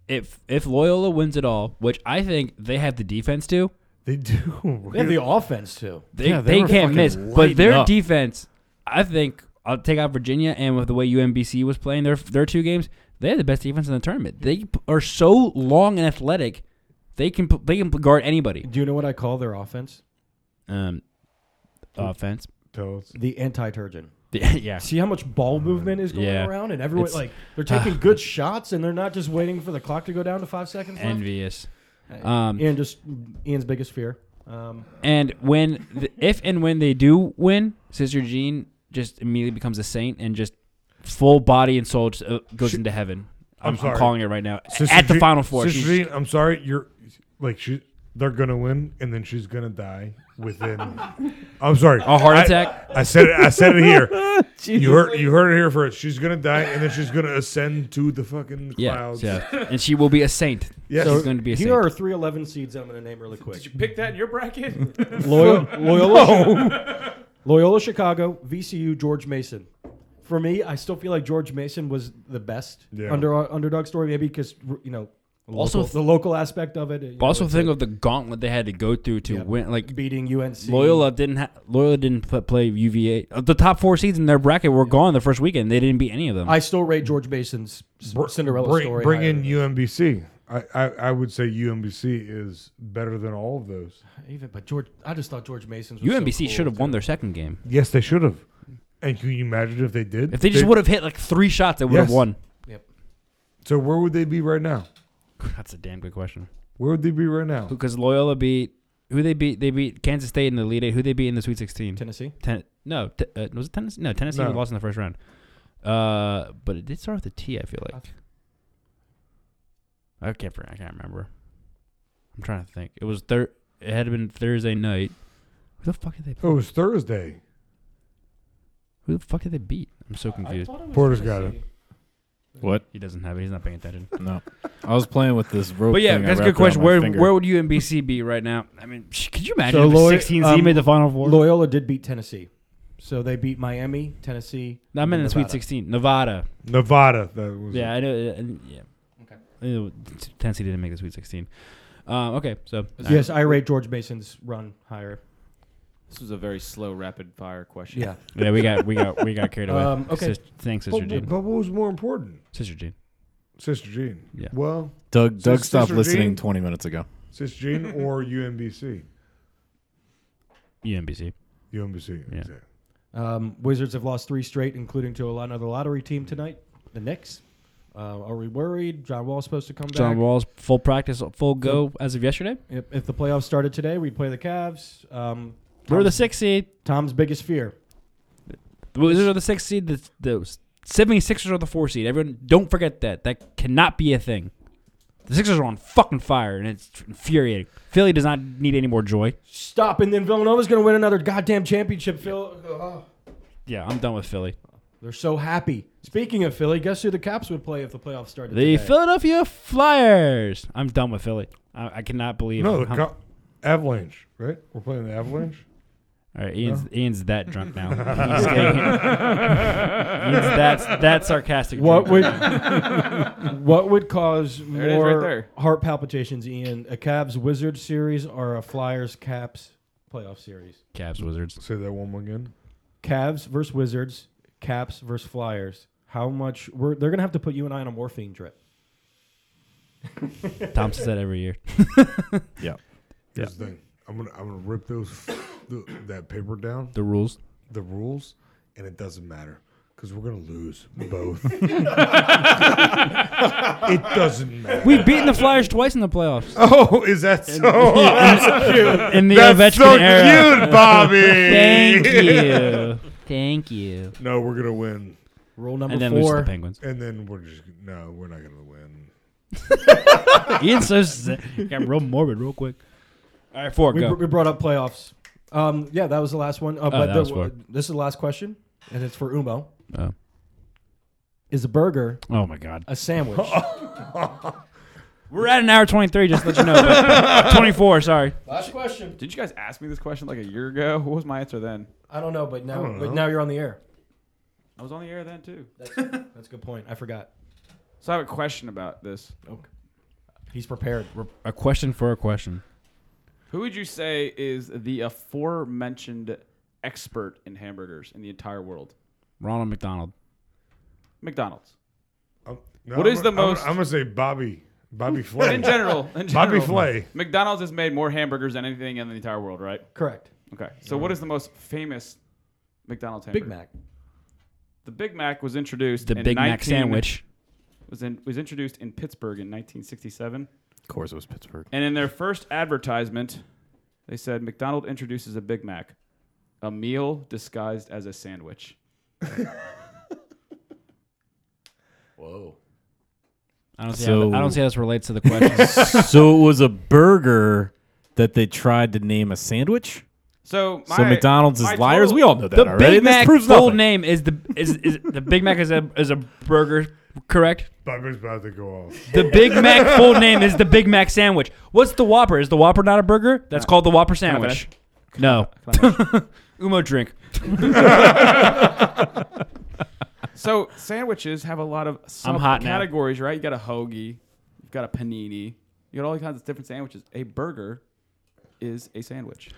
[SPEAKER 2] If if Loyola wins it all, which I think they have the defense to,
[SPEAKER 3] they do.
[SPEAKER 4] They have the offense too.
[SPEAKER 2] They, they, can't miss, but their defense. I think I'll take out Virginia, and with the way UMBC was playing their their two games, They had the best defense in the tournament. They p- are so long and athletic. They can p- they can guard anybody.
[SPEAKER 4] Do you know what I call their offense?
[SPEAKER 2] Um, offense.
[SPEAKER 3] Toes.
[SPEAKER 4] The anti-turgid.
[SPEAKER 2] The- yeah.
[SPEAKER 4] See how much ball movement is going
[SPEAKER 2] Yeah.
[SPEAKER 4] around, and everyone
[SPEAKER 2] It's-
[SPEAKER 4] like they're taking good shots, and they're not just waiting for the clock to go down to five seconds. left.
[SPEAKER 2] Envious.
[SPEAKER 4] Um,
[SPEAKER 2] Um,
[SPEAKER 4] Ian just Ian's biggest fear. Um,
[SPEAKER 2] And when, the, if and when they do win, Sister Jean just immediately becomes a saint and just full body and soul just, uh, goes into heaven. I'm, I'm calling it right now. A-
[SPEAKER 3] Sister
[SPEAKER 2] At the
[SPEAKER 3] Jean-
[SPEAKER 2] final four,
[SPEAKER 3] Sister
[SPEAKER 2] she's-
[SPEAKER 3] Jean, I'm sorry, you're like she. They're gonna win, and then she's gonna die within. I'm sorry,
[SPEAKER 2] A heart
[SPEAKER 3] I-
[SPEAKER 2] attack?
[SPEAKER 3] I, said it. I said it here.
[SPEAKER 2] Jesus.
[SPEAKER 3] you heard. You heard it here first. She's gonna die, and then she's gonna ascend to the fucking
[SPEAKER 2] yeah,
[SPEAKER 3] clouds.
[SPEAKER 2] yeah, and she will be a saint.
[SPEAKER 3] Yes.
[SPEAKER 2] she's going to be a
[SPEAKER 4] here
[SPEAKER 2] saint.
[SPEAKER 4] are three eleven seeds I'm going to name really quick.
[SPEAKER 1] Did you pick that in your bracket?
[SPEAKER 4] Loyal, Loyola,
[SPEAKER 1] No.
[SPEAKER 4] Loyola Chicago, VCU, George Mason. For me, I still feel like George Mason was the best
[SPEAKER 2] Yeah.
[SPEAKER 4] under underdog story, maybe because you know
[SPEAKER 2] Also
[SPEAKER 4] also
[SPEAKER 2] th-
[SPEAKER 4] the local aspect of it. you know,
[SPEAKER 2] But also
[SPEAKER 4] it's
[SPEAKER 2] think
[SPEAKER 4] a-
[SPEAKER 2] of the gauntlet they had to go through to win, like
[SPEAKER 4] beating UNC.
[SPEAKER 2] Loyola didn't ha- Loyola didn't pl- play UVA. Uh, The top four seeds in their bracket were gone the first weekend. They didn't beat any of them.
[SPEAKER 4] I still rate George Mason's s- Cinderella
[SPEAKER 3] bring,
[SPEAKER 4] story.
[SPEAKER 3] Bring
[SPEAKER 4] higher.
[SPEAKER 3] in UMBC. I, I, I would say UMBC is better than all of those.
[SPEAKER 4] even, but George, I just thought George Mason's. Was
[SPEAKER 2] UMBC
[SPEAKER 4] so cool,
[SPEAKER 2] should have
[SPEAKER 4] too.
[SPEAKER 2] won their second game.
[SPEAKER 3] Yes, they should have. And can you imagine if they did?
[SPEAKER 2] If they just would have hit like three shots, they would have
[SPEAKER 3] Yes.
[SPEAKER 2] won.
[SPEAKER 3] So where would they be right now?
[SPEAKER 2] That's a damn good question.
[SPEAKER 3] Where would they be right now?
[SPEAKER 2] Because Loyola beat who they beat? They beat Kansas State in the lead eight. Who they beat in the Sweet Sixteen?
[SPEAKER 4] Tennessee.
[SPEAKER 2] Ten, no, t- uh, was it Tennessee? No, Tennessee
[SPEAKER 3] No.
[SPEAKER 2] lost in the first round. Uh, but it did start with a T. I feel like. I can't. fr- I can't remember. I'm trying to think. It was thir- It had been Thursday night. Who the fuck did they?
[SPEAKER 3] Oh, it was Thursday.
[SPEAKER 2] Who the fuck did they beat? I'm so confused.
[SPEAKER 3] Porter's got it.
[SPEAKER 8] What?
[SPEAKER 2] He doesn't have it. He's not paying attention.
[SPEAKER 8] No. I was playing with this rope.
[SPEAKER 2] But yeah,
[SPEAKER 8] thing I
[SPEAKER 2] that's a
[SPEAKER 8] wrapped
[SPEAKER 2] good question.
[SPEAKER 8] around my
[SPEAKER 2] Where
[SPEAKER 8] finger.
[SPEAKER 2] where would UMBC be right now? I mean, sh- could you imagine
[SPEAKER 4] So
[SPEAKER 2] if
[SPEAKER 4] Loy-
[SPEAKER 2] a 16 seed
[SPEAKER 4] um,
[SPEAKER 2] made the final four?
[SPEAKER 4] Loyola did beat Tennessee, so they beat Miami, Tennessee.
[SPEAKER 2] No, I'm in the Sweet
[SPEAKER 4] Nevada.
[SPEAKER 2] 16. Nevada.
[SPEAKER 3] Nevada. That was
[SPEAKER 2] Yeah, I know. uh, and- yeah. Okay. Tennessee didn't make the Sweet 16. Um, okay, so
[SPEAKER 4] Yes, I rate George Mason's run higher.
[SPEAKER 1] This was a very slow, rapid fire question.
[SPEAKER 4] Yeah.
[SPEAKER 2] yeah, we got we got we got carried away.
[SPEAKER 4] Um, okay.
[SPEAKER 2] Sis- thanks,
[SPEAKER 3] But,
[SPEAKER 2] Sister
[SPEAKER 3] but
[SPEAKER 2] Jean.
[SPEAKER 3] what was more important?
[SPEAKER 2] Sister Jean.
[SPEAKER 3] Sister Jean.
[SPEAKER 2] Yeah.
[SPEAKER 3] Well,
[SPEAKER 8] Doug,
[SPEAKER 3] Sis-
[SPEAKER 8] Doug stopped
[SPEAKER 3] Sister
[SPEAKER 8] listening
[SPEAKER 3] Jean-
[SPEAKER 8] 20 minutes ago.
[SPEAKER 3] Sister Jean or UMBC?
[SPEAKER 2] UMBC.
[SPEAKER 3] UMBC. exactly.
[SPEAKER 4] Um, Wizards have lost three straight, including to a- another lottery team tonight, the Knicks. Uh, are we worried? John Wall's supposed to come back.
[SPEAKER 2] John Wall's full practice, full go as of yesterday.
[SPEAKER 4] If, if the playoffs started today, we'd play the Cavs. Um,
[SPEAKER 2] We're the
[SPEAKER 4] Tom's-
[SPEAKER 2] sixth seed.
[SPEAKER 4] Tom's biggest fear.
[SPEAKER 2] The Wizards are the sixth seed. The, the 76ers are the four seed. Everyone, don't forget that. That cannot be a thing. The Sixers are on fucking fire, and it's infuriating. Philly does not need any more joy.
[SPEAKER 4] Stop, and then Villanova's going to win another goddamn championship. Phil, Ugh.
[SPEAKER 2] Yeah, I'm done with Philly.
[SPEAKER 4] they're so happy. Speaking of Philly, guess who the Caps would play if the playoffs started?
[SPEAKER 2] The
[SPEAKER 4] today?
[SPEAKER 2] Philadelphia Flyers. I'm done with Philly. I, I cannot believe.
[SPEAKER 3] No, the
[SPEAKER 2] how-
[SPEAKER 3] co- Avalanche, right? We're playing the Avalanche.
[SPEAKER 2] All right, Ian's, Ian's that drunk now. He's getting, Ian's that's that sarcastic.
[SPEAKER 4] What would
[SPEAKER 2] drunk.
[SPEAKER 4] what would cause
[SPEAKER 1] it is
[SPEAKER 4] more
[SPEAKER 1] right there.
[SPEAKER 4] heart palpitations, Ian? A Cavs Wizards series or a Flyers Caps playoff series?
[SPEAKER 2] Cavs Wizards?
[SPEAKER 3] Say that one more again.
[SPEAKER 4] Cavs versus Wizards, Caps versus Flyers. How much? We're, they're gonna have to put you and I on a morphine drip.
[SPEAKER 2] Thompson said every year.
[SPEAKER 8] yeah.
[SPEAKER 3] Here's the thing. I'm gonna I'm gonna rip those the, that paper down.
[SPEAKER 2] The rules.
[SPEAKER 3] The rules, and it doesn't matter because we're gonna lose both. it doesn't matter.
[SPEAKER 2] We've beaten the Flyers twice in the playoffs.
[SPEAKER 3] Oh, is that so?
[SPEAKER 2] Yeah, in- in the Ovechkin
[SPEAKER 3] That's so
[SPEAKER 2] era.
[SPEAKER 3] cute, Bobby.
[SPEAKER 2] Thank you. Thank you.
[SPEAKER 3] No, we're gonna win.
[SPEAKER 4] Rule number
[SPEAKER 2] And then lose to
[SPEAKER 4] four.
[SPEAKER 2] the Penguins.
[SPEAKER 3] And then we're just no, we're not gonna win.
[SPEAKER 2] Ian's so sick. got real morbid real quick. All right, four
[SPEAKER 4] we,
[SPEAKER 2] go. Oh,
[SPEAKER 4] br- we brought up playoffs. Um, yeah, that was the last one. Uh, but
[SPEAKER 2] that
[SPEAKER 4] the-
[SPEAKER 2] was four.
[SPEAKER 4] this is the last question, and it's for Umo.
[SPEAKER 2] Oh.
[SPEAKER 4] Is a burger
[SPEAKER 2] Oh my God.
[SPEAKER 4] a sandwich?
[SPEAKER 2] We're at an hour twenty three. Just to let you know. but- twenty four. Sorry.
[SPEAKER 4] last question.
[SPEAKER 1] Did you guys ask me this question like a year ago? What was my answer then?
[SPEAKER 4] I don't know, but now
[SPEAKER 3] don't
[SPEAKER 4] but
[SPEAKER 3] know.
[SPEAKER 4] now you're on the air.
[SPEAKER 1] I was on the air then too.
[SPEAKER 4] That's a good point. I forgot.
[SPEAKER 1] So I have a question about this.
[SPEAKER 4] He's prepared.
[SPEAKER 2] A question for a question.
[SPEAKER 1] Who would you say is the aforementioned expert in hamburgers in the entire world?
[SPEAKER 2] Ronald McDonald.
[SPEAKER 1] McDonald's.
[SPEAKER 3] Um, No,
[SPEAKER 1] what
[SPEAKER 3] I'm
[SPEAKER 1] is the
[SPEAKER 3] gonna- I'm
[SPEAKER 1] most?
[SPEAKER 3] gonna- I'm gonna say Bobby. Bobby Flay.
[SPEAKER 1] in general, in
[SPEAKER 3] Bobby
[SPEAKER 1] general,
[SPEAKER 3] Flay.
[SPEAKER 1] McDonald's has made more hamburgers than anything in the entire world, right?
[SPEAKER 4] Correct.
[SPEAKER 1] Okay. So what is the most famous McDonald's hamburger?
[SPEAKER 4] Big Mac.
[SPEAKER 1] The Big Mac was introduced.
[SPEAKER 2] The
[SPEAKER 1] in
[SPEAKER 2] Big Mac
[SPEAKER 1] 19
[SPEAKER 2] sandwich.
[SPEAKER 1] was in, was introduced in Pittsburgh in 1967.
[SPEAKER 8] Of course, it was Pittsburgh.
[SPEAKER 1] And in their first advertisement, they said McDonald introduces a Big Mac, a meal disguised as a sandwich.
[SPEAKER 7] Whoa.
[SPEAKER 2] I don't see. how, I don't see how this relates to the question.
[SPEAKER 8] so it was a burger that they tried to name a sandwich.
[SPEAKER 1] So,
[SPEAKER 8] so
[SPEAKER 1] my-
[SPEAKER 8] McDonald's
[SPEAKER 1] my
[SPEAKER 8] is liars.
[SPEAKER 1] total-
[SPEAKER 8] we all know that
[SPEAKER 2] the
[SPEAKER 8] already.
[SPEAKER 2] Big
[SPEAKER 8] This
[SPEAKER 2] Mac
[SPEAKER 8] proves
[SPEAKER 2] full
[SPEAKER 8] nothing.
[SPEAKER 2] name is the is, is the Big Mac is a is a burger, correct?
[SPEAKER 3] Bobby's about to go off.
[SPEAKER 2] The Big Mac full name is the Big Mac sandwich. What's the Whopper? Is the Whopper not a burger? That's called the Whopper
[SPEAKER 1] Can I
[SPEAKER 2] sandwich. No. Umo drink.
[SPEAKER 1] So sandwiches have a lot of
[SPEAKER 2] I'm hot now.
[SPEAKER 1] categories, right? You got a hoagie, you've got a panini, you got all kinds of different sandwiches. A burger is a sandwich.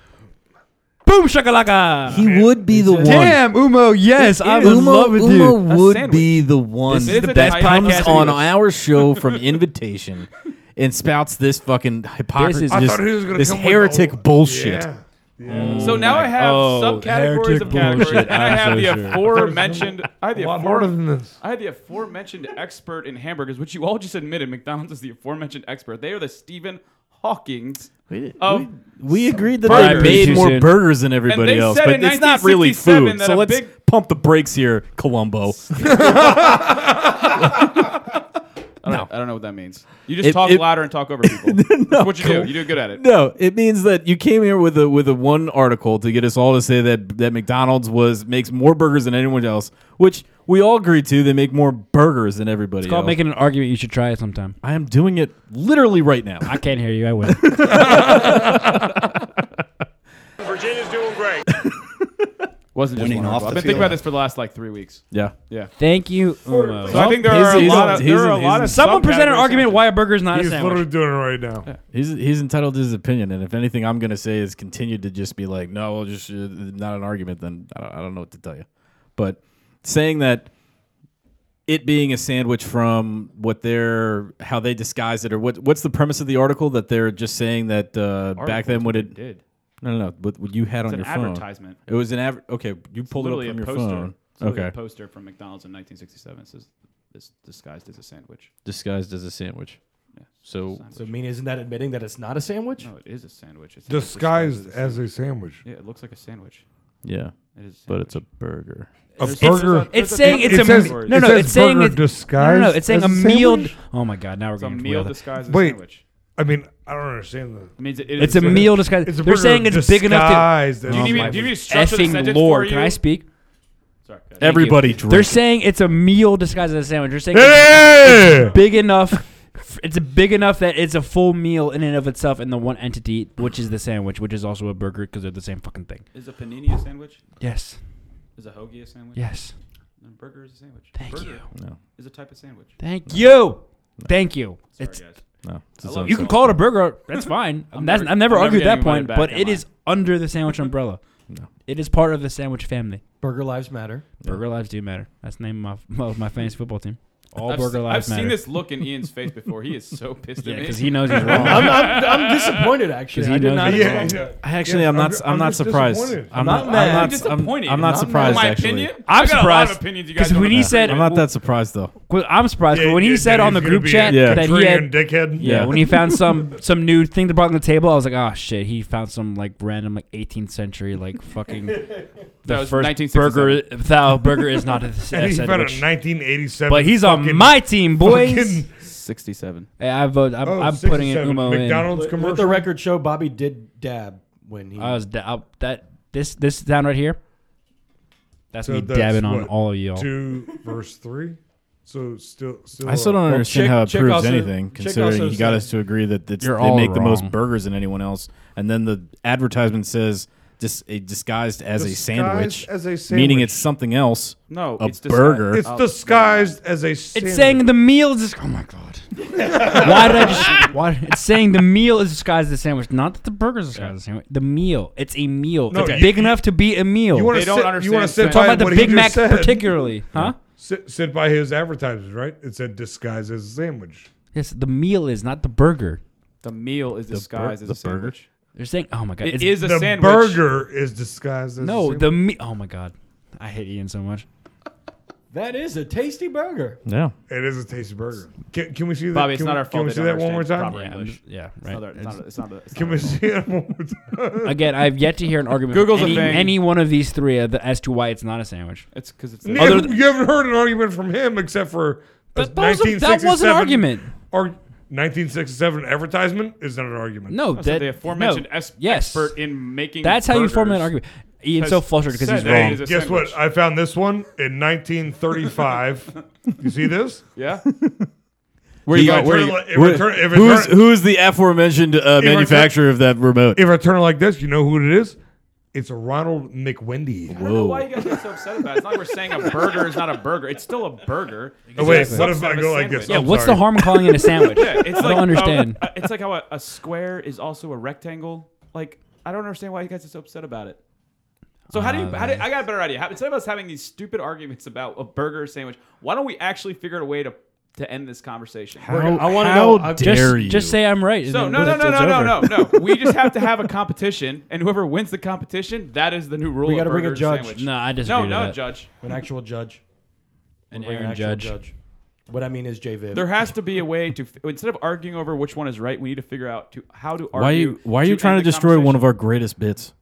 [SPEAKER 2] Boom shakalaka.
[SPEAKER 8] He would be the one.
[SPEAKER 2] Damn, Umo, yes, I'm in love with you.
[SPEAKER 8] Umo would be the one
[SPEAKER 2] This is the
[SPEAKER 8] that
[SPEAKER 2] best
[SPEAKER 8] comes
[SPEAKER 2] podcast
[SPEAKER 8] on
[SPEAKER 2] in the-
[SPEAKER 8] our show from invitation and spouts this fucking hypocrisy,
[SPEAKER 2] is-
[SPEAKER 8] this,
[SPEAKER 2] I thought he was gonna
[SPEAKER 8] this
[SPEAKER 2] come with the-
[SPEAKER 8] heretic bullshit.
[SPEAKER 3] Yeah.
[SPEAKER 2] Mm.
[SPEAKER 1] so now I have
[SPEAKER 8] Oh,
[SPEAKER 1] subcategories of categories, and I have the aforementioned. I had the
[SPEAKER 3] A lot harder than
[SPEAKER 1] aforementioned.
[SPEAKER 3] this.
[SPEAKER 1] I had the aforementioned expert in hamburgers, which you all just admitted McDonald's is the aforementioned expert. They are the Stephen Hawking's.
[SPEAKER 8] We,
[SPEAKER 1] of
[SPEAKER 8] we, we agreed that
[SPEAKER 1] burgers.
[SPEAKER 8] they made more burgers than everybody
[SPEAKER 1] Oh. and they
[SPEAKER 8] else,
[SPEAKER 1] said
[SPEAKER 8] but
[SPEAKER 1] in
[SPEAKER 8] it's not really
[SPEAKER 1] 1967
[SPEAKER 8] food.
[SPEAKER 1] that
[SPEAKER 8] So
[SPEAKER 1] a
[SPEAKER 8] let's
[SPEAKER 1] big
[SPEAKER 8] pump the brakes here, Columbo.
[SPEAKER 1] I don't, I don't know what that means. You just
[SPEAKER 8] It-
[SPEAKER 1] talk
[SPEAKER 8] it-
[SPEAKER 1] louder and talk over people. That's what you do. You do good at it.
[SPEAKER 8] No, it means that you came here with a with a one article to get us all to say that that McDonald's was makes more burgers than anyone else, which we all agree to. They make more burgers than everybody.
[SPEAKER 2] It's called
[SPEAKER 8] else.
[SPEAKER 2] making an argument. You should try it sometime.
[SPEAKER 8] I am doing it literally right now.
[SPEAKER 2] I can't hear you. I will.
[SPEAKER 9] Virginia's doing great.
[SPEAKER 1] Wasn't just
[SPEAKER 8] Winning
[SPEAKER 1] one
[SPEAKER 8] off
[SPEAKER 1] article.
[SPEAKER 8] the
[SPEAKER 1] I've been thinking
[SPEAKER 8] field.
[SPEAKER 1] about this for the last like three weeks.
[SPEAKER 8] Yeah.
[SPEAKER 1] yeah.
[SPEAKER 2] Thank you,
[SPEAKER 8] Oh.
[SPEAKER 2] Umo.
[SPEAKER 1] So I think there are a lot of there are a lot of
[SPEAKER 2] Someone present an
[SPEAKER 1] subcategories.
[SPEAKER 2] argument why a burger is not
[SPEAKER 3] He's
[SPEAKER 2] a sandwich.
[SPEAKER 3] literally doing it right now.
[SPEAKER 8] He's, he's entitled to his opinion, and if anything, I'm going to say is continue to just be like, no, well, just uh, not an argument. Then I don't, I don't know what to tell you. But saying that it being a sandwich from what they're how they disguise it, or what what's the premise of the article that they're just saying that uh, back
[SPEAKER 1] Article is
[SPEAKER 8] then
[SPEAKER 1] what
[SPEAKER 8] what
[SPEAKER 1] we
[SPEAKER 8] it
[SPEAKER 1] did.
[SPEAKER 8] No, no, no. What, what you had
[SPEAKER 1] It's
[SPEAKER 8] on
[SPEAKER 1] an
[SPEAKER 8] your phone?
[SPEAKER 1] advertisement.
[SPEAKER 8] It was an adver- Okay, you
[SPEAKER 1] It's
[SPEAKER 8] pulled it up
[SPEAKER 1] literally
[SPEAKER 8] from
[SPEAKER 1] a
[SPEAKER 8] your
[SPEAKER 1] poster.
[SPEAKER 8] phone.
[SPEAKER 1] It's literally
[SPEAKER 8] okay,
[SPEAKER 1] a poster from McDonald's in 1967 It says this disguised as a sandwich.
[SPEAKER 8] disguised as a sandwich. So
[SPEAKER 4] So, I mean, isn't that admitting that it's not a sandwich?
[SPEAKER 1] No, it is a sandwich. It's
[SPEAKER 3] Disguised as a sandwich.
[SPEAKER 1] Yeah, it looks like a sandwich.
[SPEAKER 8] yeah,
[SPEAKER 1] It is
[SPEAKER 8] but it's a burger.
[SPEAKER 3] A
[SPEAKER 2] It's,
[SPEAKER 1] There's-
[SPEAKER 3] burger.
[SPEAKER 2] it's saying it's
[SPEAKER 3] it
[SPEAKER 2] a
[SPEAKER 3] says,
[SPEAKER 2] no
[SPEAKER 3] it
[SPEAKER 2] no.
[SPEAKER 3] says
[SPEAKER 2] it's saying
[SPEAKER 3] burger
[SPEAKER 2] it's,
[SPEAKER 3] disguised.
[SPEAKER 2] No, no, no, it's saying
[SPEAKER 3] as
[SPEAKER 2] a, meal.
[SPEAKER 3] sandwich?
[SPEAKER 2] Oh my god! Now we're
[SPEAKER 1] It's a
[SPEAKER 2] going to
[SPEAKER 1] meal
[SPEAKER 2] the-
[SPEAKER 1] disguised as a
[SPEAKER 3] Wait.
[SPEAKER 1] sandwich.
[SPEAKER 3] I mean, I don't understand the.
[SPEAKER 1] It means it, it
[SPEAKER 2] It's
[SPEAKER 1] is
[SPEAKER 2] a meal disguised.
[SPEAKER 3] It's a
[SPEAKER 2] They're
[SPEAKER 3] burger
[SPEAKER 2] saying it's big enough
[SPEAKER 3] disguised
[SPEAKER 2] to.
[SPEAKER 3] as
[SPEAKER 1] Do you need
[SPEAKER 3] a
[SPEAKER 1] me-
[SPEAKER 3] sandwich.
[SPEAKER 1] do you need me to structure the
[SPEAKER 2] effing
[SPEAKER 1] sentence
[SPEAKER 2] lord!
[SPEAKER 1] for
[SPEAKER 2] Can
[SPEAKER 1] you?
[SPEAKER 2] I speak?
[SPEAKER 1] Sorry, go ahead.
[SPEAKER 8] Everybody drinks.
[SPEAKER 2] They're saying it's a meal disguised as a sandwich. They're saying
[SPEAKER 3] Hey!
[SPEAKER 2] it's big enough. It's big enough that it's a full meal in and of itself in the one entity, which is the sandwich, which is also a burger because they're the same fucking thing.
[SPEAKER 1] Is a panini a sandwich?
[SPEAKER 2] Yes.
[SPEAKER 1] Is a hoagie a sandwich?
[SPEAKER 2] Yes.
[SPEAKER 1] And a burger is a sandwich.
[SPEAKER 2] Thank
[SPEAKER 1] burger
[SPEAKER 2] you.
[SPEAKER 8] No.
[SPEAKER 1] Is a type of sandwich.
[SPEAKER 2] Thank you. Thank you.
[SPEAKER 1] Sorry,
[SPEAKER 2] It's-
[SPEAKER 1] guys.
[SPEAKER 8] No, it's
[SPEAKER 1] I
[SPEAKER 8] its
[SPEAKER 1] love
[SPEAKER 8] own
[SPEAKER 2] you can
[SPEAKER 8] sandwich.
[SPEAKER 2] call it a burger. That's fine. I'm, that's,
[SPEAKER 1] never-
[SPEAKER 2] I'm never
[SPEAKER 1] I'm never
[SPEAKER 2] argued
[SPEAKER 1] getting
[SPEAKER 2] that
[SPEAKER 1] my money
[SPEAKER 2] point,
[SPEAKER 1] back,
[SPEAKER 2] but
[SPEAKER 1] am
[SPEAKER 2] it
[SPEAKER 1] I?
[SPEAKER 2] is under the sandwich umbrella.
[SPEAKER 8] No.
[SPEAKER 2] It is part of the sandwich family.
[SPEAKER 4] Burger lives matter.
[SPEAKER 2] Burger lives do matter. That's the name of my, of my fantasy football team. All
[SPEAKER 1] I've
[SPEAKER 2] burger
[SPEAKER 1] se-
[SPEAKER 2] lives
[SPEAKER 1] I've
[SPEAKER 2] matter.
[SPEAKER 1] seen this look in Ian's face before. He is so pissed
[SPEAKER 2] yeah,
[SPEAKER 1] at me.
[SPEAKER 2] because he knows he's wrong.
[SPEAKER 4] I'm, I'm, I'm disappointed,
[SPEAKER 2] 'Cause
[SPEAKER 4] actually.
[SPEAKER 2] he
[SPEAKER 4] I did
[SPEAKER 2] knows
[SPEAKER 4] not.
[SPEAKER 2] he's
[SPEAKER 3] Yeah,
[SPEAKER 2] wrong.
[SPEAKER 3] yeah.
[SPEAKER 8] I actually,
[SPEAKER 3] Yeah,
[SPEAKER 8] I'm not.
[SPEAKER 3] ju-
[SPEAKER 8] I'm, not
[SPEAKER 3] just
[SPEAKER 8] surprised.
[SPEAKER 3] disappointed.
[SPEAKER 8] I'm
[SPEAKER 4] not
[SPEAKER 8] not.
[SPEAKER 4] mad.
[SPEAKER 8] I'm
[SPEAKER 1] I'm
[SPEAKER 8] not. I'm,
[SPEAKER 1] disappointed.
[SPEAKER 8] I'm not
[SPEAKER 4] Not mad.
[SPEAKER 8] surprised.
[SPEAKER 1] my
[SPEAKER 8] actually.
[SPEAKER 1] opinion.
[SPEAKER 2] I'm
[SPEAKER 1] I got a lot of
[SPEAKER 2] surprised,
[SPEAKER 1] opinions. You guys
[SPEAKER 2] Because
[SPEAKER 1] don't
[SPEAKER 2] when he
[SPEAKER 1] have.
[SPEAKER 2] said,
[SPEAKER 8] I'm not that surprised though.
[SPEAKER 2] Well, I'm surprised.
[SPEAKER 3] Yeah,
[SPEAKER 2] but when he
[SPEAKER 3] yeah,
[SPEAKER 2] said
[SPEAKER 3] yeah,
[SPEAKER 2] on the
[SPEAKER 3] he's gonna
[SPEAKER 2] group
[SPEAKER 3] be
[SPEAKER 2] chat
[SPEAKER 3] a
[SPEAKER 8] Yeah.
[SPEAKER 2] that he
[SPEAKER 3] Contrarian
[SPEAKER 2] had,
[SPEAKER 3] dickhead.
[SPEAKER 2] yeah,
[SPEAKER 8] Yeah.
[SPEAKER 2] when he found some some new thing to brought on the table, I was like, oh shit, he found some like random like 18th century like fucking the
[SPEAKER 1] That was
[SPEAKER 2] first
[SPEAKER 1] 1967.
[SPEAKER 2] burger. Thou burger is not a, s-
[SPEAKER 3] And
[SPEAKER 2] a
[SPEAKER 3] he found a
[SPEAKER 2] sandwich.
[SPEAKER 3] 1987.
[SPEAKER 2] But he's on
[SPEAKER 3] fucking-
[SPEAKER 2] my team, boys.
[SPEAKER 3] fucking-
[SPEAKER 1] 67.
[SPEAKER 2] Hey, I vote. I'm,
[SPEAKER 3] oh,
[SPEAKER 2] I'm putting in
[SPEAKER 3] 67
[SPEAKER 2] Umo
[SPEAKER 3] McDonald's
[SPEAKER 4] Let,
[SPEAKER 3] commercial.
[SPEAKER 4] let the record show Bobby did dab when he.
[SPEAKER 2] in. I was da- I- that this this sound right here. That's
[SPEAKER 3] So
[SPEAKER 2] me
[SPEAKER 3] that's
[SPEAKER 2] dabbing on
[SPEAKER 3] what,
[SPEAKER 2] all of y'all.
[SPEAKER 3] Two verse three. So still, still.
[SPEAKER 8] I still don't
[SPEAKER 3] uh,
[SPEAKER 8] understand
[SPEAKER 4] Chick-
[SPEAKER 8] how it
[SPEAKER 4] Chick
[SPEAKER 8] proves
[SPEAKER 4] also-
[SPEAKER 8] anything,
[SPEAKER 4] Chick
[SPEAKER 8] considering
[SPEAKER 4] also
[SPEAKER 8] he got
[SPEAKER 4] said-
[SPEAKER 8] us to agree that it's, they
[SPEAKER 2] You're all
[SPEAKER 8] make the most
[SPEAKER 2] wrong.
[SPEAKER 8] burgers than anyone else, and then the advertisement says dis- a disguised as a
[SPEAKER 3] Disguised
[SPEAKER 8] sandwich,
[SPEAKER 3] as a
[SPEAKER 8] meaning
[SPEAKER 3] sandwich.
[SPEAKER 8] it's something else.
[SPEAKER 1] No,
[SPEAKER 8] a
[SPEAKER 1] it's disguised.
[SPEAKER 8] burger.
[SPEAKER 3] It's disguised as a. Sandwich.
[SPEAKER 2] It's saying the meal is. Oh my god. why did I just? Why? It's saying the meal is disguised as a sandwich, not that the burger is disguised as a sandwich. The meal. It's a meal.
[SPEAKER 3] No,
[SPEAKER 2] it's
[SPEAKER 3] you-
[SPEAKER 2] big
[SPEAKER 3] you-
[SPEAKER 2] enough to be a meal.
[SPEAKER 3] You want
[SPEAKER 1] They
[SPEAKER 3] to
[SPEAKER 1] don't
[SPEAKER 3] sit,
[SPEAKER 1] understand
[SPEAKER 3] You want to
[SPEAKER 1] sandwich.
[SPEAKER 3] sit
[SPEAKER 2] Talking
[SPEAKER 3] by
[SPEAKER 2] about the
[SPEAKER 3] what he
[SPEAKER 2] Big
[SPEAKER 3] just
[SPEAKER 2] Mac
[SPEAKER 3] said.
[SPEAKER 2] particularly, huh?
[SPEAKER 3] Sit, sit by his advertisements, right? It said disguised as a sandwich.
[SPEAKER 2] Yes, the meal is not the burger.
[SPEAKER 1] The meal is disguised as a sandwich.
[SPEAKER 2] They're saying, "Oh my god,
[SPEAKER 1] It
[SPEAKER 2] it's-
[SPEAKER 1] is a
[SPEAKER 3] The
[SPEAKER 1] sandwich.
[SPEAKER 3] burger is disguised as a
[SPEAKER 2] no,
[SPEAKER 3] sandwich.
[SPEAKER 2] the meat. Oh my god, I hate Ian so much.
[SPEAKER 4] That is a tasty burger.
[SPEAKER 2] Yeah.
[SPEAKER 3] It is a tasty burger. Can, can we see that?
[SPEAKER 1] Bobby, it's
[SPEAKER 3] can
[SPEAKER 1] not
[SPEAKER 3] we,
[SPEAKER 1] our
[SPEAKER 3] Can
[SPEAKER 1] fault.
[SPEAKER 3] we
[SPEAKER 1] they
[SPEAKER 3] see
[SPEAKER 1] don't
[SPEAKER 3] that one more
[SPEAKER 1] understand
[SPEAKER 3] time?
[SPEAKER 1] proper English.
[SPEAKER 2] yeah,
[SPEAKER 1] It's
[SPEAKER 2] right.
[SPEAKER 1] not their- it's not- it's not their- it's
[SPEAKER 3] Can
[SPEAKER 1] not
[SPEAKER 3] we
[SPEAKER 1] their fault.
[SPEAKER 3] see it one more time?
[SPEAKER 2] Again, I've yet to hear an argument.
[SPEAKER 1] Google's a
[SPEAKER 2] from any,
[SPEAKER 1] thing.
[SPEAKER 2] any one of these three of the- as to why it's not a sandwich.
[SPEAKER 1] It's because it's
[SPEAKER 3] Neither- you haven't heard an argument from him except for a
[SPEAKER 2] But that was a- that was an
[SPEAKER 3] 1967
[SPEAKER 2] argument.
[SPEAKER 3] Or 1967 advertisement is not an argument.
[SPEAKER 2] No,
[SPEAKER 1] That's
[SPEAKER 2] that
[SPEAKER 1] the aforementioned
[SPEAKER 2] no,
[SPEAKER 1] es-
[SPEAKER 2] yes.
[SPEAKER 1] expert in making
[SPEAKER 2] That's how you formulate an
[SPEAKER 1] burgers
[SPEAKER 2] argument. Ian's so
[SPEAKER 1] has
[SPEAKER 2] flustered because he's
[SPEAKER 1] said that it
[SPEAKER 2] wrong.
[SPEAKER 1] is a
[SPEAKER 3] Guess
[SPEAKER 1] sandwich.
[SPEAKER 3] what? I found this one in 1935. you see this?
[SPEAKER 1] Yeah.
[SPEAKER 8] Where you
[SPEAKER 3] If I
[SPEAKER 8] got? Where
[SPEAKER 3] turn it
[SPEAKER 8] you,
[SPEAKER 3] li- if I
[SPEAKER 8] where-
[SPEAKER 3] turn- if I
[SPEAKER 8] who's
[SPEAKER 3] turn-
[SPEAKER 8] who's the aforementioned uh,
[SPEAKER 3] If I turn-
[SPEAKER 8] manufacturer of that remote?
[SPEAKER 3] If I turn it like this, you know who it is? It's a Ronald McWendy.
[SPEAKER 1] I don't know why you guys get so upset about it. It's not like we're saying a burger is not a burger. It's still a burger.
[SPEAKER 3] Oh, wait,
[SPEAKER 1] It's a
[SPEAKER 3] what if
[SPEAKER 1] subset
[SPEAKER 3] I
[SPEAKER 1] of a
[SPEAKER 3] go like this? Oh,
[SPEAKER 1] sandwich.
[SPEAKER 2] yeah,
[SPEAKER 3] I'm
[SPEAKER 2] what's
[SPEAKER 3] sorry.
[SPEAKER 2] the harm in calling it a sandwich?
[SPEAKER 1] Yeah, it's
[SPEAKER 2] I
[SPEAKER 1] like,
[SPEAKER 2] don't understand.
[SPEAKER 1] uh, it's like how a, a square is also a rectangle. Like I don't understand why you guys are so upset about it. So how do you?
[SPEAKER 8] Uh,
[SPEAKER 2] Ah,
[SPEAKER 1] How do, I got a better idea. How, instead of us having these stupid arguments about a burger or sandwich, why don't we actually figure out a way to to end this conversation?
[SPEAKER 4] I wanna
[SPEAKER 8] how
[SPEAKER 4] know- I'm-
[SPEAKER 8] dare
[SPEAKER 2] just,
[SPEAKER 8] you?
[SPEAKER 2] just say I'm right. and
[SPEAKER 1] So
[SPEAKER 2] then
[SPEAKER 1] no no
[SPEAKER 2] it's-
[SPEAKER 1] no
[SPEAKER 2] it's
[SPEAKER 1] no no
[SPEAKER 2] over.
[SPEAKER 1] no no. We just have to have a competition, and whoever wins the competition, that is the new rule.
[SPEAKER 4] We
[SPEAKER 1] got
[SPEAKER 4] gotta
[SPEAKER 1] to
[SPEAKER 4] bring a judge.
[SPEAKER 1] Sandwich.
[SPEAKER 2] No, I disagree
[SPEAKER 1] No,
[SPEAKER 2] with
[SPEAKER 1] no
[SPEAKER 2] that.
[SPEAKER 1] judge.
[SPEAKER 4] An actual judge.
[SPEAKER 2] An
[SPEAKER 4] We're an
[SPEAKER 2] Aaron
[SPEAKER 4] actual
[SPEAKER 2] Judge.
[SPEAKER 4] What I mean is J. Viv.
[SPEAKER 1] There has to be a way to instead of arguing over which one is right, we need to figure out to how to argue.
[SPEAKER 8] Why are you Why are you trying to destroy one of our greatest bits?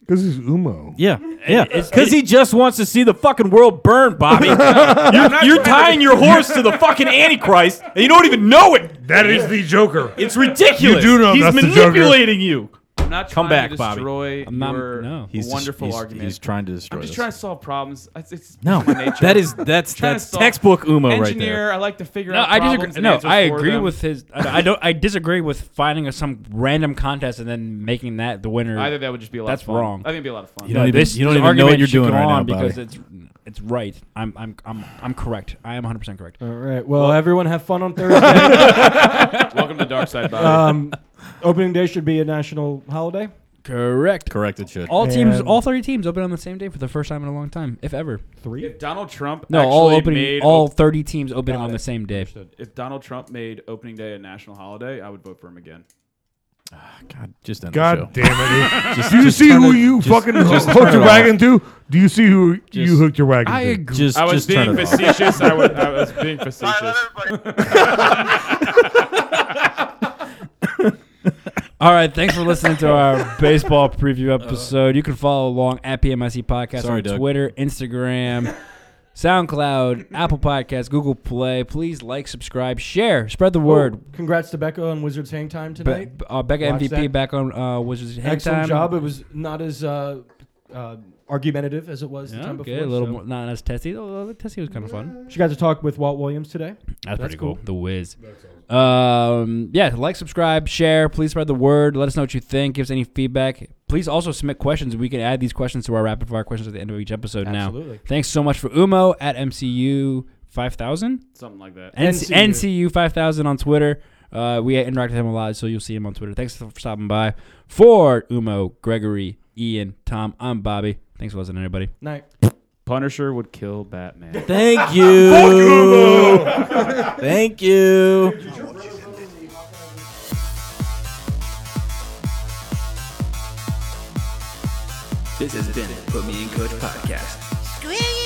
[SPEAKER 3] Because he's Umo.
[SPEAKER 8] Yeah, yeah, because he just wants to see the fucking world burn, Bobby. you're you're tying your horse to the fucking Antichrist, and you don't even know it.
[SPEAKER 3] That is the Joker.
[SPEAKER 8] It's ridiculous.
[SPEAKER 3] You do know
[SPEAKER 8] he's
[SPEAKER 3] that's the Joker.
[SPEAKER 8] manipulating you.
[SPEAKER 1] I'm not
[SPEAKER 8] Come
[SPEAKER 1] trying to
[SPEAKER 8] back, Bobby.
[SPEAKER 1] destroy
[SPEAKER 2] I'm not-
[SPEAKER 1] your
[SPEAKER 2] no.
[SPEAKER 1] wonderful argument.
[SPEAKER 8] He's trying to destroy.
[SPEAKER 1] I'm just trying to solve problems. It's, it's
[SPEAKER 8] No,
[SPEAKER 1] my nature.
[SPEAKER 8] that is- that's-
[SPEAKER 1] Trying to
[SPEAKER 8] that's
[SPEAKER 1] solve-
[SPEAKER 8] textbook Umo right
[SPEAKER 1] engineer,
[SPEAKER 8] there.
[SPEAKER 1] I like to figure
[SPEAKER 2] No,
[SPEAKER 1] out.
[SPEAKER 2] I
[SPEAKER 1] problems
[SPEAKER 2] disagree.
[SPEAKER 1] and
[SPEAKER 2] No,
[SPEAKER 1] answers
[SPEAKER 2] I
[SPEAKER 1] for
[SPEAKER 2] agree
[SPEAKER 1] them.
[SPEAKER 2] with his. I don't- I don't. I disagree with finding a, some random contest and then making that the winner.
[SPEAKER 1] Either that would just be a lot.
[SPEAKER 2] That's
[SPEAKER 1] of fun.
[SPEAKER 2] wrong.
[SPEAKER 1] I think it'd be a lot of fun.
[SPEAKER 8] You don't even-
[SPEAKER 2] this,
[SPEAKER 8] you don't
[SPEAKER 2] this
[SPEAKER 8] even know
[SPEAKER 2] argument
[SPEAKER 8] what you're
[SPEAKER 2] should
[SPEAKER 8] doing
[SPEAKER 2] go
[SPEAKER 8] right now,
[SPEAKER 2] on because
[SPEAKER 8] Bobby.
[SPEAKER 2] it's it's right. I'm I'm I'm I'm correct. I am 100 percent correct.
[SPEAKER 4] All right. Well, everyone have fun on Thursday.
[SPEAKER 1] Welcome to Dark Side, Bobby.
[SPEAKER 4] um, opening day should be a national holiday.
[SPEAKER 2] Correct.
[SPEAKER 8] Correct it should.
[SPEAKER 2] All teams,
[SPEAKER 4] And-
[SPEAKER 2] all 30 teams, open on the same day for the first time in a long time, if ever.
[SPEAKER 4] Three.
[SPEAKER 1] if Donald Trump
[SPEAKER 2] No,
[SPEAKER 1] actually
[SPEAKER 2] all opening,
[SPEAKER 1] made
[SPEAKER 2] all 30 teams opening
[SPEAKER 4] Got
[SPEAKER 2] on
[SPEAKER 4] it.
[SPEAKER 2] the same day.
[SPEAKER 1] If Donald Trump made opening day a national holiday, I would vote for him again.
[SPEAKER 8] God, just end
[SPEAKER 3] God
[SPEAKER 8] the show.
[SPEAKER 3] damn it.
[SPEAKER 8] Just-
[SPEAKER 3] Do you
[SPEAKER 8] just
[SPEAKER 3] see
[SPEAKER 8] turn
[SPEAKER 3] who
[SPEAKER 8] it-
[SPEAKER 3] you
[SPEAKER 8] just-
[SPEAKER 3] fucking
[SPEAKER 8] just
[SPEAKER 3] hooked
[SPEAKER 8] turn
[SPEAKER 3] your
[SPEAKER 8] it off.
[SPEAKER 3] wagon to? Do you see who you
[SPEAKER 8] Just-
[SPEAKER 3] hooked your wagon
[SPEAKER 2] I
[SPEAKER 3] to?
[SPEAKER 2] agree.
[SPEAKER 8] Just,
[SPEAKER 1] I was
[SPEAKER 8] just turn
[SPEAKER 1] being
[SPEAKER 8] it off.
[SPEAKER 1] facetious. I, would, I was being facetious.
[SPEAKER 2] All right, thanks for listening to our baseball preview episode. You can follow along at PMIC Podcast
[SPEAKER 8] Sorry,
[SPEAKER 2] on
[SPEAKER 8] Doug.
[SPEAKER 2] Twitter, Instagram, SoundCloud, Apple Podcasts, Google Play. Please like, subscribe, share, spread the word.
[SPEAKER 4] Oh, congrats to Becca on Wizards Hang Time
[SPEAKER 2] Be-
[SPEAKER 4] tonight.
[SPEAKER 2] uh, Becca
[SPEAKER 4] Watch
[SPEAKER 2] MVP
[SPEAKER 4] that.
[SPEAKER 2] back on uh, Wizards Hang
[SPEAKER 4] Excellent
[SPEAKER 2] Time.
[SPEAKER 4] job. It was not as uh, uh, argumentative as it was the
[SPEAKER 2] Yeah,
[SPEAKER 4] time
[SPEAKER 2] okay,
[SPEAKER 4] before.
[SPEAKER 2] a little
[SPEAKER 4] so-
[SPEAKER 2] more, not as testy. Although testy was kind of fun.
[SPEAKER 4] She got to talk with Walt Williams today.
[SPEAKER 2] That's, pretty cool.
[SPEAKER 4] cool.
[SPEAKER 2] The Wiz. Um, yeah, like, subscribe, share. Please spread the word. Let us know what you think. Give us any feedback. Please also submit questions. We can add these questions to our rapid fire questions at the end of each episode now.
[SPEAKER 4] Absolutely.
[SPEAKER 2] Thanks so much for Umo at MCU five thousand.
[SPEAKER 1] Something like that.
[SPEAKER 2] NCU,
[SPEAKER 4] NCU.
[SPEAKER 2] five thousand on Twitter. Uh, we interact with him a lot, so you'll see him on Twitter. Thanks for stopping by. For Umo, Gregory, Ian, Tom, I'm Bobby. Thanks for listening, everybody.
[SPEAKER 4] Night.
[SPEAKER 1] Punisher would kill Batman.
[SPEAKER 8] Thank you. Thank you.
[SPEAKER 10] This has been a Put Me in Coach podcast.
[SPEAKER 11] Screw you.